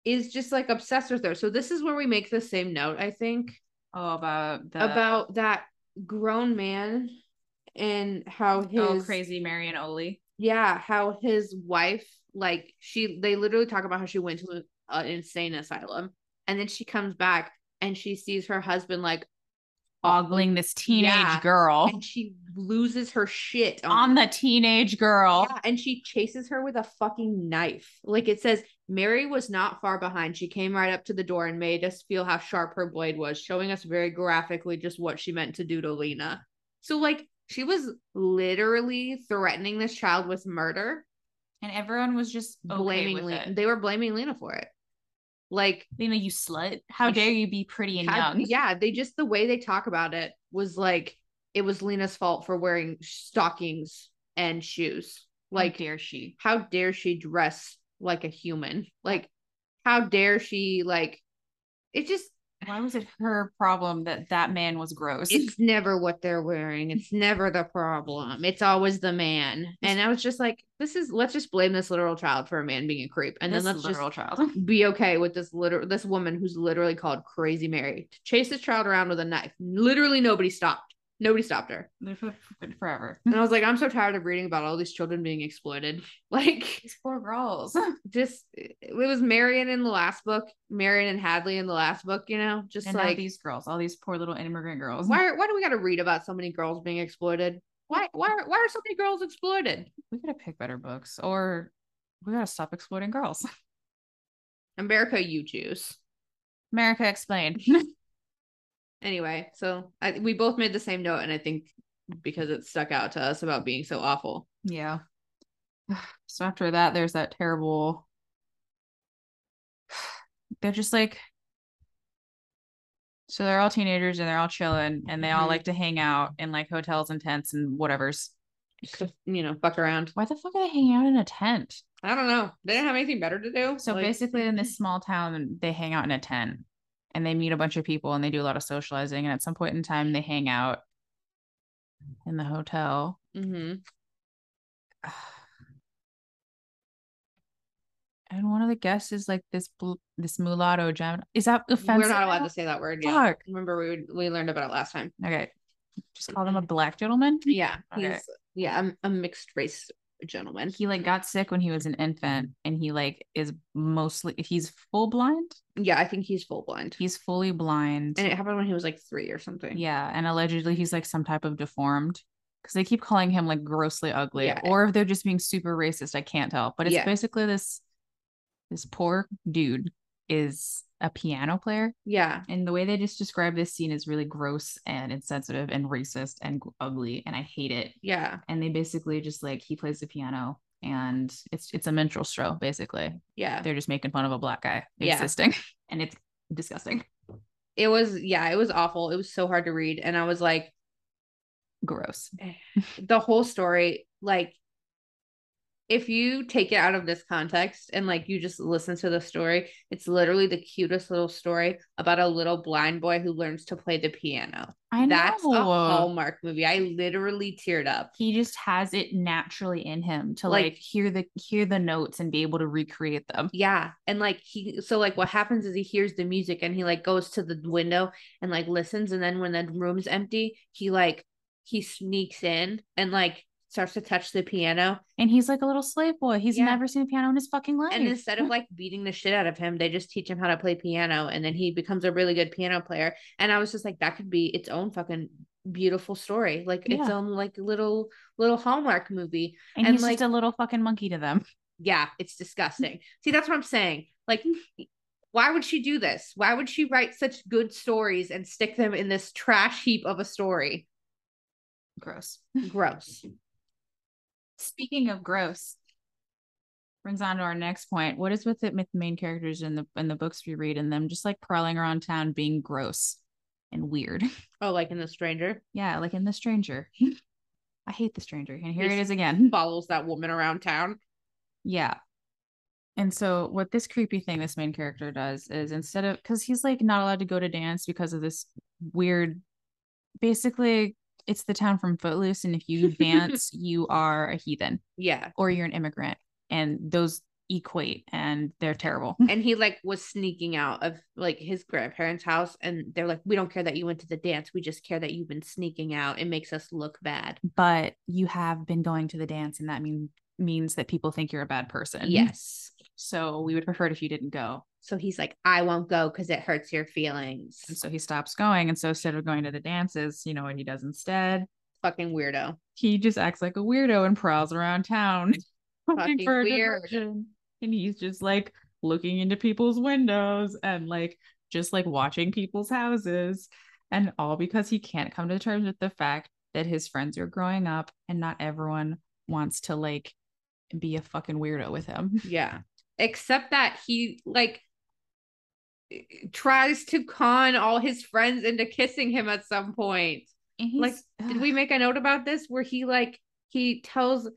[SPEAKER 2] is just like obsessed with her so this is where we make the same note i think
[SPEAKER 1] oh, about the
[SPEAKER 2] about that grown man and how his
[SPEAKER 1] oh crazy Marion Oli.
[SPEAKER 2] yeah how his wife like she they literally talk about how she went to an insane asylum and then she comes back and she sees her husband like
[SPEAKER 1] ogling this teenage
[SPEAKER 2] Yeah.
[SPEAKER 1] girl
[SPEAKER 2] and she loses her shit
[SPEAKER 1] (laughs) on the teenage girl.
[SPEAKER 2] Yeah, and she chases her with a fucking knife. Like it says, Mary was not far behind. She came right up to the door and made us feel how sharp her blade was, showing us very graphically just what she meant to do to Lena. So, like, she was literally threatening this child with murder,
[SPEAKER 1] And everyone was just okay
[SPEAKER 2] blaming
[SPEAKER 1] with
[SPEAKER 2] Lena.
[SPEAKER 1] it.
[SPEAKER 2] They were blaming Lena for it. Like,
[SPEAKER 1] Lena, you slut. How
[SPEAKER 2] And
[SPEAKER 1] dare you be pretty and
[SPEAKER 2] how-
[SPEAKER 1] young?
[SPEAKER 2] yeah, they just, the way they talk about it was like, it was Lena's fault for wearing stockings and shoes. Like,
[SPEAKER 1] How dare she?
[SPEAKER 2] how dare she dress like a human? Like, how dare she? Like, it just,
[SPEAKER 1] Why was it her problem that that man was gross?
[SPEAKER 2] it's never what they're wearing. It's never the problem. It's always the man. And I was just like, this is, let's just blame this literal child for a man being a creep. And
[SPEAKER 1] this
[SPEAKER 2] then let's
[SPEAKER 1] literal
[SPEAKER 2] just
[SPEAKER 1] child. (laughs)
[SPEAKER 2] be okay with this literal, this woman who's literally called Crazy Mary to chase this child around with a knife. Literally nobody stopped. Nobody stopped her.
[SPEAKER 1] They're for- for- forever.
[SPEAKER 2] And I was like, I'm so tired of reading about all these children being exploited. (laughs) Like,
[SPEAKER 1] These poor girls.
[SPEAKER 2] just it was Marion in the last book, Marion and Hadley in the last book, you know, just
[SPEAKER 1] and now
[SPEAKER 2] like
[SPEAKER 1] these girls, all these poor little immigrant girls.
[SPEAKER 2] why are- why do we got to read about so many girls being exploited? Why why are- why are so many girls exploited?
[SPEAKER 1] we gotta pick better books, or we gotta stop exploiting girls. (laughs)
[SPEAKER 2] America, you choose.
[SPEAKER 1] America, explain.
[SPEAKER 2] Anyway, so I, we both made the same note, and I think because it stuck out to us about being
[SPEAKER 1] (laughs)
[SPEAKER 2] so awful.
[SPEAKER 1] yeah. (sighs) So after that, there's that terrible. (sighs) They're just like. So they're all teenagers and they're all chilling and they all
[SPEAKER 2] Mhm.
[SPEAKER 1] like to hang out in like hotels and tents and whatever's.
[SPEAKER 2] So, you know, fuck around.
[SPEAKER 1] Why the fuck are they hanging out in a tent?
[SPEAKER 2] I don't know. They didn't have anything better to do.
[SPEAKER 1] So
[SPEAKER 2] like-
[SPEAKER 1] basically, in this small town, they hang out in a tent and they meet a bunch of people and they do a lot of socializing. And at some point in time, they hang out in the hotel.
[SPEAKER 2] Mhm.
[SPEAKER 1] (sighs) And one of the guests is like this bl- this mulatto gem. Is that offensive?
[SPEAKER 2] we're not allowed
[SPEAKER 1] now?
[SPEAKER 2] to say that word. Yeah,
[SPEAKER 1] Fuck.
[SPEAKER 2] remember we would- we learned about it
[SPEAKER 1] (laughs)
[SPEAKER 2] last time.
[SPEAKER 1] Okay, just call them a black gentleman.
[SPEAKER 2] Yeah,
[SPEAKER 1] Okay.
[SPEAKER 2] he's yeah, I'm a mixed race gentleman.
[SPEAKER 1] He like got sick when he was an infant, and he like is mostly he's full blind.
[SPEAKER 2] Yeah, I think he's full blind.
[SPEAKER 1] He's fully blind.
[SPEAKER 2] and it happened when he was like three or something.
[SPEAKER 1] Yeah, and allegedly he's like some type of deformed because they keep calling him like grossly ugly,
[SPEAKER 2] Yeah.
[SPEAKER 1] or if they're just being super racist, I can't tell. But it's
[SPEAKER 2] Yeah.
[SPEAKER 1] basically this this poor dude is a piano player,
[SPEAKER 2] Yeah.
[SPEAKER 1] and the way they just describe this scene is really gross and insensitive and racist and g- ugly, and I hate it.
[SPEAKER 2] Yeah.
[SPEAKER 1] And they basically just like he plays the piano, and it's it's a minstrel show basically.
[SPEAKER 2] Yeah.
[SPEAKER 1] They're just making fun of a black guy
[SPEAKER 2] Yeah.
[SPEAKER 1] existing, (laughs) and it's disgusting,
[SPEAKER 2] It was, yeah, it was awful. It was so hard to read. And I was like,
[SPEAKER 1] gross.
[SPEAKER 2] the whole story, like, if you take it out of this context and like you just listen to the story, it's literally the cutest little story about a little blind boy who learns to play the piano.
[SPEAKER 1] I
[SPEAKER 2] That's a
[SPEAKER 1] know.
[SPEAKER 2] Hallmark movie. I literally teared up.
[SPEAKER 1] he just has it naturally in him to
[SPEAKER 2] Like-
[SPEAKER 1] like, hear the hear the notes and be able to recreate them.
[SPEAKER 2] Yeah. And like he so like what happens is he hears the music and he like goes to the window and like listens and then when the room's empty, he like he sneaks in and like starts to touch the piano
[SPEAKER 1] And he's like a little slave boy. He's
[SPEAKER 2] Yeah.
[SPEAKER 1] never seen a piano in his fucking life.
[SPEAKER 2] and instead of like beating the shit out of him, they just teach him how to play piano and then he becomes a really good piano player. And I was just like that could be its own fucking beautiful story. Like its
[SPEAKER 1] Yeah.
[SPEAKER 2] own like little little Hallmark movie.
[SPEAKER 1] and,
[SPEAKER 2] and,
[SPEAKER 1] he's
[SPEAKER 2] like-
[SPEAKER 1] just a little fucking monkey to them.
[SPEAKER 2] yeah, it's (laughs) disgusting. See, that's what I'm saying. Like, why would she do this? Why would she write such good stories and stick them in this trash heap of a story?
[SPEAKER 1] Gross.
[SPEAKER 2] Gross.
[SPEAKER 1] Speaking of gross, brings on to our next point. What is with it with the main characters in the in the books we read and them just like prowling around town being gross and weird?
[SPEAKER 2] (laughs)
[SPEAKER 1] (laughs)
[SPEAKER 2] Oh, like in The Stranger
[SPEAKER 1] yeah, like in The Stranger. (laughs) I hate The Stranger, and here
[SPEAKER 2] Yes.
[SPEAKER 1] it is again.
[SPEAKER 2] follows that woman around town.
[SPEAKER 1] Yeah. And so what this creepy thing this main character does is instead of cuz he's like not allowed to go to dance because of this weird basically it's the town from Footloose and if you dance you are a heathen
[SPEAKER 2] (laughs) Yeah.
[SPEAKER 1] or you're an immigrant and those equate and they're terrible.
[SPEAKER 2] And he like was sneaking out of like his grandparents' house and they're like, We don't care that you went to the dance. We just care that you've been sneaking out. It makes us look bad.
[SPEAKER 1] But you have been going to the dance and that mean means that people think you're a bad person.
[SPEAKER 2] Yes.
[SPEAKER 1] So we would prefer it if you didn't go.
[SPEAKER 2] So he's like, I won't go because it hurts your feelings.
[SPEAKER 1] And so he stops going. And so instead of going to the dances, you know what he does instead?
[SPEAKER 2] Fucking weirdo.
[SPEAKER 1] He just acts like a weirdo and prowls around town (laughs) looking
[SPEAKER 2] Fucking
[SPEAKER 1] for a
[SPEAKER 2] weird.
[SPEAKER 1] diversion. And he's just like looking into people's windows and like just like watching people's houses. And all because he can't come to terms with the fact that his friends are growing up and not everyone wants to like be a fucking weirdo with him.
[SPEAKER 2] Yeah. Except that he like tries to con all his friends into kissing him at some point. Like, Did we make a note about this where he like he tells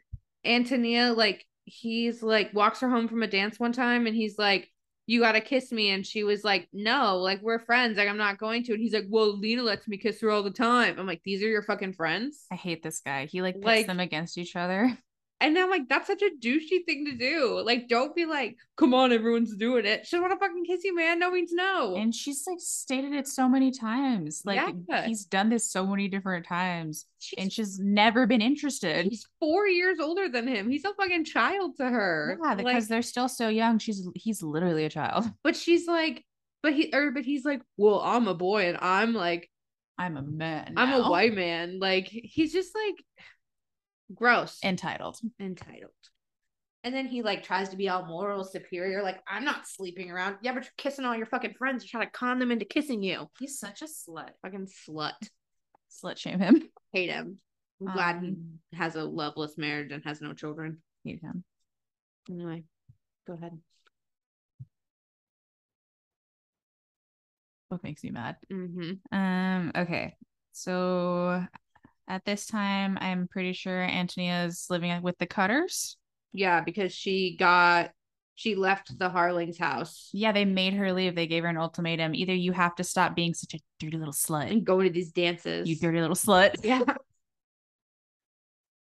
[SPEAKER 2] Antonia like he's like walks her home from a dance one time and he's like you gotta kiss me and she was like no like we're friends like I'm not going to and he's like well Lena lets me kiss her all the time I'm like these are your fucking friends
[SPEAKER 1] I hate this guy. He like pits
[SPEAKER 2] Like-
[SPEAKER 1] them against each other.
[SPEAKER 2] and I'm like that's such a douchey thing to do like don't be like come on everyone's doing it she want to fucking kiss you man no means no
[SPEAKER 1] And she's like stated it so many times. Like
[SPEAKER 2] Yeah.
[SPEAKER 1] he's done this so many different times
[SPEAKER 2] she's,
[SPEAKER 1] and she's never been interested.
[SPEAKER 2] she's four years older than him he's a fucking child to her
[SPEAKER 1] Yeah, because
[SPEAKER 2] Like-
[SPEAKER 1] they're still so young. She's he's literally a child. (laughs)
[SPEAKER 2] But she's like, but he or but he's like, well, I'm a boy and I'm like,
[SPEAKER 1] I'm a man.
[SPEAKER 2] I'm a
[SPEAKER 1] now.
[SPEAKER 2] white man. Like he's just like gross and
[SPEAKER 1] (laughs) entitled.
[SPEAKER 2] entitled. And then he like tries to be all moral superior, like I'm not sleeping around. Yeah, but you're kissing all your fucking friends. You're trying to con them into kissing you.
[SPEAKER 1] He's such a slut.
[SPEAKER 2] Fucking slut.
[SPEAKER 1] Slut shame him. Um,
[SPEAKER 2] Hate him. I'm glad he has a loveless marriage and has no children.
[SPEAKER 1] hate him.
[SPEAKER 2] Anyway, go ahead.
[SPEAKER 1] What makes me mad?
[SPEAKER 2] Mm-hmm.
[SPEAKER 1] Um, okay. So at this time, I'm pretty sure Antonia's living with the Cutters.
[SPEAKER 2] Yeah, because she got she left the Harling's house
[SPEAKER 1] Yeah, they made her leave. They gave her an ultimatum. Either you have to stop being such a dirty little slut.
[SPEAKER 2] and go to these dances.
[SPEAKER 1] You dirty little slut.
[SPEAKER 2] (laughs) Yeah.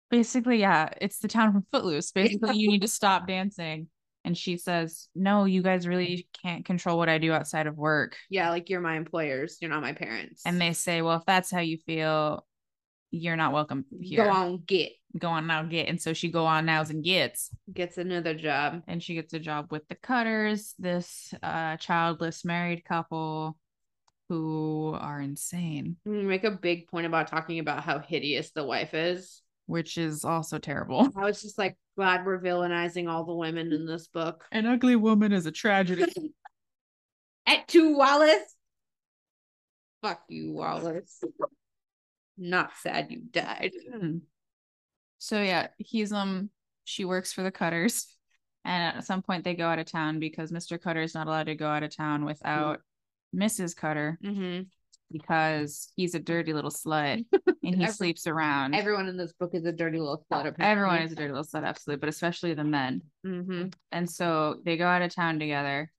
[SPEAKER 1] Basically, yeah, it's the town from Footloose. Basically, you need to stop dancing. And she says, No, you guys really can't control what I do outside of work.
[SPEAKER 2] Yeah, like you're my employers, you're not my parents.
[SPEAKER 1] And they say, Well, if that's how you feel, you're not welcome here.
[SPEAKER 2] go on get
[SPEAKER 1] Go on now, get. And so she go on nows and gets.
[SPEAKER 2] gets another job.
[SPEAKER 1] and she gets a job with the cutters this uh childless married couple who are insane
[SPEAKER 2] You make a big point about talking about how hideous the wife is.
[SPEAKER 1] which is also terrible (laughs)
[SPEAKER 2] I was just like glad we're villainizing all the women in this book.
[SPEAKER 1] an ugly woman is a tragedy
[SPEAKER 2] At two Wallace. Fuck you, Wallace. Not sad you died.
[SPEAKER 1] Hmm. so yeah he's um she works for the cutters (laughs) and at some point they go out of town because mr cutter is not allowed to go out of town without mrs cutter
[SPEAKER 2] hmm
[SPEAKER 1] because he's a dirty little
[SPEAKER 2] (laughs)
[SPEAKER 1] slut and he
[SPEAKER 2] Every-
[SPEAKER 1] sleeps around
[SPEAKER 2] Everyone in this book is a dirty little slut.
[SPEAKER 1] (laughs) everyone is a dirty little slut absolutely but especially the men
[SPEAKER 2] Mm-hmm.
[SPEAKER 1] and so they go out of town together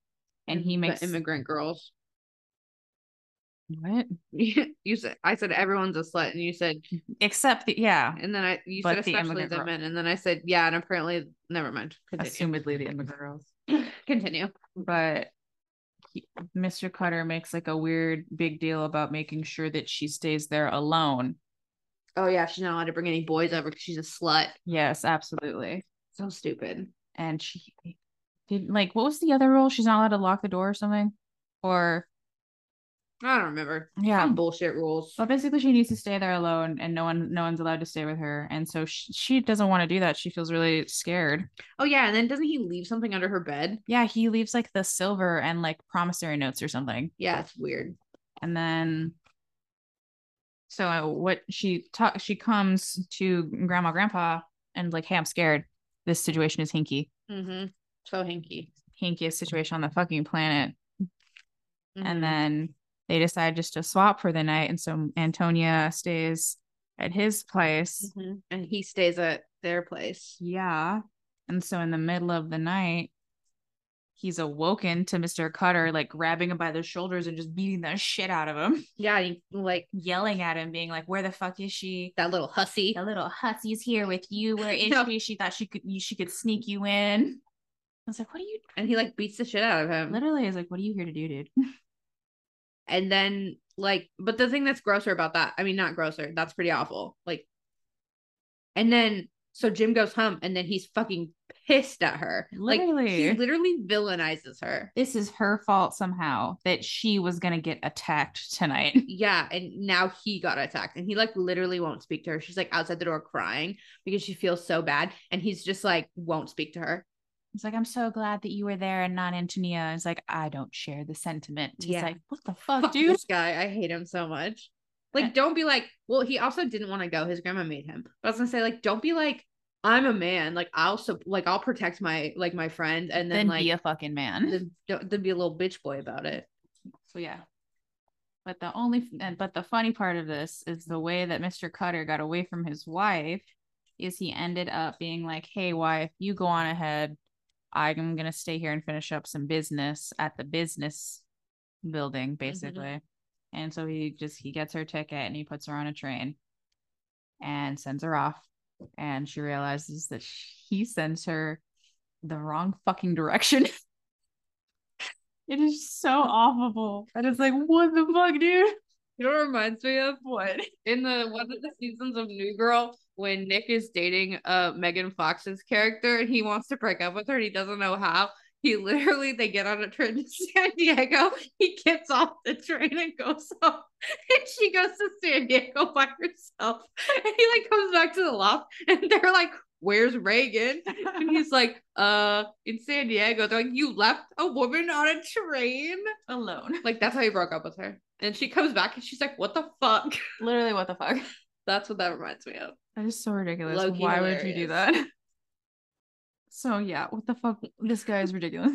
[SPEAKER 1] and he makes
[SPEAKER 2] immigrant girls. (laughs)
[SPEAKER 1] what
[SPEAKER 2] you said I said everyone's a slut, and you said
[SPEAKER 1] except the, yeah
[SPEAKER 2] And then I you
[SPEAKER 1] But
[SPEAKER 2] said
[SPEAKER 1] the
[SPEAKER 2] especially
[SPEAKER 1] immigrant
[SPEAKER 2] the
[SPEAKER 1] girl-
[SPEAKER 2] men, and then I said yeah, and apparently never mind. Continue.
[SPEAKER 1] assumedly the immigrant girls
[SPEAKER 2] (laughs) Continue.
[SPEAKER 1] but he, mr cutter makes like a weird big deal about making sure that she stays there alone
[SPEAKER 2] Oh yeah, she's not allowed to bring any boys over because she's a slut.
[SPEAKER 1] yes absolutely
[SPEAKER 2] So stupid.
[SPEAKER 1] and she did like what was the other rule she's not allowed to lock the door or something or
[SPEAKER 2] I don't remember.
[SPEAKER 1] yeah
[SPEAKER 2] Some bullshit rules.
[SPEAKER 1] Well, basically, she needs to stay there alone, and no one, no one's allowed to stay with her, and so she, she doesn't want to do that. She feels really scared.
[SPEAKER 2] Oh yeah, and then doesn't he leave something under her bed?
[SPEAKER 1] Yeah, he leaves like the silver and like promissory notes or something,
[SPEAKER 2] Yeah, it's weird.
[SPEAKER 1] and then so uh, what she talks, she comes to grandma, grandpa, and like, hey, I'm scared. This situation is hinky,
[SPEAKER 2] Mm-hmm. So hinky.
[SPEAKER 1] hinkiest situation on the fucking planet.
[SPEAKER 2] Mhm.
[SPEAKER 1] and then they decide just to swap for the night, and so Antonia stays at his place.
[SPEAKER 2] Mhm. and he stays at their place.
[SPEAKER 1] Yeah. And so in the middle of the night, he's awoken to Mr. Cutter, like grabbing him by the shoulders and just beating the shit out of him, (laughs)
[SPEAKER 2] Yeah, and he, like
[SPEAKER 1] yelling at him, being like, Where the fuck is she?
[SPEAKER 2] that little hussy.
[SPEAKER 1] The little hussy's here with you. Where is
[SPEAKER 2] (laughs) No.
[SPEAKER 1] she? She thought she could you, she could sneak you in. I was like, What are you
[SPEAKER 2] And he like beats the shit out of him.
[SPEAKER 1] literally I was like, What are you here to do, dude?
[SPEAKER 2] and then like but the thing that's grosser about that i mean not grosser that's pretty awful like and then so jim goes home and then he's fucking pissed at her. Like
[SPEAKER 1] Literally.
[SPEAKER 2] he literally villainizes her.
[SPEAKER 1] This is her fault somehow that she was going to get attacked tonight. (laughs)
[SPEAKER 2] Yeah, and now he got attacked and he like literally won't speak to her. She's like outside the door crying because she feels so bad and he's just like won't speak to her.
[SPEAKER 1] It's like, I'm so glad that you were there and not Antonia. It's like, I don't share the sentiment. He's
[SPEAKER 2] Yeah.
[SPEAKER 1] like, what the fuck,
[SPEAKER 2] Fuck
[SPEAKER 1] dude?
[SPEAKER 2] this guy. I hate him so much.
[SPEAKER 1] Yeah.
[SPEAKER 2] Like don't be like, well, he also didn't want to go. His grandma made him. But I was going to say like don't be like I'm a man. Like I'll sup- like I'll protect my like my friend and
[SPEAKER 1] then
[SPEAKER 2] then, like
[SPEAKER 1] be a fucking man.
[SPEAKER 2] then, don't- then be a little bitch boy about it.
[SPEAKER 1] So yeah. But the only and but the funny part of this is the way that Mr. Cutter got away from his wife is he ended up being like, "Hey wife, you go on ahead. I'm going to stay here and finish up some business at the business building basically." And so he just he gets her ticket and he puts her on a train and sends her off and she realizes that he sends her the wrong fucking direction. (laughs) It is so awful. (laughs) And it's like, what the fuck, dude?
[SPEAKER 2] You know what it reminds me of?
[SPEAKER 1] What?
[SPEAKER 2] in the one of the seasons of New Girl when Nick is dating uh Megan Fox's character and he wants to break up with her and he doesn't know how. He literally they get on a train to (laughs) San Diego. He gets off the train and goes home. (laughs) And she goes to San Diego by herself. (laughs) And he like comes back to the loft and they're like, Where's Reagan? And he's like, uh, in San Diego. They're like, You left a woman on a train? (laughs)
[SPEAKER 1] Alone.
[SPEAKER 2] Like that's how he broke up with her. And she comes back and she's like, What the fuck? (laughs)
[SPEAKER 1] Literally, what the fuck?
[SPEAKER 2] That's what that reminds me of.
[SPEAKER 1] That is so ridiculous.
[SPEAKER 2] Low-key
[SPEAKER 1] Why would you do
[SPEAKER 2] hilarious.
[SPEAKER 1] that? (laughs) So yeah, what the fuck? This guy is
[SPEAKER 2] (laughs)
[SPEAKER 1] ridiculous.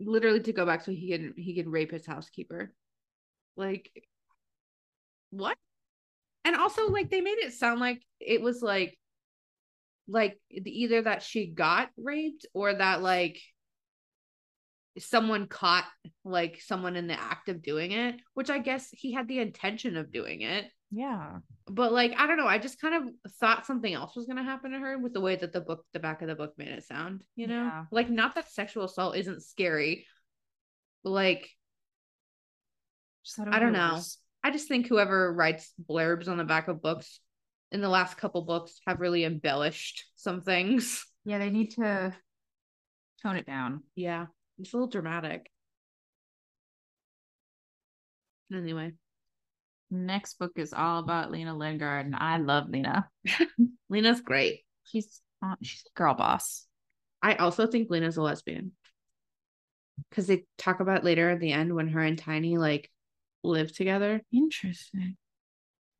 [SPEAKER 2] Literally to go back so he can he can rape his housekeeper. Like what? And also like they made it sound like it was like like either that she got raped or that like someone caught like someone in the act of doing it, which I guess he had the intention of doing it.
[SPEAKER 1] Yeah.
[SPEAKER 2] But like I don't know, I just kind of thought something else was gonna happen to her with the way that the book, the back of the book made it sound, you know?
[SPEAKER 1] Yeah.
[SPEAKER 2] Like not that sexual assault isn't scary. but, Like
[SPEAKER 1] Just thought it
[SPEAKER 2] I
[SPEAKER 1] would
[SPEAKER 2] don't
[SPEAKER 1] be
[SPEAKER 2] know.
[SPEAKER 1] worse.
[SPEAKER 2] I just think whoever writes blurbs on the back of books in the last couple books have really embellished some things.
[SPEAKER 1] Yeah, they need to tone it down.
[SPEAKER 2] Yeah. It's a little dramatic. Anyway.
[SPEAKER 1] Next book is all about Lena Lingard, and I love Lena.
[SPEAKER 2] Lena's great.
[SPEAKER 1] She's uh, she's a girl boss.
[SPEAKER 2] I also think Lena's a lesbian. Cause they talk about later at the end when her and Tiny like live together.
[SPEAKER 1] Interesting.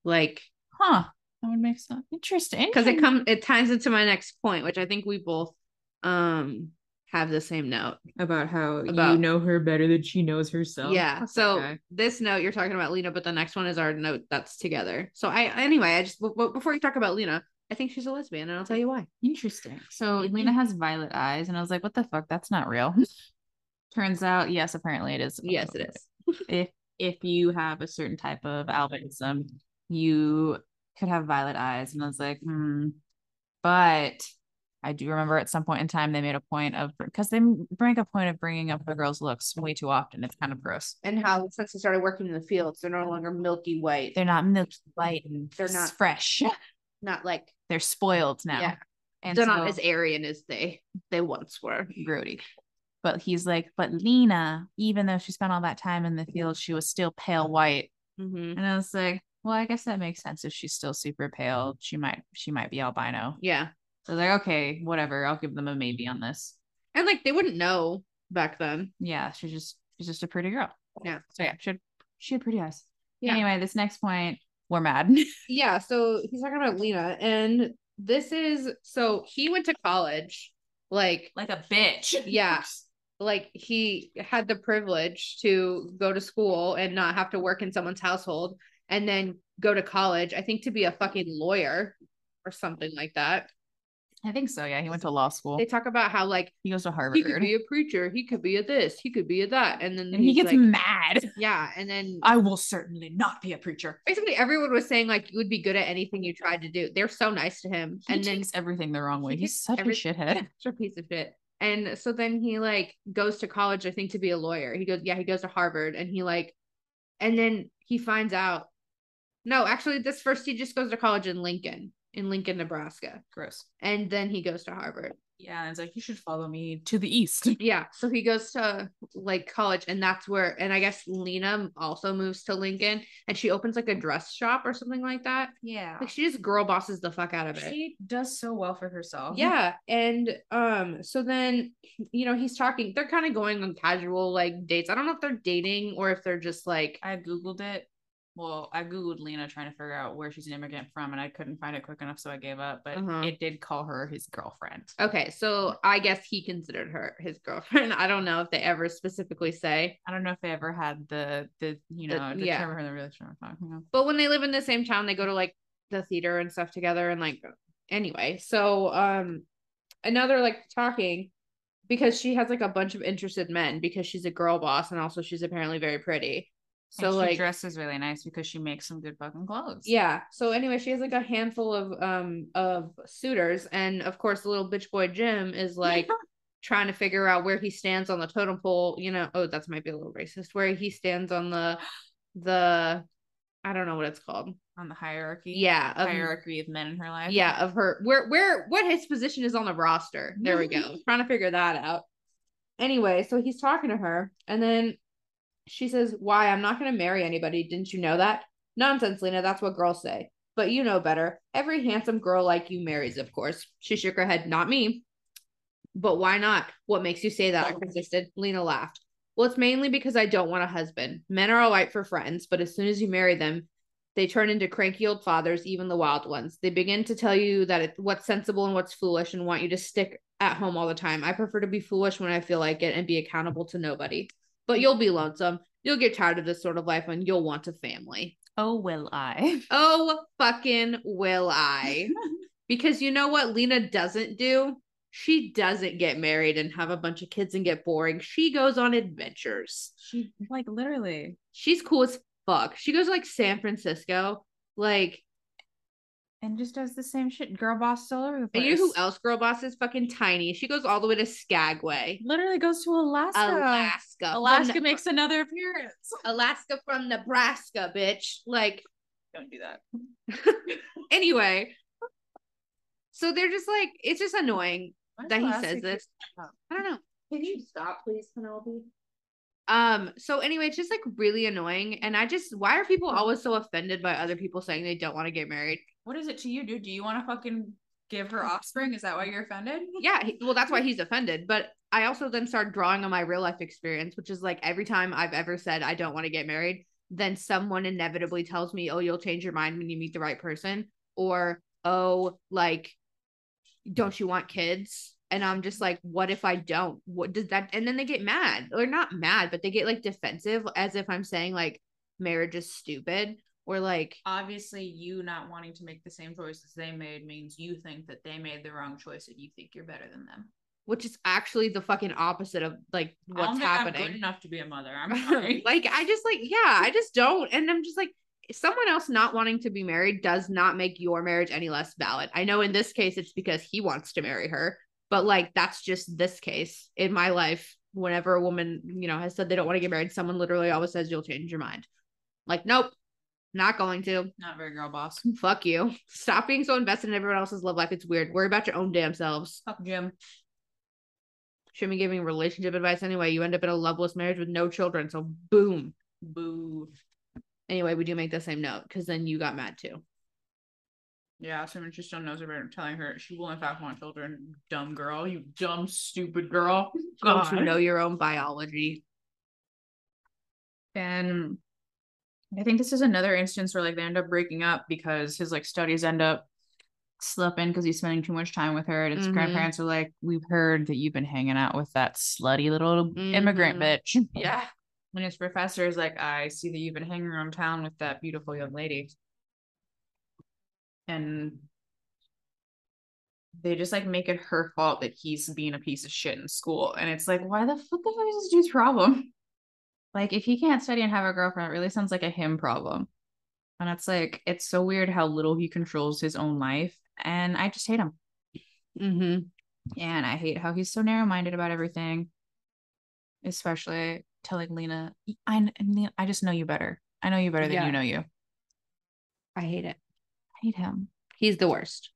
[SPEAKER 2] Like
[SPEAKER 1] Huh. That would make sense. Interesting.
[SPEAKER 2] because it comes it ties into my next point, which I think we both um have the same note.
[SPEAKER 1] about how
[SPEAKER 2] About-
[SPEAKER 1] know her better than she knows herself. Fuck
[SPEAKER 2] yeah.
[SPEAKER 1] that
[SPEAKER 2] So
[SPEAKER 1] guy.
[SPEAKER 2] this note you're talking about Lena, but the next one is our note that's together. So I anyway, I just but- but before you talk about Lena, I think she's a lesbian, and I'll tell you why.
[SPEAKER 1] Interesting. So
[SPEAKER 2] Mm-hmm.
[SPEAKER 1] Lena has violet eyes, and I was like, what the fuck? That's not real. (laughs) Turns out, yes, apparently it is.
[SPEAKER 2] Yes, it is.
[SPEAKER 1] If if you have a certain type of albinism, you could have violet eyes. And I was like, hmm. But I do remember at some point in time they made a point of because they make a point of bringing up the girls' looks way too often. It's kind of gross.
[SPEAKER 2] And how since they started working in the fields, they're no longer milky white.
[SPEAKER 1] They're not milky white and
[SPEAKER 2] Mm-hmm. They're not-
[SPEAKER 1] fresh.
[SPEAKER 2] not like
[SPEAKER 1] They're spoiled now.
[SPEAKER 2] Yeah.
[SPEAKER 1] And
[SPEAKER 2] they're
[SPEAKER 1] so-
[SPEAKER 2] not as Aryan as they they once were.
[SPEAKER 1] grody. But he's like, but Lena, even though she spent all that time in the field, she was still pale white.
[SPEAKER 2] Mm-hmm.
[SPEAKER 1] And I was like, well, I guess that makes sense. If she's still super pale, she might she might be albino.
[SPEAKER 2] Yeah,
[SPEAKER 1] So I was like, okay, whatever. I'll give them a maybe on this.
[SPEAKER 2] and like they wouldn't know back then.
[SPEAKER 1] Yeah, she's just she's just a pretty girl.
[SPEAKER 2] Yeah.
[SPEAKER 1] So yeah, she had she had pretty eyes.
[SPEAKER 2] Yeah.
[SPEAKER 1] Anyway, this next point, we're mad. (laughs)
[SPEAKER 2] Yeah, so he's talking about Lena, and this is so he went to college, like
[SPEAKER 1] like a bitch.
[SPEAKER 2] Yeah. like he had the privilege to go to school and not have to work in someone's household, and then go to college. I think to be a fucking lawyer or something like that.
[SPEAKER 1] I think so. Yeah. He went to law school.
[SPEAKER 2] They talk about how like
[SPEAKER 1] He goes to
[SPEAKER 2] he could
[SPEAKER 1] Harvard.
[SPEAKER 2] be a preacher, he could be a this, he could be a that, and then
[SPEAKER 1] and he
[SPEAKER 2] he's
[SPEAKER 1] gets
[SPEAKER 2] like,
[SPEAKER 1] mad.
[SPEAKER 2] yeah, and then
[SPEAKER 1] I will certainly not be a preacher.
[SPEAKER 2] basically everyone was saying like you would be good at anything you tried to do. They're so nice to him,
[SPEAKER 1] He
[SPEAKER 2] and then
[SPEAKER 1] takes everything the wrong way.
[SPEAKER 2] he
[SPEAKER 1] He's
[SPEAKER 2] takes
[SPEAKER 1] such
[SPEAKER 2] every-
[SPEAKER 1] a shithead.
[SPEAKER 2] such a piece of shit. And so then he like goes to college, I think, to be a lawyer. He goes, yeah, he goes to Harvard, and he like, and then he finds out. No, actually, this first he just goes to college in Lincoln, in Lincoln, Nebraska.
[SPEAKER 1] Gross.
[SPEAKER 2] And then he goes to Harvard.
[SPEAKER 1] Yeah, and it's like you should follow me to the east. (laughs)
[SPEAKER 2] Yeah. So he goes to like college and that's where and I guess Lena also moves to Lincoln and she opens like a dress shop or something like that.
[SPEAKER 1] Yeah.
[SPEAKER 2] Like she just girl bosses the fuck out of it.
[SPEAKER 1] She does so well for herself.
[SPEAKER 2] Yeah. And um, so then you know, he's talking, they're kind of going on casual like dates. I don't know if they're dating or if they're just like
[SPEAKER 1] I googled it. Well, I googled Lena trying to figure out where she's an immigrant from, and I couldn't find it quick enough, so I gave up. But
[SPEAKER 2] Uh-huh.
[SPEAKER 1] it did call her his girlfriend.
[SPEAKER 2] okay, so I guess he considered her his girlfriend. (laughs) I don't know if they ever specifically say.
[SPEAKER 1] I don't know if they ever had the the you
[SPEAKER 2] The-
[SPEAKER 1] know determine
[SPEAKER 2] yeah.
[SPEAKER 1] her in the relationship. I'm talking about.
[SPEAKER 2] but when they live in the same town they go to like the theater and stuff together and like anyway so um another like talking because she has like a bunch of interested men because she's a girl boss and also she's apparently very pretty so
[SPEAKER 1] and she
[SPEAKER 2] like
[SPEAKER 1] dresses really nice because she makes some good fucking clothes. (laughs)
[SPEAKER 2] yeah so anyway she has like a handful of um of suitors and of course the little bitch boy jim is
[SPEAKER 1] (laughs)
[SPEAKER 2] like trying to figure out where he stands on the totem pole you know oh that's might be a little racist where he stands on the the i don't know what it's called
[SPEAKER 1] on the hierarchy.
[SPEAKER 2] yeah of-
[SPEAKER 1] hierarchy of men in her life.
[SPEAKER 2] yeah of her where where what his position is on the roster there we go trying to figure that out anyway so he's talking to her and then she says why i'm not going to marry anybody didn't you know that nonsense lena that's what girls say but you know better every handsome girl like you marries of course she shook her head not me but why not what makes you say that i persisted lena laughed well it's mainly because i don't want a husband men are all right for friends but as soon as you marry them they turn into cranky old fathers, even the wild ones. They begin to tell you that it, what's sensible and what's foolish and want you to stick at home all the time. I prefer to be foolish when I feel like it and be accountable to nobody. But you'll be lonesome. You'll get tired of this sort of life and you'll want a family.
[SPEAKER 1] Oh will I?
[SPEAKER 2] Oh, fucking will
[SPEAKER 1] (laughs)
[SPEAKER 2] I. Because you know what Lena doesn't do? She doesn't get married and have a bunch of kids and get boring. She goes on adventures.
[SPEAKER 1] she like literally.
[SPEAKER 2] She's cool as fuck. She goes to, like San Francisco. Like,
[SPEAKER 1] And just does the same shit. Girl boss all over the place.
[SPEAKER 2] And you know who else girl boss is fucking tiny? She goes all the way to Skagway,
[SPEAKER 1] Literally goes to Alaska. Alaska,
[SPEAKER 2] Alaska. From Ne-
[SPEAKER 1] makes another appearance. (laughs)
[SPEAKER 2] Alaska from Nebraska, bitch. Like (laughs)
[SPEAKER 1] Don't do that.
[SPEAKER 2] anyway. So they're just like it's just annoying that he says this. I don't know. Can you stop, please, Penelope? Um, so anyway, it's just like really annoying. And I just why are people always so offended by other people saying they don't want to get married?
[SPEAKER 1] What is it to you, dude? Do you want to fucking give her offspring? Is that why you're offended?
[SPEAKER 2] yeah he, well that's why he's offended but i also then start drawing on my real life experience which is like every time i've ever said i don't want to get married then someone inevitably tells me oh you'll change your mind when you meet the right person or oh like don't you want kids and i'm just like what if i don't what does that and then they get mad or not mad but they get like defensive as if i'm saying like marriage is stupid or like
[SPEAKER 1] Obviously, you not wanting to make the same choices they made means you think that they made the wrong choice and you think you're better than them.
[SPEAKER 2] which is actually the fucking opposite of like
[SPEAKER 1] I
[SPEAKER 2] what's
[SPEAKER 1] don't think I'm
[SPEAKER 2] happening
[SPEAKER 1] good enough to be a mother.
[SPEAKER 2] (laughs)
[SPEAKER 1] I'm sorry.
[SPEAKER 2] like I just like yeah, I just don't and I'm just like someone else not wanting to be married does not make your marriage any less valid. I know in this case it's because he wants to marry her, but like that's just this case in my life whenever a woman, you know, has said they don't want to get married, someone literally always says you'll change your mind. Like nope, not going to.
[SPEAKER 1] not very girl boss.
[SPEAKER 2] Fuck you. Stop being so invested in everyone else's love life. It's weird. Worry about your own damn selves.
[SPEAKER 1] Fuck Jim.
[SPEAKER 2] Shouldn't be giving relationship advice anyway. You end up in a loveless marriage with no children. So boom.
[SPEAKER 1] Boo.
[SPEAKER 2] Anyway, we do make the same note because then you got mad too.
[SPEAKER 1] Yeah, someone she still knows about telling her she will in fact want children. Dumb girl, you dumb stupid girl.
[SPEAKER 2] Don't you
[SPEAKER 1] God.
[SPEAKER 2] know your own biology?
[SPEAKER 1] And I think this is another instance where like they end up breaking up because his like studies end up slipping because he's spending too much time with her. And his
[SPEAKER 2] Mhm.
[SPEAKER 1] grandparents are like, We've heard that you've been hanging out with that slutty little immigrant
[SPEAKER 2] Mhm.
[SPEAKER 1] bitch.
[SPEAKER 2] Yeah.
[SPEAKER 1] And his professor is like, I see that you've been hanging around town with that beautiful young lady. And they just like make it her fault that he's being a piece of shit in school. And it's like, why the fuck the fuck is this dude's problem? (laughs) Like, if he can't study and have a girlfriend, it really sounds like a him problem. And it's like, it's so weird how little he controls his own life. And I just hate him.
[SPEAKER 2] hmm
[SPEAKER 1] And I hate how he's so narrow minded about everything, especially telling Lena, "Y- I, kn- Lena, I just know you better. I know you better than
[SPEAKER 2] Yeah.
[SPEAKER 1] you know you. I
[SPEAKER 2] I hate it.
[SPEAKER 1] hate him.
[SPEAKER 2] He's the worst.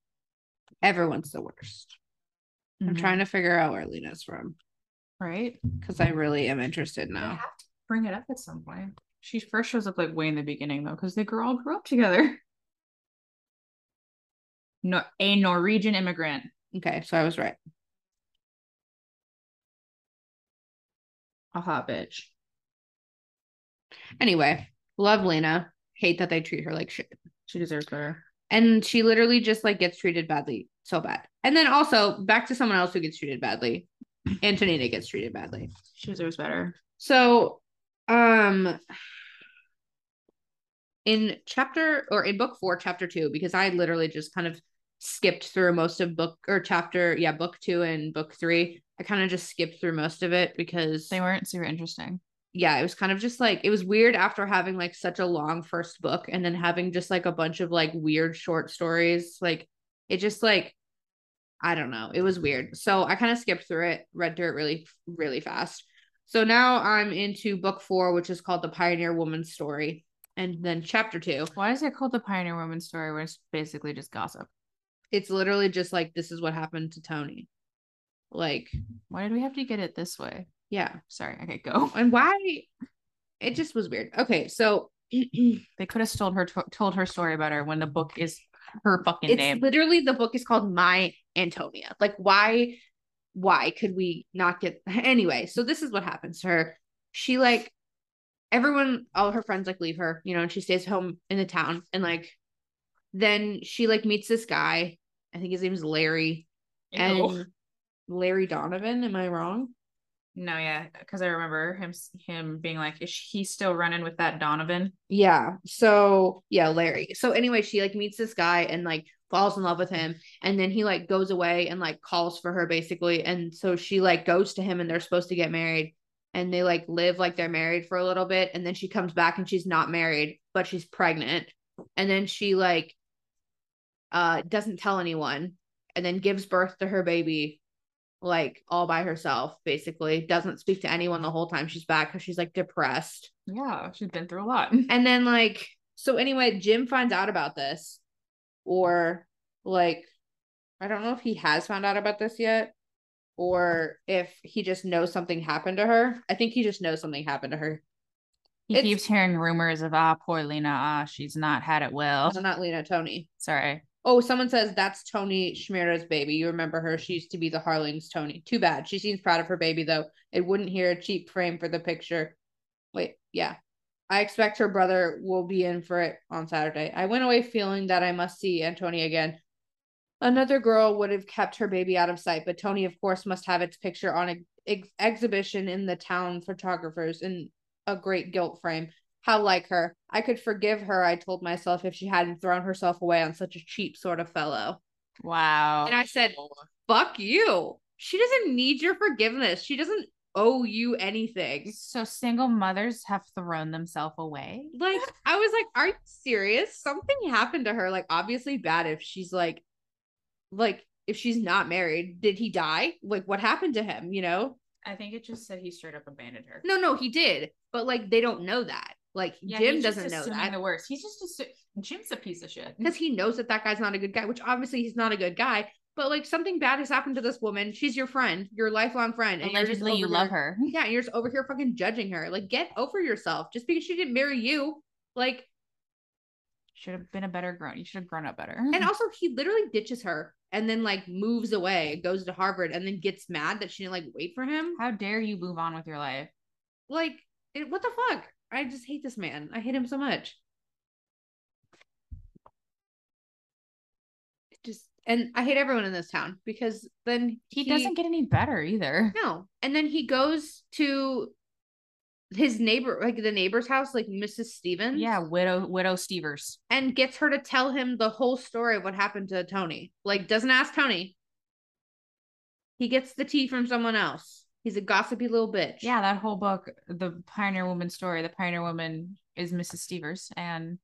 [SPEAKER 2] Everyone's the worst. I'm trying to figure out where Lena's from
[SPEAKER 1] Mm-hmm. right?
[SPEAKER 2] because I really am interested now.
[SPEAKER 1] Bring it up at some point. She first shows up like way in the beginning though, because they grew all grew up together. (laughs) No, a Norwegian immigrant.
[SPEAKER 2] Okay, so I was right.
[SPEAKER 1] A hot bitch.
[SPEAKER 2] Anyway, love Lena. Hate that they treat her like shit.
[SPEAKER 1] She deserves better.
[SPEAKER 2] And she literally just like gets treated badly, so bad. And then also back to someone else who gets treated badly. Antonina gets treated badly.
[SPEAKER 1] She deserves better.
[SPEAKER 2] So, um, in chapter or in book four, chapter two, because I literally just kind of skipped through most of book or chapter, yeah, book two and book three. I kind of just skipped through most of it because
[SPEAKER 1] They weren't super interesting.
[SPEAKER 2] yeah, it was kind of just like it was weird after having like such a long first book and then having just like a bunch of like weird short stories. Like it just like I don't know, it was weird. So I kind of skipped through it, read through it really really fast. So now I'm into book 4 which is called The Pioneer Woman's Story and then chapter 2.
[SPEAKER 1] Why is it called the Pioneer Woman story where it's basically just gossip?
[SPEAKER 2] It's literally just like this is what happened to Tony. Like
[SPEAKER 1] Why did we have to get it this way?
[SPEAKER 2] yeah.
[SPEAKER 1] Sorry, okay, go.
[SPEAKER 2] And why it just was weird. Okay, so
[SPEAKER 1] (laughs) They could have told her told her story better when the book is her fucking
[SPEAKER 2] it's
[SPEAKER 1] name.
[SPEAKER 2] literally the book is called my antonia like why why could we not get anyway so this is what happens to her she like everyone all her friends like leave her you know and she stays home in the town and like then she like meets this guy i think his name is larry
[SPEAKER 1] Ew.
[SPEAKER 2] and larry donovan am i wrong
[SPEAKER 1] No, yeah, because I remember him him being like, "Is he still running with that Donovan?"
[SPEAKER 2] Yeah. So yeah, Larry. So anyway, she like meets this guy and like falls in love with him. And then he like goes away and like calls for her basically. And so she like goes to him and they're supposed to get married. And they like live like they're married for a little bit. And then she comes back and she's not married, but she's pregnant. And then she like uh doesn't tell anyone and then gives birth to her baby like all by herself, basically. Doesn't speak to anyone the whole time she's back because she's like depressed.
[SPEAKER 1] Yeah, she's been through a lot.
[SPEAKER 2] And then like so anyway, Jim finds out about this or like I don't know if he has found out about this yet or if he just knows something happened to her. I think he just knows something happened to her.
[SPEAKER 1] (laughs) He
[SPEAKER 2] It's-
[SPEAKER 1] keeps hearing rumors of ah, poor Lena, ah, she's not had it well.
[SPEAKER 2] Also not Lena Tony.
[SPEAKER 1] Sorry,
[SPEAKER 2] Oh, someone says that's Tony Schmira's baby. You remember her. She used to be the Harlings Tony. Too bad. She seems proud of her baby though. It wouldn't hear a cheap frame for the picture. Wait, yeah. I expect her brother will be in for it on Saturday. I went away feeling that I must see Antoni again. Another girl would have kept her baby out of sight, but Tony, of course, must have its picture on an ex- exhibition in the town photographers in a great gilt frame. How like her. I could forgive her, I told myself, if she hadn't thrown herself away on such a cheap sort of fellow.
[SPEAKER 1] wow.
[SPEAKER 2] And I said, Fuck you. She doesn't need your forgiveness. She doesn't owe you anything.
[SPEAKER 1] so single mothers have thrown themselves away.
[SPEAKER 2] Like, I was like, Are you serious? Something happened to her. Like, obviously bad if she's like, like, if she's not married, did he die? Like, what happened to him? You know?
[SPEAKER 1] I think it just said he straight up abandoned her.
[SPEAKER 2] No, no, he did. But like, they don't know that. Like, Jim doesn't know that.
[SPEAKER 1] the worst. He's just assu- Jim's a piece of shit.
[SPEAKER 2] because he knows that that guy's not a good guy, which obviously he's not a good guy. But like something bad has happened to this woman. She's your friend, your lifelong friend. And
[SPEAKER 1] Allegedly, you love her.
[SPEAKER 2] Yeah, and you're just over here fucking judging her. Like, get over yourself. Just because she didn't marry you, like,
[SPEAKER 1] Should have been a better grown. You should have grown up better. (laughs)
[SPEAKER 2] and also he literally ditches her and then like moves away, goes to Harvard, and then gets mad that she didn't like wait for him.
[SPEAKER 1] how dare you move on with your life?
[SPEAKER 2] Like, it, what the fuck? I just hate this man. I hate him so much. It Just and I hate everyone in this town because then
[SPEAKER 1] He, doesn't get any better either.
[SPEAKER 2] No. And then he goes to his neighbor, like the neighbor's house, like Mrs. Stevens.
[SPEAKER 1] Yeah, widow, widow Stevers.
[SPEAKER 2] And gets her to tell him the whole story of what happened to Tony. Like, doesn't ask Tony. He gets the tea from someone else. He's a gossipy little bitch.
[SPEAKER 1] Yeah, that whole book, the Pioneer Woman story. The Pioneer Woman is Mrs. Stevers, and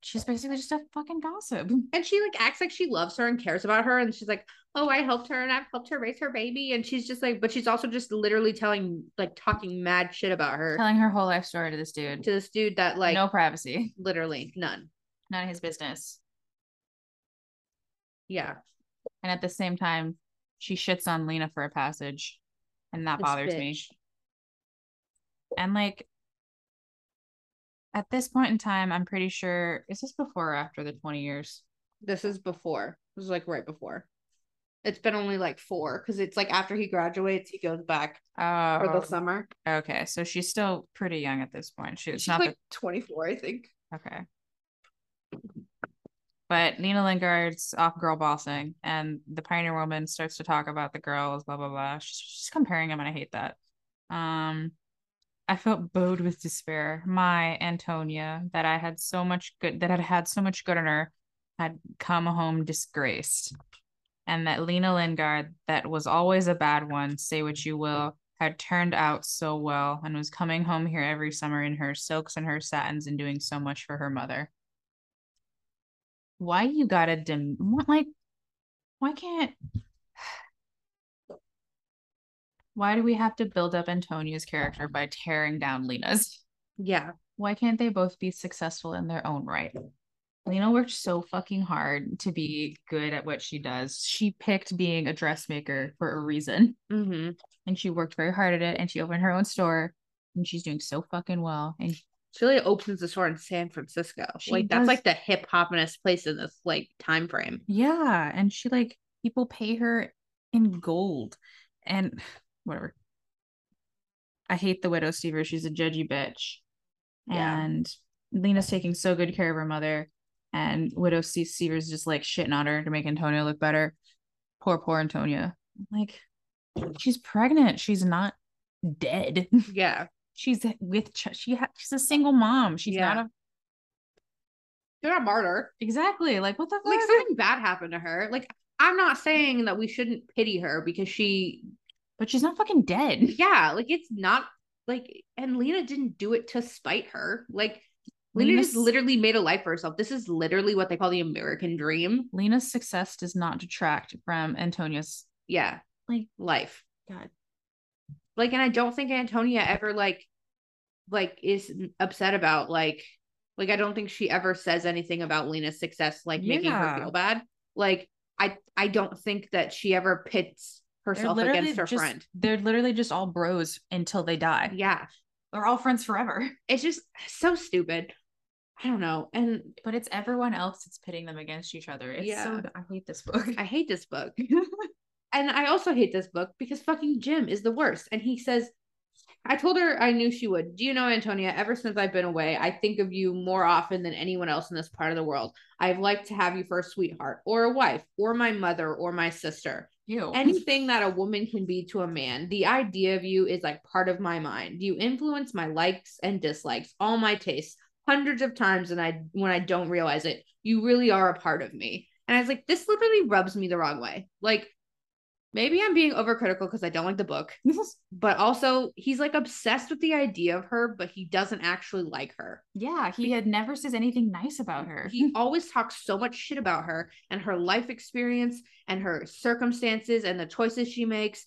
[SPEAKER 1] she's basically just a fucking gossip.
[SPEAKER 2] And she like acts like she loves her and cares about her. And she's like, Oh, I helped her and I've helped her raise her baby. And she's just like, but she's also just literally telling, like talking mad shit about her
[SPEAKER 1] Telling her whole life story to this dude.
[SPEAKER 2] to this dude that like
[SPEAKER 1] no privacy.
[SPEAKER 2] literally none.
[SPEAKER 1] None of his business.
[SPEAKER 2] Yeah.
[SPEAKER 1] And at the same time, she shits on Lena for a passage. And that
[SPEAKER 2] This
[SPEAKER 1] bothers me.
[SPEAKER 2] bitch.
[SPEAKER 1] And like at this point in time, I'm pretty sure is this before or after the 20 years?
[SPEAKER 2] This is before. This is like right before. It's been only like four because it's like after he graduates, he goes back for
[SPEAKER 1] Oh
[SPEAKER 2] the summer.
[SPEAKER 1] okay. So she's still pretty young at this point. She, it's
[SPEAKER 2] She's
[SPEAKER 1] not
[SPEAKER 2] like 24, I think.
[SPEAKER 1] the, okay. But Nina Lingard's off girl bossing and the pioneer woman starts to talk about the girls, blah blah blah. She's, she's comparing them and I hate that. Um I felt bowed with despair. My Antonia, that I had so much good that had had so much good in her, had come home disgraced. And that Lena Lingard, that was always a bad one, say what you will, had turned out so well and was coming home here every summer in her silks and her satins and doing so much for her mother. Why you gotta dim what like why can't why do we have to build up Antonia's character by tearing down Lena's?
[SPEAKER 2] Yeah.
[SPEAKER 1] why can't they both be successful in their own right? Lena worked so fucking hard to be good at what she does. She picked being a dressmaker for a reason,
[SPEAKER 2] Mm-hmm.
[SPEAKER 1] and she worked very hard at it. And she opened her own store, and she's doing so fucking well. And
[SPEAKER 2] She like opens the store in San Francisco.
[SPEAKER 1] She
[SPEAKER 2] like
[SPEAKER 1] does-
[SPEAKER 2] that's like the hip hopness place in this like time frame.
[SPEAKER 1] yeah, and she like people pay her in gold, and (sighs) whatever. I hate the widow Stever. She's a judgy bitch.
[SPEAKER 2] Yeah.
[SPEAKER 1] And Lena's taking so good care of her mother. And Widow Se- Seaver's just like shitting on her to make Antonia look better. Poor, poor Antonia. Like, she's pregnant. She's not dead. (laughs)
[SPEAKER 2] Yeah.
[SPEAKER 1] She's with, ch- she ha- she's a single mom. She's
[SPEAKER 2] Yeah.
[SPEAKER 1] not a,
[SPEAKER 2] You're not a martyr.
[SPEAKER 1] exactly. Like, what the fuck?
[SPEAKER 2] Like something bad happened to her. Like I'm not saying that we shouldn't pity her because she
[SPEAKER 1] but she's not fucking dead.
[SPEAKER 2] yeah, like it's not like and Lena didn't do it to spite her. Like Lena
[SPEAKER 1] Lena's-
[SPEAKER 2] just (laughs) literally made a life for herself. This is literally what they call the American dream.
[SPEAKER 1] Lena's success does not detract from Antonia's.
[SPEAKER 2] Yeah.
[SPEAKER 1] Like-
[SPEAKER 2] life.
[SPEAKER 1] God.
[SPEAKER 2] Like and I don't think Antonia ever like like is upset about like like I don't think she ever says anything about Lena's success like making her
[SPEAKER 1] Yeah.
[SPEAKER 2] feel bad. Like I I don't think that she ever pits herself
[SPEAKER 1] literally
[SPEAKER 2] against her
[SPEAKER 1] just-
[SPEAKER 2] friend.
[SPEAKER 1] They're literally just all bros until they die.
[SPEAKER 2] Yeah.
[SPEAKER 1] They're all friends forever. (laughs)
[SPEAKER 2] It's just so stupid. I don't know. And
[SPEAKER 1] but it's everyone else that's pitting them against each other. It's
[SPEAKER 2] Yeah.
[SPEAKER 1] so I hate this book. (laughs)
[SPEAKER 2] I hate this book. and I also hate this book because fucking Jim is the worst. And he says, I told her I knew she would. Do you know, Antonia, ever since I've been away, I think of you more often than anyone else in this part of the world. I've liked to have you for a sweetheart or a wife or my mother or my sister.
[SPEAKER 1] you (laughs)
[SPEAKER 2] Anything that a woman can be to a man, the idea of you is like part of my mind. You influence my likes and dislikes, all my tastes, hundreds of times, and I when I don't realize it, you really are a part of me. And I was like, this literally rubs me the wrong way. Like, maybe I'm being overcritical because I don't like the book, but also he's like obsessed with the idea of her, but he doesn't actually like her.
[SPEAKER 1] yeah, he had never says anything nice about her.
[SPEAKER 2] He always talks so much shit about her and her life experience and her circumstances and the choices she makes.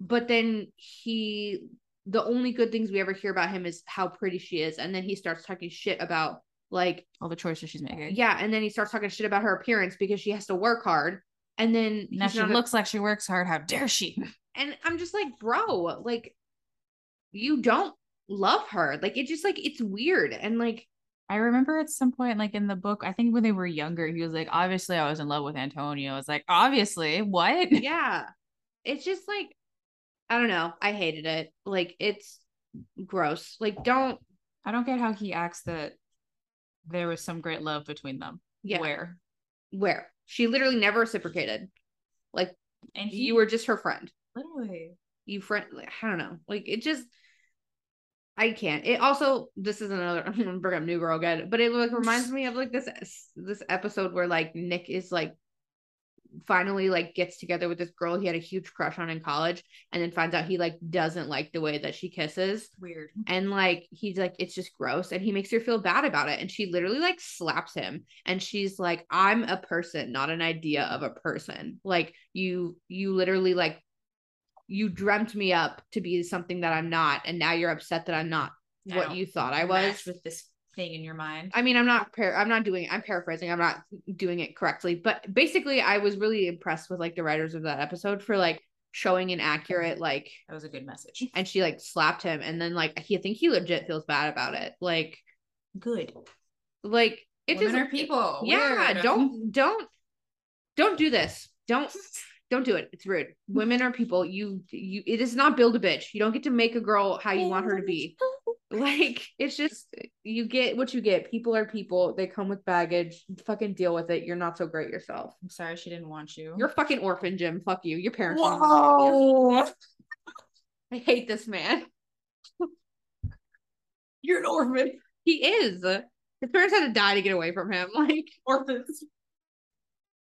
[SPEAKER 2] But then he, the only good things we ever hear about him is how pretty she is. And then he starts talking shit about, like,
[SPEAKER 1] all the choices she's making.
[SPEAKER 2] yeah. And then he starts talking shit about her appearance because she has to work hard. And then
[SPEAKER 1] Now
[SPEAKER 2] he's
[SPEAKER 1] she
[SPEAKER 2] not a-
[SPEAKER 1] looks like she works hard. How dare she?
[SPEAKER 2] and I'm just like, bro, like, you don't love her. Like, it just, like, it's weird. And, like,
[SPEAKER 1] I remember at some point, like in the book, I think when they were younger, he was like, obviously I was in love with Antonio. I was like, obviously, what?
[SPEAKER 2] yeah it's just like i don't know i hated it like it's gross like don't
[SPEAKER 1] (laughs) I don't get how he acts that there was some great love between them.
[SPEAKER 2] yeah where,
[SPEAKER 1] Where?
[SPEAKER 2] she literally never reciprocated
[SPEAKER 1] And he
[SPEAKER 2] you were just her friend
[SPEAKER 1] literally
[SPEAKER 2] you friend like, i don't know like it just i can't it also this is another (laughs) i'm gonna bring up new girl again but it like reminds me of like this this episode where like nick is like finally like gets together with this girl he had a huge crush on in college and then finds out he like doesn't like the way that she kisses
[SPEAKER 1] weird.
[SPEAKER 2] and like he's like it's just gross and he makes her feel bad about it and she literally like slaps him and she's like i'm a person not an idea of a person like you you literally like you dreamt me up to be something that i'm not and now you're upset that i'm not what you thought i was
[SPEAKER 1] with this thing in your mind.
[SPEAKER 2] I mean, I'm not par- I'm not doing I'm paraphrasing. I'm not doing it correctly, but basically I was really impressed with like the writers of that episode for like showing an accurate like
[SPEAKER 1] That was a good message.
[SPEAKER 2] and she like slapped him and then like he I think he legit feels bad about it. Like
[SPEAKER 1] Good.
[SPEAKER 2] like it
[SPEAKER 1] Women
[SPEAKER 2] doesn't-
[SPEAKER 1] are people.
[SPEAKER 2] Yeah,
[SPEAKER 1] Weird. (laughs)
[SPEAKER 2] don't (laughs) don't don't do this. Don't don't do it. It's rude. Women are people. You you it is not build a bitch. You don't get to make a girl how you want her to be.
[SPEAKER 1] (laughs)
[SPEAKER 2] Like it's just you get what you get. People are people. They come with baggage. Fucking deal with it. You're not so great yourself.
[SPEAKER 1] I'm sorry she didn't want you.
[SPEAKER 2] You're a fucking orphan, Jim. Fuck you. Your parents. don't want you.
[SPEAKER 1] Whoa.
[SPEAKER 2] I hate this man.
[SPEAKER 1] You're an orphan.
[SPEAKER 2] He is. His parents had to die to get away from him. (laughs) Like
[SPEAKER 1] Orphans.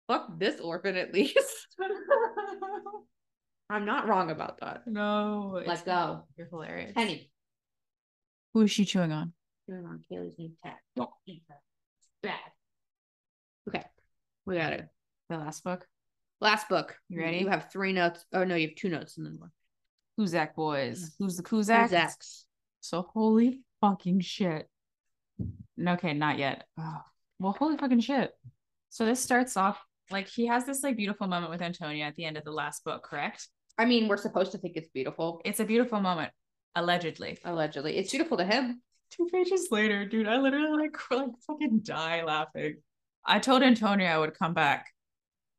[SPEAKER 2] fuck this orphan at least. (laughs) I'm not wrong about that.
[SPEAKER 1] no.
[SPEAKER 2] Let
[SPEAKER 1] it's-
[SPEAKER 2] go.
[SPEAKER 1] You're hilarious.
[SPEAKER 2] Penny.
[SPEAKER 1] Who is she chewing on?
[SPEAKER 2] Chewing on Kaylee's new cat. Don't eat her. It's bad. Okay. We got it.
[SPEAKER 1] The last book.
[SPEAKER 2] Last book.
[SPEAKER 1] You ready?
[SPEAKER 2] You have three notes. Oh no, you have two notes and then one.
[SPEAKER 1] Kuzak boys. Who's the Kuzak?
[SPEAKER 2] Zach's.
[SPEAKER 1] So holy fucking shit. No, Okay, not yet. Oh, well, holy fucking shit. So this starts off like he has this like beautiful moment with Antonia at the end of the last book, correct?
[SPEAKER 2] I mean, we're supposed to think it's beautiful.
[SPEAKER 1] It's a beautiful moment, allegedly.
[SPEAKER 2] Allegedly. It's beautiful to him.
[SPEAKER 1] Two pages later, dude, I literally like, (laughs) like fucking die laughing. I told Antonia I would come back,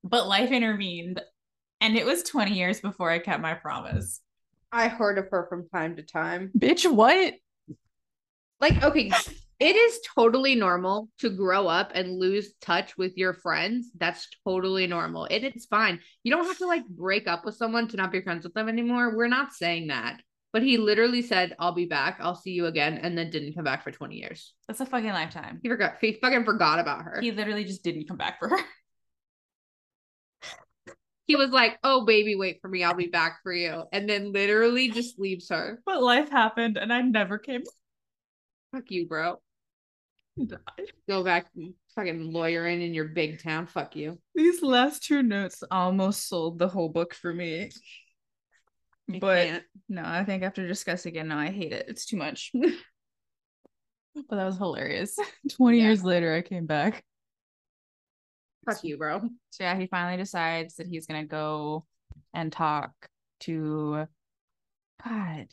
[SPEAKER 1] but life intervened, and it was 20 years before I kept my promise.
[SPEAKER 2] I heard of her from time to time.
[SPEAKER 1] Bitch, what?
[SPEAKER 2] Like, okay, it is totally normal to grow up and lose touch with your friends. That's totally normal. And it's fine. You don't have to like break up with someone to not be friends with them anymore. We're not saying that. But he literally said, I'll be back. I'll see you again. And then didn't come back for 20 years.
[SPEAKER 1] That's a fucking lifetime.
[SPEAKER 2] He forgot. He fucking forgot about her.
[SPEAKER 1] He literally just didn't come back for her. (laughs)
[SPEAKER 2] He was like, Oh, baby, wait for me. I'll be back for you. And then literally just leaves her.
[SPEAKER 1] But life happened and I never came
[SPEAKER 2] Fuck you, bro.
[SPEAKER 1] back. (laughs)
[SPEAKER 2] Go back fucking lawyering in your big town. Fuck you.
[SPEAKER 1] These last two notes almost sold the whole book for me.
[SPEAKER 2] I
[SPEAKER 1] But
[SPEAKER 2] can't.
[SPEAKER 1] no, I think after discussing it, no, I hate it. It's too much. (laughs) but that was hilarious. (laughs) 20
[SPEAKER 2] Yeah.
[SPEAKER 1] years later, I came back.
[SPEAKER 2] fuck you, bro.
[SPEAKER 1] So yeah, he finally decides that he's going to go and talk to God.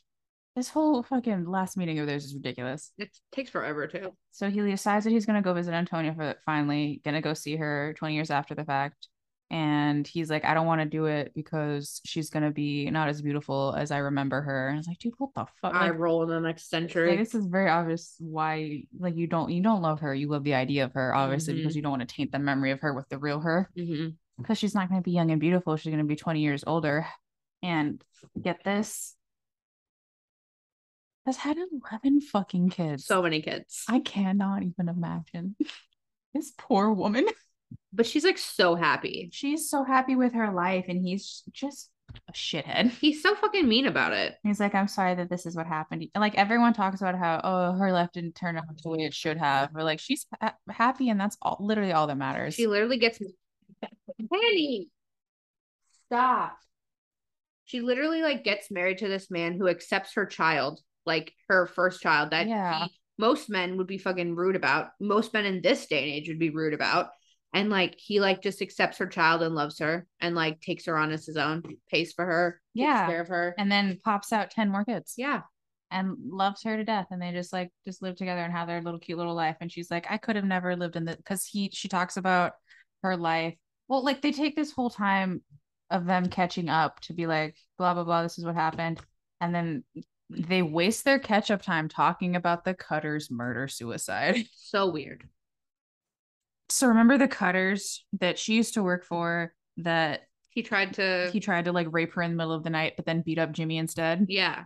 [SPEAKER 1] This whole fucking last meeting of theirs is ridiculous.
[SPEAKER 2] It takes forever too.
[SPEAKER 1] So he decides that he's gonna go visit Antonia for finally gonna go see her 20 years after the fact. And he's like, I don't want to do it because she's gonna be not as beautiful as I remember her. And I was like, dude, what the fuck?
[SPEAKER 2] I
[SPEAKER 1] Like,
[SPEAKER 2] roll in the next
[SPEAKER 1] like,
[SPEAKER 2] century.
[SPEAKER 1] this is very obvious why like you don't you don't love her. You love the idea of her, obviously, because you don't want to taint the memory of her with the real her.
[SPEAKER 2] Mhm.
[SPEAKER 1] Because she's not gonna be young and beautiful. She's gonna be 20 years older. And get this. Has had 11 fucking kids.
[SPEAKER 2] So many kids.
[SPEAKER 1] I cannot even imagine. (laughs) This poor woman.
[SPEAKER 2] But she's like so happy.
[SPEAKER 1] She's so happy with her life, and he's just a shithead.
[SPEAKER 2] He's so fucking mean about it.
[SPEAKER 1] He's like, I'm sorry that this is what happened. And, like, everyone talks about how, oh, her life didn't turn out the way it should have. But, like, she's ha- happy, and that's all, literally all that matters.
[SPEAKER 2] She literally gets
[SPEAKER 1] (laughs)
[SPEAKER 2] Penny. Stop. She literally like gets married to this man who accepts her child, like her first child that
[SPEAKER 1] Yeah.
[SPEAKER 2] he- most men would be fucking rude about. Most men in this day and age would be rude about. And like he like just accepts her child and loves her and like takes her on as his own, pays for her,
[SPEAKER 1] Yeah.
[SPEAKER 2] takes care of her.
[SPEAKER 1] and then pops out 10 more kids
[SPEAKER 2] yeah.
[SPEAKER 1] and loves her to death. And they just, like, just live together and have their little cute little life. And she's like, I could have never lived in the, because he, she talks about her life. Well, like they take this whole time of them catching up to be like, blah, blah, blah, this is what happened. And then they waste their catch up time talking about the Cutters murder suicide. (laughs)
[SPEAKER 2] So weird.
[SPEAKER 1] So remember the Cutters that she used to work for that
[SPEAKER 2] He tried to
[SPEAKER 1] he tried to like rape her in the middle of the night, but then beat up Jimmy instead?
[SPEAKER 2] Yeah.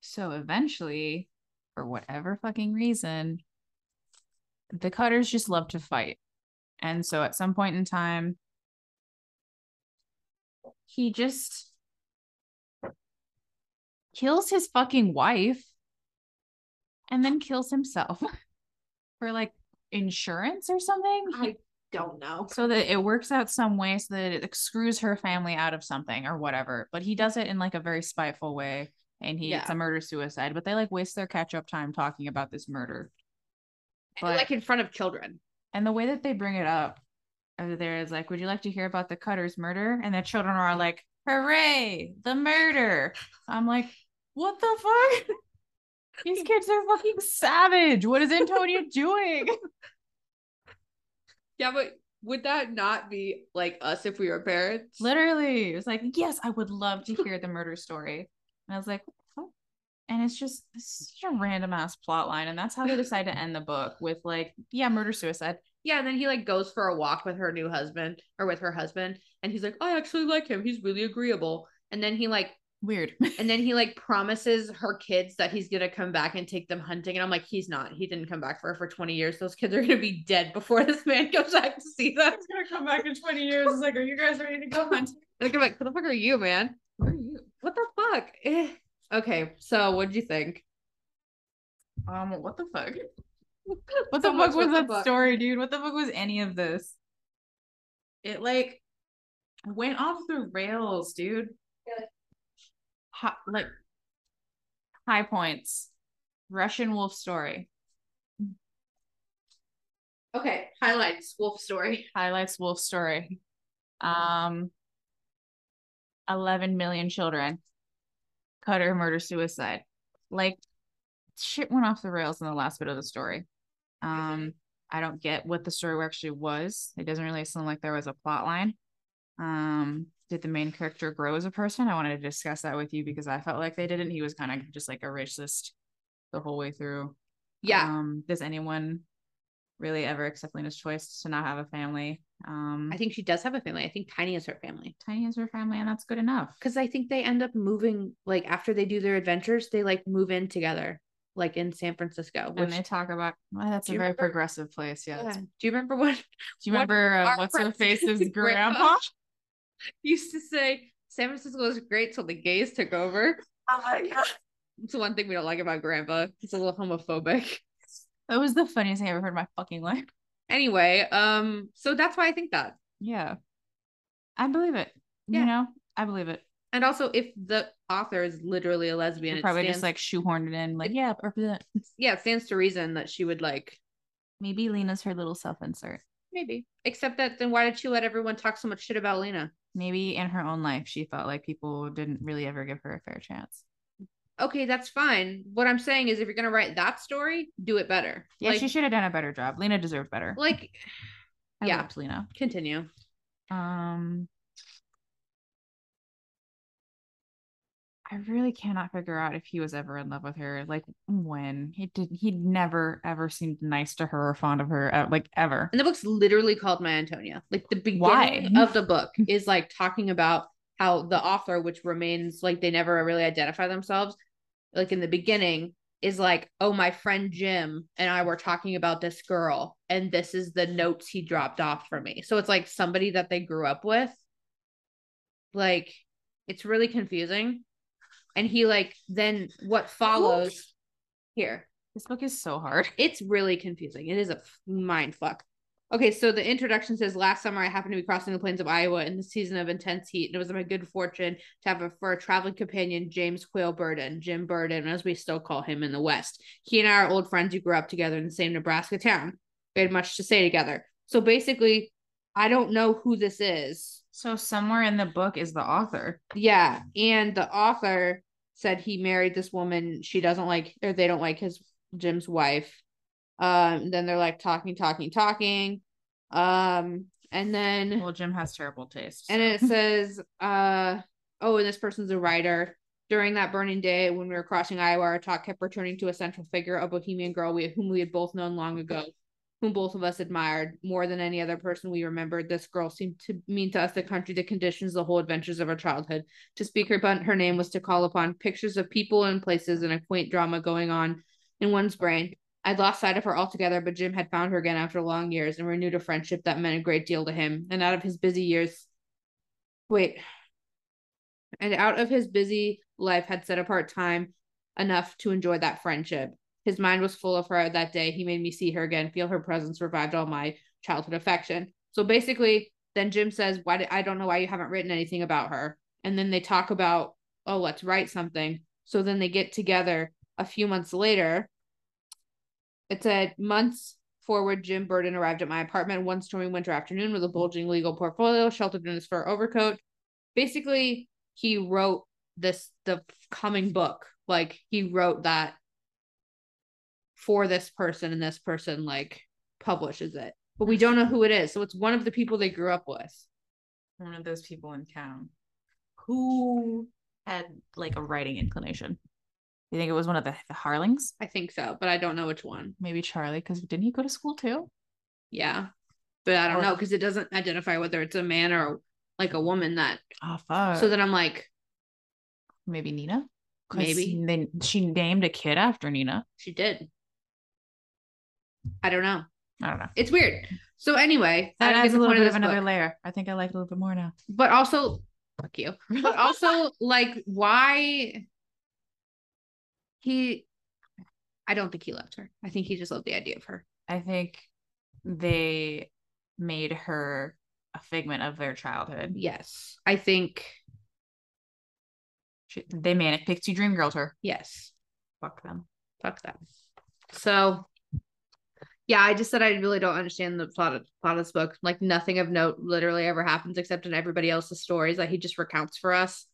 [SPEAKER 1] So eventually, for whatever fucking reason, the cutters just love to fight. And so at some point in time, he just kills his fucking wife and then kills himself (laughs) for like insurance or something. He-
[SPEAKER 2] I don't (laughs) know.
[SPEAKER 1] so that it works out some way so that it like, screws her family out of something or whatever but he does it in like a very spiteful way and he it's
[SPEAKER 2] Yeah.
[SPEAKER 1] a murder suicide but they like waste their catch up time talking about this murder But
[SPEAKER 2] like in front of children.
[SPEAKER 1] and the way that they bring it up over there is like, would you like to hear about the Cutters murder? And the children are like, hooray, the murder. I'm like, what the fuck? (laughs) These kids are fucking savage. What is Antonio doing?
[SPEAKER 2] Yeah, but would that not be like us if we were parents?
[SPEAKER 1] Literally, it was like, yes, I would love (laughs) to hear the murder story. And I was like, what the fuck? And it's just this is such a random ass plot line. And that's how they decide to end the book with like, yeah, murder suicide.
[SPEAKER 2] Yeah, and then he like goes for a walk with her new husband or with her husband, and he's like, I actually like him. He's really agreeable. And then he like
[SPEAKER 1] Weird. (laughs)
[SPEAKER 2] and then he like promises her kids that he's gonna come back and take them hunting. And I'm like, he's not. He didn't come back for her for 20 years. Those kids are gonna be dead before this man (laughs) goes back to see them.
[SPEAKER 1] It's gonna come back in 20 years. It's like, are you guys ready to go (laughs) hunting?
[SPEAKER 2] And they're like, who the fuck are you, man?
[SPEAKER 1] Where are you?
[SPEAKER 2] What the fuck? Eh. Okay, so what did you think?
[SPEAKER 1] Um, what the fuck?
[SPEAKER 2] What
[SPEAKER 1] (laughs) What the fuck was that story, dude? What the fuck was any of this? It like went off the rails, dude.
[SPEAKER 2] Yeah.
[SPEAKER 1] Hi- like high points. Russian wolf story.
[SPEAKER 2] Okay, highlights, wolf story. (laughs)
[SPEAKER 1] Highlights wolf story. Um 11 million children. Cutter murder suicide. Like shit went off the rails in the last bit of the story. Um I don't get what the story actually was. It doesn't really seem like there was a plot line. Um, did the main character grow as a person? I wanted to discuss that with you because I felt like they didn't. He was kind of just like a racist the whole way through.
[SPEAKER 2] Yeah.
[SPEAKER 1] Um, does anyone really ever accept Lena's choice to not have a family? Um,
[SPEAKER 2] I think she does have a family. I think Tiny is her family.
[SPEAKER 1] Tiny is her family, and that's good enough.
[SPEAKER 2] Because I think they end up moving, like after they do their adventures, they like move in together, like in San Francisco.
[SPEAKER 1] when
[SPEAKER 2] Which,
[SPEAKER 1] they talk about well, that's a
[SPEAKER 2] Do you
[SPEAKER 1] very
[SPEAKER 2] remember-
[SPEAKER 1] progressive place. Yeah.
[SPEAKER 2] yeah.
[SPEAKER 1] that's-
[SPEAKER 2] Do you remember what (laughs)
[SPEAKER 1] Do you
[SPEAKER 2] What
[SPEAKER 1] remember uh,
[SPEAKER 2] our
[SPEAKER 1] what's her
[SPEAKER 2] (laughs)
[SPEAKER 1] face's
[SPEAKER 2] president's (laughs)
[SPEAKER 1] grandpa?
[SPEAKER 2] used to say? San Francisco is great till the gays took over.
[SPEAKER 1] (laughs) Oh my god.
[SPEAKER 2] It's the one thing we don't like about grandpa. He's a little homophobic. (laughs)
[SPEAKER 1] That was the funniest thing I ever heard in my fucking life. (laughs)
[SPEAKER 2] Anyway, um, so that's why I think that.
[SPEAKER 1] Yeah. I believe it.
[SPEAKER 2] Yeah.
[SPEAKER 1] You know, I believe it.
[SPEAKER 2] And also, if the author is literally a lesbian,
[SPEAKER 1] They're
[SPEAKER 2] it
[SPEAKER 1] probably just
[SPEAKER 2] stands-
[SPEAKER 1] like shoehorned it in, like, yeah, represent. (laughs)
[SPEAKER 2] yeah, it stands to reason that she would like
[SPEAKER 1] Maybe Lena's her little self insert.
[SPEAKER 2] maybe. Except that then why did she let everyone talk so much shit about Lena?
[SPEAKER 1] Maybe in her own life, she felt like people didn't really ever give her a fair chance.
[SPEAKER 2] okay, that's fine. What I'm saying is if you're gonna write that story, do it better.
[SPEAKER 1] Yeah,
[SPEAKER 2] like,
[SPEAKER 1] she should have done a better job. Lena deserved better.
[SPEAKER 2] like
[SPEAKER 1] I
[SPEAKER 2] yeah.
[SPEAKER 1] loved Lena.
[SPEAKER 2] continue.
[SPEAKER 1] Um, I really cannot figure out if he was ever in love with her. Like when he did, he never ever seemed nice to her or fond of her, uh, like ever.
[SPEAKER 2] And the book's literally called My Antonia. Like the beginning
[SPEAKER 1] Why?
[SPEAKER 2] of the book is like talking about how the author, which remains like they never really identify themselves, like in the beginning, is like, oh, my friend Jim and I were talking about this girl, and this is the notes he dropped off for me. So it's like somebody that they grew up with. Like, it's really confusing. And he like then what follows here.
[SPEAKER 1] This book is so hard. (laughs)
[SPEAKER 2] It's really confusing. It is a f- mind fuck. Okay, so the introduction says last summer I happened to be crossing the plains of Iowa in the season of intense heat, and it was my good fortune to have a, for a traveling companion James Quayle Burden, Jim Burden, as we still call him in the West. He and I are old friends who grew up together in the same Nebraska town. We had much to say together. So basically, I don't know who this is.
[SPEAKER 1] So somewhere in the book is the author.
[SPEAKER 2] Yeah, and the author said he married this woman. She doesn't like, or they don't like his Jim's wife. Um, then they're like talking, talking, talking. Um, (laughs) and then
[SPEAKER 1] Well, Jim has terrible taste.
[SPEAKER 2] and it says, uh, oh, and this person's a writer. During that burning day when we were crossing Iowa, our talk kept returning to a central figure, a bohemian girl we, whom we had both known long ago, whom both of us admired more than any other person we remembered. This girl seemed to mean to us the country, the conditions, the whole adventures of our childhood. To speak her, but her name was to call upon pictures of people and places and a quaint drama going on in one's brain. I'd lost sight of her altogether, but Jim had found her again after long years and renewed a friendship that meant a great deal to him. And out of his busy years, Wait. And out of his busy life had set apart time enough to enjoy that friendship. His mind was full of her that day. He made me see her again, feel her presence revived all my childhood affection. So basically, then Jim says, Why did, I don't know why you haven't written anything about her. And then they talk about, Oh, let's write something. So then they get together a few months later. It said months forward Jim Burden arrived at my apartment one stormy winter afternoon with a bulging legal portfolio sheltered in his fur overcoat. Basically, he wrote this the coming book. Like he wrote that for this person and this person like publishes it. But we don't know who it is. So it's one of the people they grew up with.
[SPEAKER 1] One of those people in town who had like a writing inclination. You think it was one of the, the Harlings?
[SPEAKER 2] I think so, but I don't know which one.
[SPEAKER 5] Maybe Charlie, because didn't he go to school too?
[SPEAKER 2] Yeah. But I don't
[SPEAKER 5] Or-
[SPEAKER 2] know because it doesn't identify whether it's a man or like a woman that
[SPEAKER 1] Ah,
[SPEAKER 5] Oh fuck.
[SPEAKER 2] so then I'm like,
[SPEAKER 5] maybe Nina. 'Cause
[SPEAKER 2] Maybe.
[SPEAKER 5] Then she named a kid after Nina.
[SPEAKER 2] she did. I don't know.
[SPEAKER 5] I don't know.
[SPEAKER 2] It's weird. So anyway, I
[SPEAKER 5] That
[SPEAKER 2] don't
[SPEAKER 5] adds
[SPEAKER 2] get
[SPEAKER 5] a
[SPEAKER 2] the
[SPEAKER 5] little
[SPEAKER 2] point
[SPEAKER 5] bit of
[SPEAKER 2] this book.
[SPEAKER 5] another layer. I think I like it a little bit more now.
[SPEAKER 2] but also fuck you
[SPEAKER 5] (laughs)
[SPEAKER 2] but also like why he i don't think he loved her i think he just loved the idea of her
[SPEAKER 1] I think they made her a figment of their childhood.
[SPEAKER 2] yes i think
[SPEAKER 1] She, they manic pixie dream girled her.
[SPEAKER 2] yes
[SPEAKER 1] Fuck them.
[SPEAKER 2] fuck that so yeah i just said i really don't understand the plot of, plot of this book like nothing of note literally ever happens except in everybody else's stories that he just recounts for us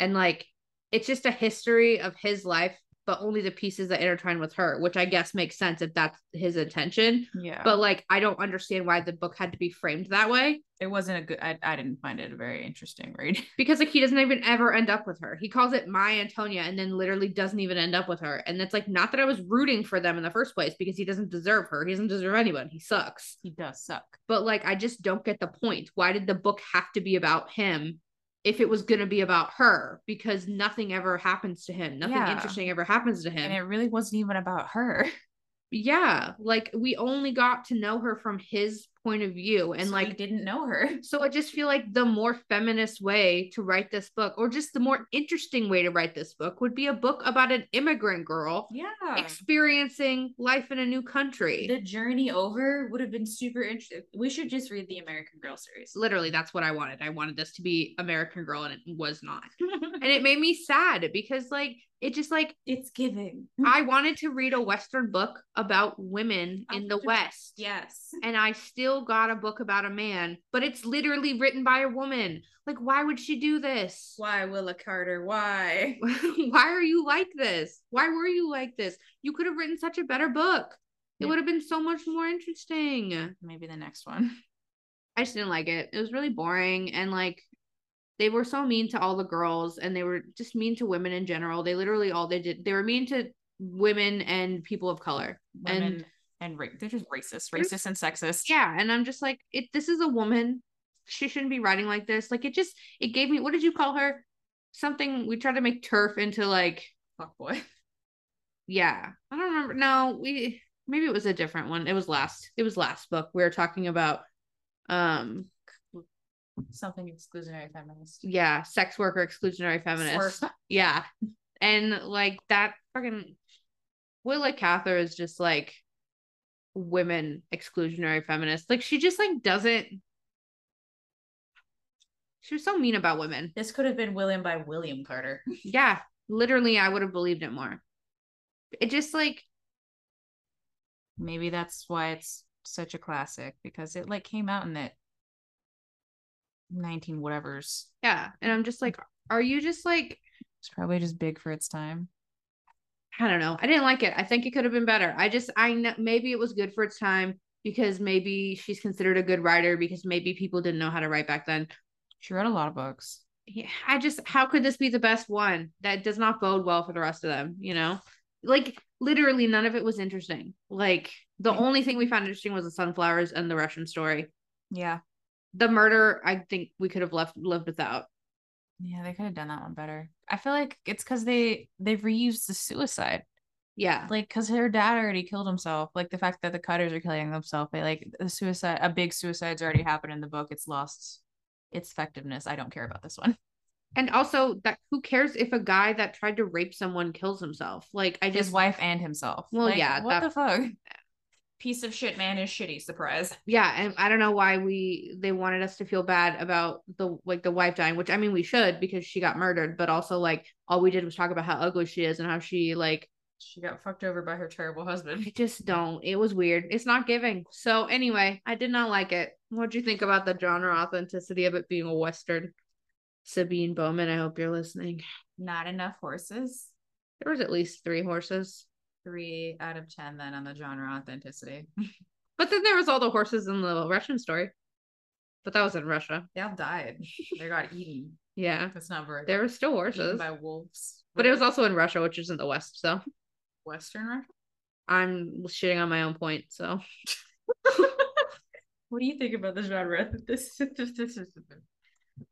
[SPEAKER 2] and like it's just a history of his life but only the pieces that intertwine with her which i guess makes sense if that's his intention
[SPEAKER 1] Yeah, but
[SPEAKER 2] but like I don't understand why the book had to be framed that way
[SPEAKER 1] it wasn't a good. I, I didn't find it a very interesting read.
[SPEAKER 2] because like he doesn't even ever end up with her. He calls it my Antonia and then literally doesn't even end up with her. And it's like not that I was rooting for them in the first place because he doesn't deserve her. He doesn't deserve anyone. He sucks.
[SPEAKER 1] He does suck.
[SPEAKER 2] But like I just don't get the point. Why did the book have to be about him? If it was going to be about her, because nothing ever happens to him, nothing
[SPEAKER 1] Yeah.
[SPEAKER 2] interesting ever happens to him.
[SPEAKER 1] And it really wasn't even about her.
[SPEAKER 2] yeah, like we only got to know her from his point of view, and
[SPEAKER 1] So we
[SPEAKER 2] like
[SPEAKER 1] didn't know her.
[SPEAKER 2] So I just feel like the more feminist way to write this book, or just the more interesting way to write this book, would be a book about an immigrant girl
[SPEAKER 1] Yeah.
[SPEAKER 2] experiencing life in a new country.
[SPEAKER 1] the journey over would have been super interesting. We should just read the American Girl series.
[SPEAKER 2] Literally, that's what I wanted. I wanted this to be American Girl, and it was not. And it made me sad because, like, it just like
[SPEAKER 1] (laughs) it's giving.
[SPEAKER 2] I wanted to read a Western book about women in the West.
[SPEAKER 1] yes.
[SPEAKER 2] and I still got a book about a man, but it's literally written by a woman. Like, why would she do this?
[SPEAKER 1] Why, Willa Carter? Why?
[SPEAKER 2] (laughs) why are you like this? Why were you like this? You could have written such a better book. It
[SPEAKER 1] Yeah.
[SPEAKER 2] would have been so much more interesting.
[SPEAKER 1] Maybe the next one.
[SPEAKER 2] I just didn't like it. It was really boring and like they were so mean to all the girls and they were just mean to women in general. They literally all they did they were mean to women and people of color. And-
[SPEAKER 1] Women and, ra- they're just racist, racist and sexist.
[SPEAKER 2] Yeah, and I'm just like it this is a woman. She shouldn't be writing like this. Like it just it gave me what did you call her? Something we tried to make turf into like
[SPEAKER 1] Fuck boy.
[SPEAKER 2] yeah i don't remember no we maybe it was a different one it was last it was last book we were talking about um
[SPEAKER 1] Something exclusionary feminist.
[SPEAKER 2] yeah sex worker exclusionary feminist
[SPEAKER 1] Slurp.
[SPEAKER 2] (laughs) yeah and like that fucking willa cather is just like women exclusionary feminist like she just like doesn't she was so mean about women
[SPEAKER 1] This could have been William by William Carter.
[SPEAKER 2] yeah literally i would have believed it more it just like
[SPEAKER 1] Maybe that's why it's such a classic because it like came out in that 19 whatevers.
[SPEAKER 2] yeah and i'm just like are you just like
[SPEAKER 1] It's probably just big for its time.
[SPEAKER 2] I don't know. I didn't like it. I think it could have been better. I just I know maybe it was good for its time because maybe she's considered a good writer because maybe people didn't know how to write back then.
[SPEAKER 1] She wrote a lot of books.
[SPEAKER 2] Yeah, I just how could this be the best one? That does not bode well for the rest of them, you know? Like literally none of it was interesting. Like the only thing we found interesting was the sunflowers and the Russian story.
[SPEAKER 1] Yeah.
[SPEAKER 2] The murder, I think we could have left lived without.
[SPEAKER 1] Yeah, they could have done that one better. I feel like it's because they they reused the suicide,
[SPEAKER 2] Yeah.
[SPEAKER 1] like because her dad already killed himself. Like the fact that the cutters are killing themselves, they like the suicide, a big suicide's already happened in the book. It's lost its effectiveness. I don't care about this one.
[SPEAKER 2] And also that who cares if a guy that tried to rape someone kills himself? Like I
[SPEAKER 1] His
[SPEAKER 2] just
[SPEAKER 1] wife and himself.
[SPEAKER 2] Well,
[SPEAKER 1] Like,
[SPEAKER 2] yeah,
[SPEAKER 1] what
[SPEAKER 2] that-
[SPEAKER 1] the fuck? (laughs) Piece of shit man is shitty. Surprise.
[SPEAKER 2] yeah and i don't know why we they wanted us to feel bad about the like the wife dying which i mean we should because she got murdered but also like all we did was talk about how ugly she is and how she like
[SPEAKER 1] She got fucked over by her terrible husband. (laughs)
[SPEAKER 2] I just don't. It was weird. It's not giving. So anyway, I did not like it. What'd you think about the genre authenticity of it being a western? Sabine Bowman, I hope you're listening.
[SPEAKER 1] Not enough horses.
[SPEAKER 2] There was at least three horses.
[SPEAKER 1] Three out of ten then on the genre authenticity.
[SPEAKER 2] But then there was all the horses in the Russian story. But that was in Russia.
[SPEAKER 1] They all died. They got eaten.
[SPEAKER 2] Yeah.
[SPEAKER 1] That's not very
[SPEAKER 2] There were still
[SPEAKER 1] eaten
[SPEAKER 2] horses.
[SPEAKER 1] by wolves.
[SPEAKER 2] But it was also in Russia, which isn't the West, so
[SPEAKER 1] Western Russia.
[SPEAKER 2] I'm shitting on my own point. So
[SPEAKER 1] (laughs) What do you think about the genre? (laughs) This, this, this, this,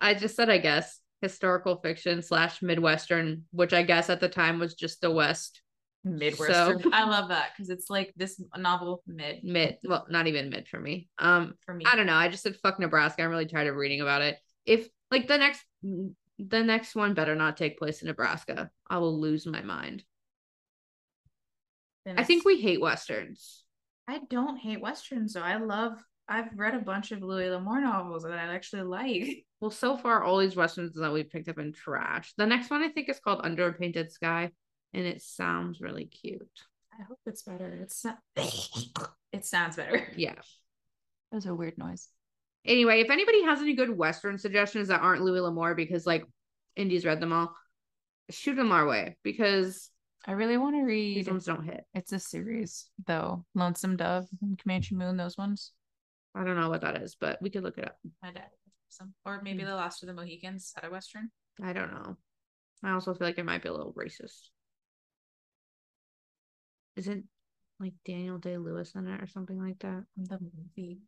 [SPEAKER 2] I just said I guess historical fiction slash Midwestern, which I guess at the time was just the West
[SPEAKER 1] Midwestern.
[SPEAKER 2] So-
[SPEAKER 1] I love that because it's like this novel mid
[SPEAKER 2] mid. Well, not even mid for me. Um,
[SPEAKER 1] for me.
[SPEAKER 2] I don't know. I just said fuck Nebraska. I'm really tired of reading about it. If like the next the next one better not take place in Nebraska. I will lose my mind.
[SPEAKER 1] Then
[SPEAKER 2] I think
[SPEAKER 1] it's-
[SPEAKER 2] we hate westerns.
[SPEAKER 1] I don't hate westerns though. I love. I've read a bunch of Louis L'Amour novels that I actually like.
[SPEAKER 2] Well, so far all these westerns that we picked up in trash. The next one I think is called Under a Painted Sky, and it sounds really cute.
[SPEAKER 1] I hope it's better. It's not. (laughs) it sounds better.
[SPEAKER 2] (laughs) Yeah.
[SPEAKER 1] That was a weird noise.
[SPEAKER 2] Anyway, if anybody has any good Western suggestions that aren't Louis L'Amour, because like Indy's read them all, shoot them our way because
[SPEAKER 1] I really want to
[SPEAKER 2] these
[SPEAKER 1] read.
[SPEAKER 2] ones don't hit.
[SPEAKER 1] It's a series though. Lonesome Dove, and Comanche Moon, those ones.
[SPEAKER 2] I don't know what that is, but we could look it up.
[SPEAKER 1] My dad. Some, or maybe the Last of the Mohicans. Is that a western?
[SPEAKER 2] I don't know. I also feel like it might be a little racist. Isn't like Daniel Day Lewis in it or something like that?
[SPEAKER 1] The movie.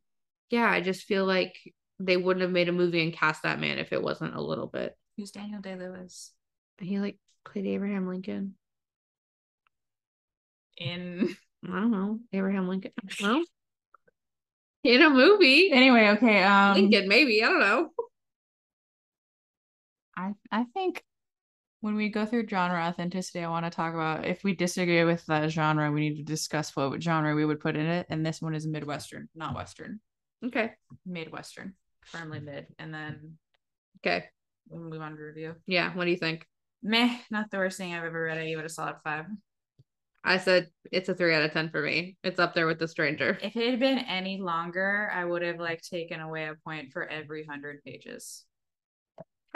[SPEAKER 2] Yeah, I just feel like they wouldn't have made a movie and cast that man if it wasn't a little bit.
[SPEAKER 1] Who's Daniel Day Lewis?
[SPEAKER 2] He like played Abraham Lincoln.
[SPEAKER 1] In
[SPEAKER 2] I don't know. Abraham Lincoln. Well, (laughs) in a movie.
[SPEAKER 1] (laughs) anyway, okay. Um,
[SPEAKER 2] Lincoln, maybe. I don't know.
[SPEAKER 1] I I think when we go through genre authenticity, I want to talk about if we disagree with that genre, we need to discuss what genre we would put in it. And this one is midwestern, not western,
[SPEAKER 2] (laughs) Okay.
[SPEAKER 1] midwestern, firmly mid. And then
[SPEAKER 2] Okay.
[SPEAKER 1] we'll move on to review.
[SPEAKER 2] Yeah. What do you think?
[SPEAKER 1] Meh, not the worst thing I've ever read. I give it a solid five.
[SPEAKER 2] I said it's a three out of 10 for me. It's up there with The Stranger.
[SPEAKER 1] If it had been any longer, I would have like taken away a point for every hundred pages.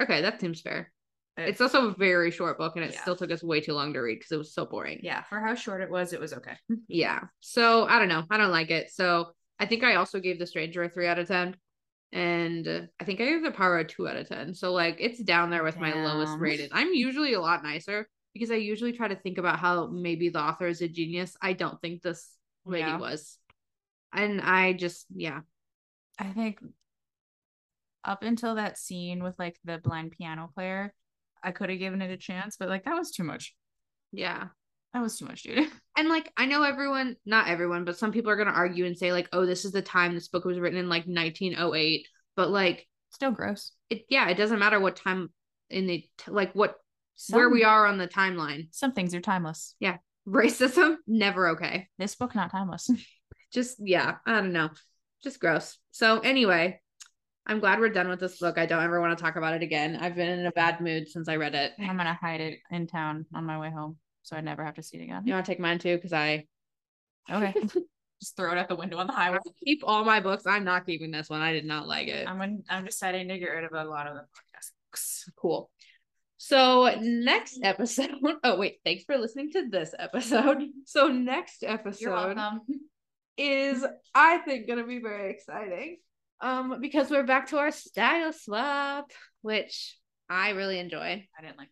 [SPEAKER 2] Okay. That seems fair.
[SPEAKER 1] But,
[SPEAKER 2] It's also a very short book and it
[SPEAKER 1] Yeah.
[SPEAKER 2] still took us way too long to read because it was so boring.
[SPEAKER 1] yeah, for how short it was, it was okay.
[SPEAKER 2] Yeah. So I don't know. I don't like it. So I think I also gave The Stranger a three out of 10. And uh, I think I gave The Power a two out of 10. So like it's down there with my lowest
[SPEAKER 1] Damn.
[SPEAKER 2] rated. I'm usually a lot nicer because I usually try to think about how maybe the author is a genius. I don't think this lady
[SPEAKER 1] Yeah.
[SPEAKER 2] was. And I just, yeah.
[SPEAKER 1] I think up until that scene with like the blind piano player, I could have given it a chance, but like that was too much.
[SPEAKER 2] Yeah.
[SPEAKER 1] That was too much, dude. (laughs)
[SPEAKER 2] And like I know everyone, not everyone, but some people are going to argue and say like, "Oh, this is the time this book was written in like 1908." But like
[SPEAKER 1] Still gross.
[SPEAKER 2] it yeah, it doesn't matter what time in the t- like what where we
[SPEAKER 1] Some-
[SPEAKER 2] are on the timeline. (laughs)
[SPEAKER 1] Some things are timeless.
[SPEAKER 2] Racism never okay.
[SPEAKER 1] This book not (laughs) timeless.
[SPEAKER 2] Just yeah, I don't know. Just gross. So anyway, I'm glad we're done with this book. I don't ever want to talk about it again. I've been in a bad mood since I read it. You
[SPEAKER 1] I'm gonna hide it in town on my way home, so I never have to see it again.
[SPEAKER 2] want to take mine too cuz I
[SPEAKER 1] (laughs) Okay. Just throw it out the window on the highway.
[SPEAKER 2] keep all my books. I'm not keeping this one. I did not like it.
[SPEAKER 1] (laughs) I'm gonna, I'm deciding to get rid of a lot of the podcast books.
[SPEAKER 2] cool. So next episode. (laughs) Oh wait, thanks for listening to this episode. (laughs) So next episode.
[SPEAKER 1] (laughs)
[SPEAKER 2] is I think gonna be very exciting. Um, because we're back to our style swap, which I really enjoy.
[SPEAKER 1] I didn't like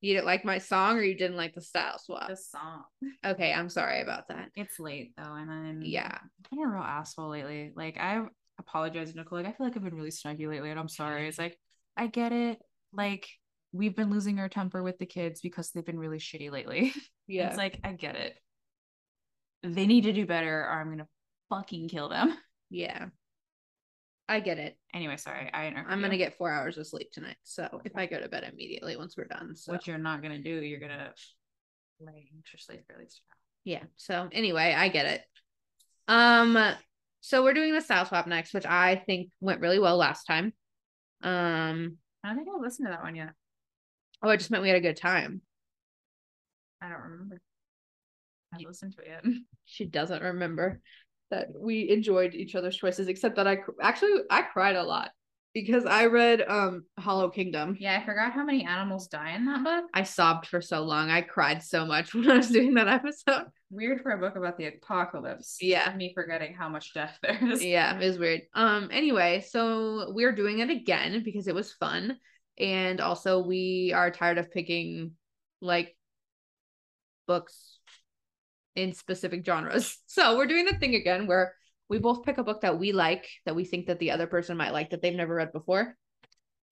[SPEAKER 2] You didn't like my song or you didn't like the style swap.
[SPEAKER 1] the song.
[SPEAKER 2] Okay, I'm sorry about that.
[SPEAKER 1] It's late though, and I'm
[SPEAKER 2] Yeah.
[SPEAKER 1] I've been a real asshole lately. Like I apologize, Nicole. Like I feel like I've been really snuggy lately, and I'm sorry. It's like I get it. Like we've been losing our temper with the kids because they've been really shitty lately. (laughs)
[SPEAKER 2] Yeah.
[SPEAKER 1] It's like I get it. They need to do better, or I'm gonna fucking kill them. (laughs)
[SPEAKER 2] yeah. I get it.
[SPEAKER 1] Anyway, sorry. I interrupted.
[SPEAKER 2] I'm gonna
[SPEAKER 1] you.
[SPEAKER 2] get four hours of sleep tonight. So if I go to bed immediately once we're done. So
[SPEAKER 1] what you're not gonna do. You're gonna lay anxiously for at least.
[SPEAKER 2] yeah. So anyway, I get it. Um, so we're doing the style swap next, which I think went really well last time. Um,
[SPEAKER 1] I don't think I listened to that one yet.
[SPEAKER 2] oh, I just meant we had a good time.
[SPEAKER 1] I don't remember.
[SPEAKER 5] I listened to it.
[SPEAKER 2] She doesn't remember that we enjoyed each other's choices, except that I cr- actually I cried a lot because I read um Hollow Kingdom.
[SPEAKER 1] (laughs) Yeah, I forgot how many animals die in that book.
[SPEAKER 2] I sobbed for so long. I cried so much (laughs) when I was doing that episode.
[SPEAKER 1] Weird for a book about the apocalypse.
[SPEAKER 2] Yeah.
[SPEAKER 1] Me forgetting how much death (laughs) there is.
[SPEAKER 2] Yeah, it was weird. Um, anyway, so we're doing it again because it was fun. And also we are tired of picking like books in specific genres. (laughs) So we're doing the thing again where we both pick a book that we like that we think that the other person might like that they've never read before.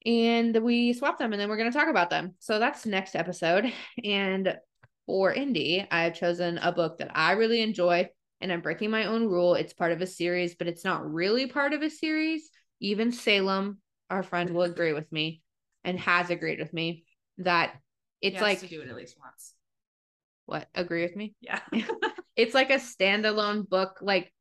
[SPEAKER 2] And we swap them and then we're going to talk about them. So that's next episode. And for Indie, I've chosen a book that I really enjoy and I'm breaking my own rule. It's part of a series, but it's not really part of a series. Even Salem, our friend, will agree with me and has agreed with me that it's
[SPEAKER 1] Yes,
[SPEAKER 2] like
[SPEAKER 1] to do it at least once.
[SPEAKER 2] what agree with me
[SPEAKER 1] Yeah. (laughs)
[SPEAKER 2] it's like a standalone book like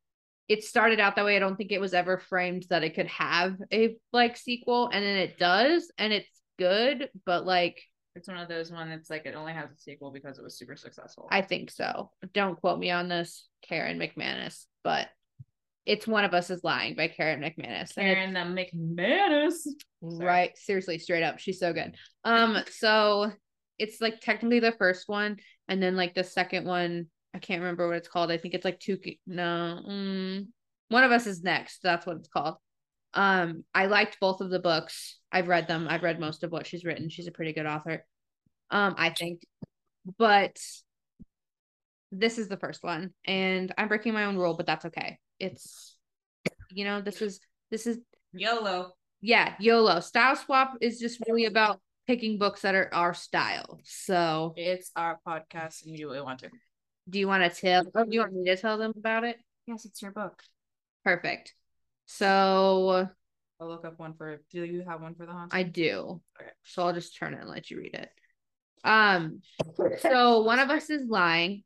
[SPEAKER 2] it started out that way i don't think it was ever framed that it could have a like sequel and then it does and it's good but like
[SPEAKER 1] It's one of those one that's like it only has a sequel because it was super successful.
[SPEAKER 2] i think so don't quote me on this karen mcmanus but it's one of us is lying by karen mcmanus and
[SPEAKER 1] Karen
[SPEAKER 2] it's-
[SPEAKER 1] the McManus. Sorry.
[SPEAKER 2] Right. Seriously, straight up. She's so good. Um, so it's like technically the first one, and then like the second one, I can't remember what it's called. I think it's like two no, mm, one of us is next. That's what it's called. Um, I liked both of the books. I've read them. I've read most of what she's written. She's a pretty good author. Um, I think. But this is the first one, and I'm breaking my own rule, but that's okay. It's you know, this is this is
[SPEAKER 1] YOLO.
[SPEAKER 2] yeah, YOLO. Style swap is just really about picking books that are our style. So,
[SPEAKER 1] It's our podcast and you do what you want to.
[SPEAKER 2] do you want to tell? Do you want me to tell them about it?
[SPEAKER 1] Yes, it's your book.
[SPEAKER 2] Perfect. So
[SPEAKER 1] I'll look up one for do you have one for the haunted?
[SPEAKER 2] I do.
[SPEAKER 1] Okay.
[SPEAKER 2] So I'll just turn it and let you read it. Um. So one of us is lying.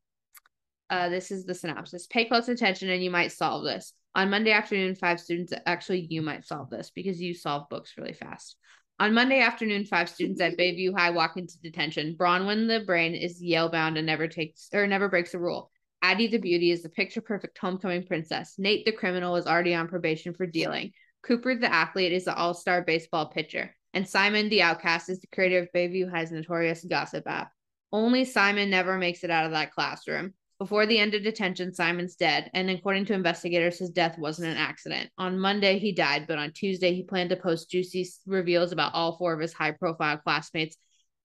[SPEAKER 2] Uh, this is the synopsis. Pay close attention, and you might solve this. On Monday afternoon, five students actually you might solve this because you solve books really fast. On Monday afternoon, five students at Bayview High walk into detention. Bronwyn the brain is Yale bound and never takes or never breaks a rule. Addie the beauty is the picture perfect homecoming princess. Nate the criminal is already on probation for dealing. Cooper the athlete is the all-star baseball pitcher, and Simon the outcast is the creator of Bayview High's notorious gossip app. Only Simon never makes it out of that classroom. Before the end of detention, Simon's dead, and according to investigators, his death wasn't an accident. On Monday, he died, but on Tuesday, he planned to post juicy s- reveals about all four of his high profile classmates,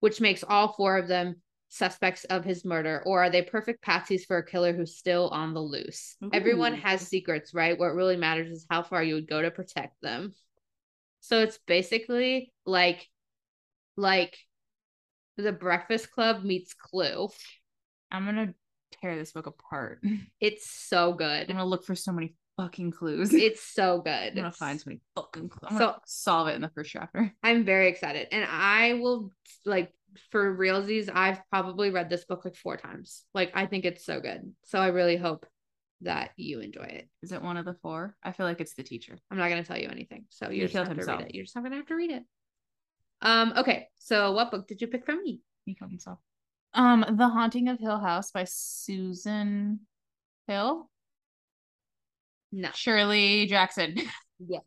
[SPEAKER 2] which makes all four of them suspects of his murder. Or are they perfect patsies for a killer who's still on the loose? Everyone
[SPEAKER 1] Ooh.
[SPEAKER 2] has secrets, right? What really matters is how far you would go to protect them. So it's basically like, like, the Breakfast Club meets Clue.
[SPEAKER 1] I'm gonna tear this book apart. (laughs)
[SPEAKER 2] It's so
[SPEAKER 1] I'm
[SPEAKER 2] good.
[SPEAKER 1] gonna look for so many fucking clues.
[SPEAKER 2] It's so
[SPEAKER 1] (laughs)
[SPEAKER 2] good.
[SPEAKER 1] I'm gonna find so many fucking clues. I'm
[SPEAKER 2] So-
[SPEAKER 1] gonna solve it in the first chapter.
[SPEAKER 2] I'm very excited. And I will like for realsies, I've probably read this book like four times. Like I think it's so good. So I really hope that you enjoy it.
[SPEAKER 1] Is it one of the four? I feel like it's the teacher.
[SPEAKER 2] I'm not gonna tell you anything. So
[SPEAKER 1] He
[SPEAKER 2] you just
[SPEAKER 1] killed
[SPEAKER 2] have to
[SPEAKER 1] himself.
[SPEAKER 2] read it. You're just not gonna have to read it. Um, okay. So what book did you pick from me?
[SPEAKER 1] He killed himself. Um, The Haunting of Hill House by Susan Hill.
[SPEAKER 2] No.
[SPEAKER 1] Shirley Jackson. (laughs)
[SPEAKER 2] Yes.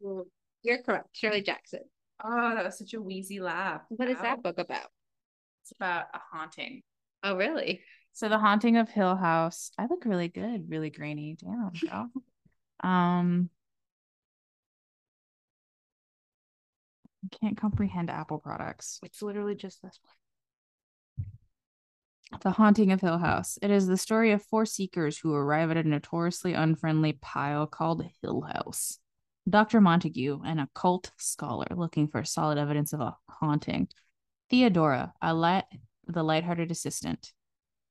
[SPEAKER 2] You're correct. Shirley Jackson.
[SPEAKER 1] Oh, that was such a wheezy laugh.
[SPEAKER 2] What is
[SPEAKER 1] Wow.
[SPEAKER 2] that book about?
[SPEAKER 1] It's about a haunting.
[SPEAKER 2] Oh really?
[SPEAKER 1] So the haunting of Hill House. I look really good, really grainy. Damn, (laughs) girl. um I can't comprehend Apple products.
[SPEAKER 2] It's literally just this one.
[SPEAKER 1] The Haunting of Hill House. It is the story of four seekers who arrive at a notoriously unfriendly pile called Hill House. Dr. Montague, an occult scholar looking for solid evidence of a haunting. Theodora, a light, the lighthearted assistant.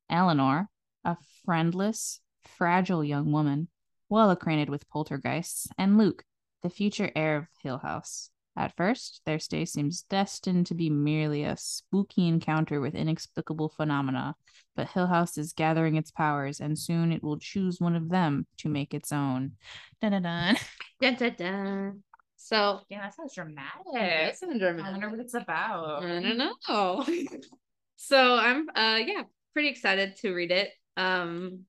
[SPEAKER 1] Eleanor, a friendless, fragile young woman, well acquainted with poltergeists. And Luke, the future heir of Hill House. At first, their stay seems destined to be merely a spooky encounter with inexplicable phenomena, but Hill House is gathering its powers, and soon it will choose one of them to make its own. Dun dun dun. (laughs)
[SPEAKER 2] Dun, dun, dun. So
[SPEAKER 1] Yeah, that sounds dramatic.
[SPEAKER 2] That's in German. Mm-hmm.
[SPEAKER 1] it's about.
[SPEAKER 2] (laughs) I don't know. so I'm uh yeah, pretty excited to read it. Um,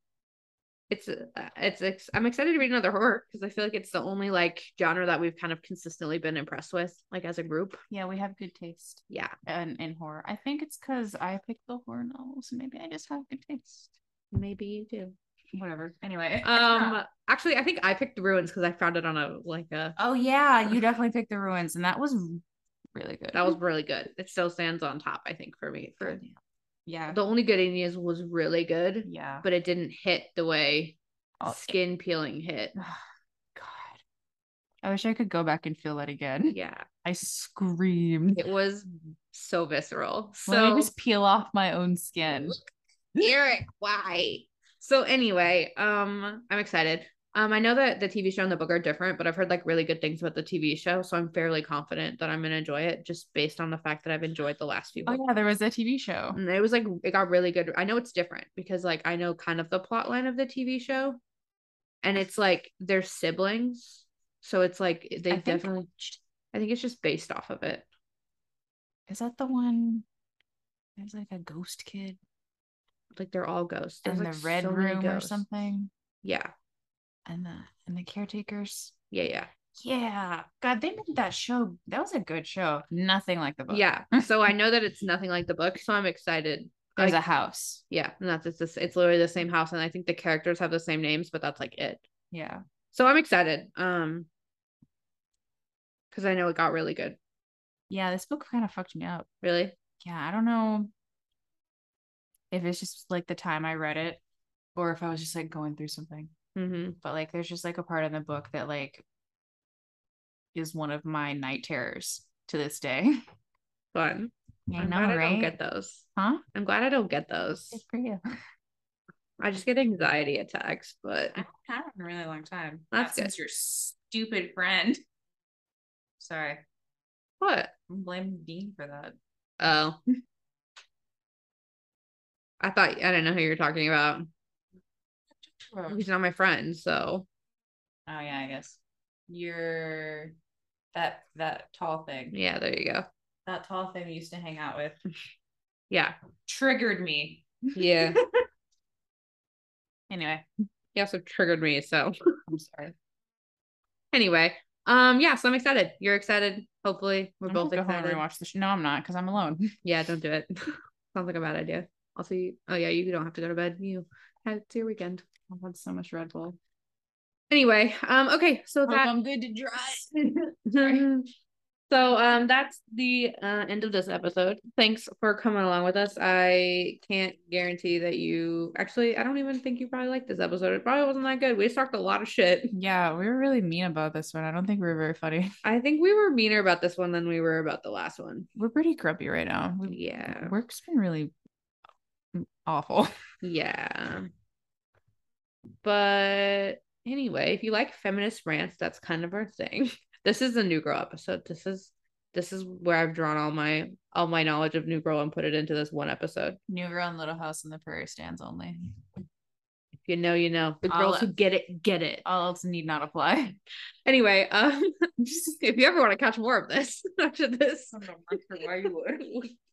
[SPEAKER 2] it's uh, it's ex- I'm excited to read another horror because I feel like it's the only like genre that we've kind of consistently been impressed with, like as a group.
[SPEAKER 1] Yeah, we have good taste
[SPEAKER 2] Yeah,
[SPEAKER 1] in, in horror. I think it's because I picked the horror novels. so Maybe I just have good taste.
[SPEAKER 2] maybe you do.
[SPEAKER 1] Whatever. Anyway.
[SPEAKER 2] Um, actually, I think I picked the ruins because I found it on a like a
[SPEAKER 1] oh yeah, you definitely picked the ruins, and that was really good.
[SPEAKER 2] that was really good. It still stands on top, I think, for me. For
[SPEAKER 1] yeah.
[SPEAKER 2] the only good Indians was really good,
[SPEAKER 1] Yeah.
[SPEAKER 2] but it didn't hit the way
[SPEAKER 1] Oh,
[SPEAKER 2] skin peeling hit.
[SPEAKER 1] God. I wish I could go back and feel that again.
[SPEAKER 2] Yeah,
[SPEAKER 1] I screamed.
[SPEAKER 2] it was so
[SPEAKER 1] Let
[SPEAKER 2] visceral.
[SPEAKER 1] me
[SPEAKER 2] So
[SPEAKER 1] just peel off my own skin.
[SPEAKER 2] Eric, why? So anyway, um, I'm excited. Um, I know that the TV show and the book are different, but I've heard like really good things about the TV show, so I'm fairly confident that I'm gonna enjoy it just based on the fact that I've enjoyed the last few.
[SPEAKER 1] Oh
[SPEAKER 2] weeks.
[SPEAKER 1] yeah, there was a TV show.
[SPEAKER 2] And it was like it got really good. I know it's different because like I know kind of the plot line of the TV show, and it's like they're siblings, so it's like they
[SPEAKER 1] I think-
[SPEAKER 2] definitely. I think it's just based off of it.
[SPEAKER 1] Is that the one? There's like a ghost kid
[SPEAKER 2] Like they're all ghosts. There's,
[SPEAKER 1] in
[SPEAKER 2] like,
[SPEAKER 1] the red
[SPEAKER 2] so many
[SPEAKER 1] room or
[SPEAKER 2] ghosts.
[SPEAKER 1] something,
[SPEAKER 2] Yeah,
[SPEAKER 1] and the and the caretakers.
[SPEAKER 2] yeah, yeah.
[SPEAKER 1] Yeah, God, they made that show. That was a good show. Nothing like the book. (laughs)
[SPEAKER 2] Yeah. So I know that it's nothing like the book, so I'm excited.
[SPEAKER 1] there's a
[SPEAKER 2] Like,
[SPEAKER 1] house.
[SPEAKER 2] yeah, and that's it's, the- it's literally the same house, and I think the characters have the same names, but that's like it.
[SPEAKER 1] Yeah,
[SPEAKER 2] So I'm excited. Um, because I know it got really good.
[SPEAKER 1] yeah. This book kind of fucked me up.
[SPEAKER 2] Really,
[SPEAKER 1] Yeah, I don't know if it's just like the time I read it, or if I was just like going through something.
[SPEAKER 2] mm-hmm.
[SPEAKER 1] But like, there's just like a part in the book that like is one of my night terrors to this day.
[SPEAKER 2] fun.
[SPEAKER 1] (laughs) I
[SPEAKER 2] I'm
[SPEAKER 1] know,
[SPEAKER 2] glad I don't
[SPEAKER 1] right?
[SPEAKER 2] get those.
[SPEAKER 1] Huh?
[SPEAKER 2] I'm glad I don't get those.
[SPEAKER 1] Good for you.
[SPEAKER 2] I just get anxiety attacks, but
[SPEAKER 1] I haven't had it in a really long time.
[SPEAKER 2] That's
[SPEAKER 1] Not since your stupid friend. Sorry.
[SPEAKER 2] what?
[SPEAKER 1] I'm blaming Dean for that.
[SPEAKER 2] Oh,
[SPEAKER 1] (laughs)
[SPEAKER 2] I thought I don't know who you're talking about.
[SPEAKER 1] Oh
[SPEAKER 2] He's not my friend, so
[SPEAKER 1] yeah, I guess. You're that that tall thing.
[SPEAKER 2] yeah, there you go.
[SPEAKER 1] That tall thing we used to hang out with (laughs)
[SPEAKER 2] Yeah,
[SPEAKER 1] triggered me.
[SPEAKER 2] yeah.
[SPEAKER 1] Anyway,
[SPEAKER 2] he also triggered me. So (laughs)
[SPEAKER 1] I'm sorry.
[SPEAKER 2] anyway, um, yeah. So I'm excited. You're excited. Hopefully, we're
[SPEAKER 1] We're
[SPEAKER 2] both
[SPEAKER 1] both go home and
[SPEAKER 2] excited.
[SPEAKER 1] rewatch the show. No, I'm not because I'm alone.
[SPEAKER 2] Yeah, don't do it. (laughs) Sounds like a bad idea. I'll see. You. Oh yeah, you don't have to go to bed. You. It's your weekend.
[SPEAKER 1] I've had so much Red Bull.
[SPEAKER 2] Anyway, um, okay. So
[SPEAKER 1] Hope (laughs)
[SPEAKER 2] that.
[SPEAKER 1] I'm good to drive.
[SPEAKER 2] (laughs) so um, that's the uh, end of this episode. Thanks for coming along with us. I can't guarantee that you actually. I don't even think you probably liked this episode. It probably wasn't that good. We just talked a lot of shit.
[SPEAKER 1] yeah, we were really mean about this one. I don't think we were very funny. (laughs)
[SPEAKER 2] I think we were meaner about this one than we were about the last one.
[SPEAKER 1] We're pretty grumpy right now. We,
[SPEAKER 2] Yeah.
[SPEAKER 1] Work's been really awful. (laughs)
[SPEAKER 2] Yeah. But anyway, if you like feminist rants, that's kind of our thing. (laughs) This is a new girl episode. This is this is where I've drawn all my all my knowledge of new girl and put it into this one episode.
[SPEAKER 1] New Girl and Little House on the Prairie stands only.
[SPEAKER 2] If you know, you know. The girls
[SPEAKER 1] I'll-
[SPEAKER 2] who get it, get it.
[SPEAKER 1] All else need not (laughs) apply.
[SPEAKER 2] Anyway, um (laughs) if you ever want to catch more of this (laughs)
[SPEAKER 1] (laughs)
[SPEAKER 2] after this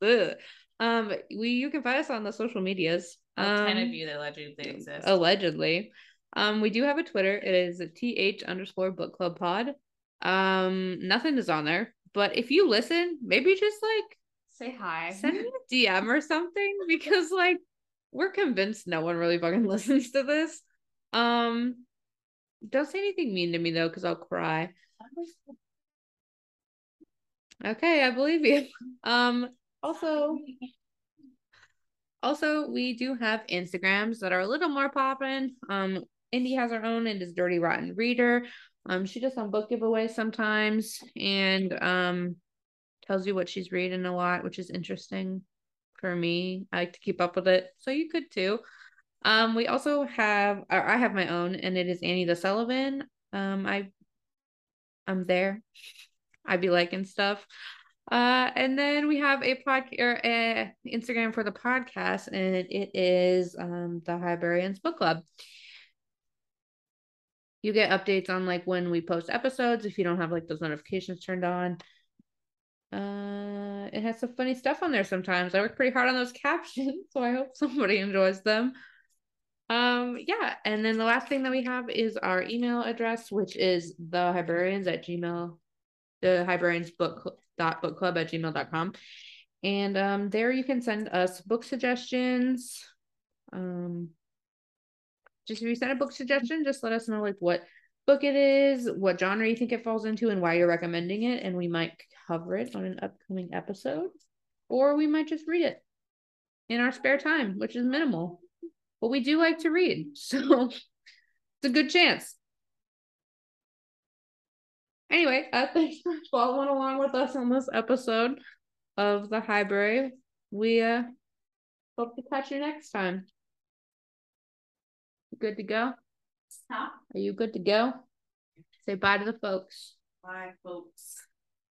[SPEAKER 2] Ugh. um we you can find us on the social medias.
[SPEAKER 1] All
[SPEAKER 2] Um,
[SPEAKER 1] that allegedly exist.
[SPEAKER 2] allegedly um we do have a twitter it is th underscore book club pod um nothing is on there but if you listen maybe just like
[SPEAKER 1] Say hi.
[SPEAKER 2] send me a dm or something (laughs) because like we're convinced no one really fucking (laughs) listens to this um don't say anything mean to me though because i'll cry okay i believe you (laughs) um
[SPEAKER 1] (laughs)
[SPEAKER 2] also also, we do have Instagrams that are a little more poppin'. Um, Indy has her own and is Dirty Rotten Reader. Um, she does some book giveaways sometimes and um tells you what she's reading a lot, which is interesting for me. I like to keep up with it, so you could too. Um, we also have, or I have my own, and it is Annie the Sullivan. Um, I, I'm there. I be liking stuff. Uh, and then we have a pod or a Instagram for the podcast, and it is um the Hibernians Book Club. You get updates on like when we post episodes if you don't have like those notifications turned on. Uh, it has some funny stuff on there sometimes. I work pretty hard on those (laughs) captions, so I hope somebody enjoys them. Um, yeah, and then the last thing that we have is our email address, which is the librarians at gmail, the librarians book dot book club at gmail.com. And um, there you can send us book suggestions. Um, just if you send a book suggestion, just let us know like what book it is, what genre you think it falls into, and why you're recommending it, and we might cover it on an upcoming episode, or we might just read it in our spare time, which is minimal. But we do like to read, (laughs) so it's a good chance. Anyway, uh, thanks for following along with us on this episode of the Highbury. We uh, hope to catch you next time. Good to go.
[SPEAKER 1] Huh?
[SPEAKER 2] Are you good to go? Say bye to the folks.
[SPEAKER 1] Bye, folks.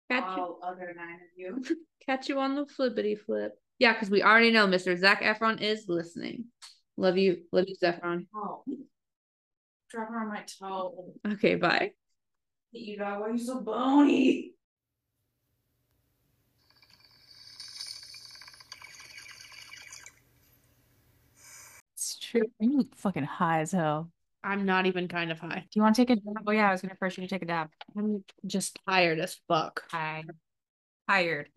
[SPEAKER 2] Catch, you,
[SPEAKER 1] All other nine of you. (laughs)
[SPEAKER 2] catch you on the flippity flip. Yeah, because we already know Mr. Zach Efron is listening. Love you. Love you, Zephron.
[SPEAKER 1] Oh. Drop her on my toe.
[SPEAKER 2] Okay, bye.
[SPEAKER 1] You know why you so bony.
[SPEAKER 5] It's true. You look fucking high as hell.
[SPEAKER 2] I'm not even kind of high.
[SPEAKER 5] Do you want to take a dab? Oh yeah, I was gonna first you take a dab.
[SPEAKER 2] I'm just tired as fuck.
[SPEAKER 5] Hi. Tired.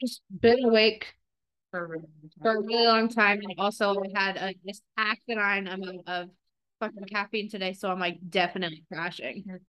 [SPEAKER 2] Just been awake
[SPEAKER 5] for a really
[SPEAKER 2] for
[SPEAKER 5] long
[SPEAKER 2] a really long time. And also, I had a just asinine amount of fucking caffeine today, so I'm like definitely crashing.
[SPEAKER 5] time.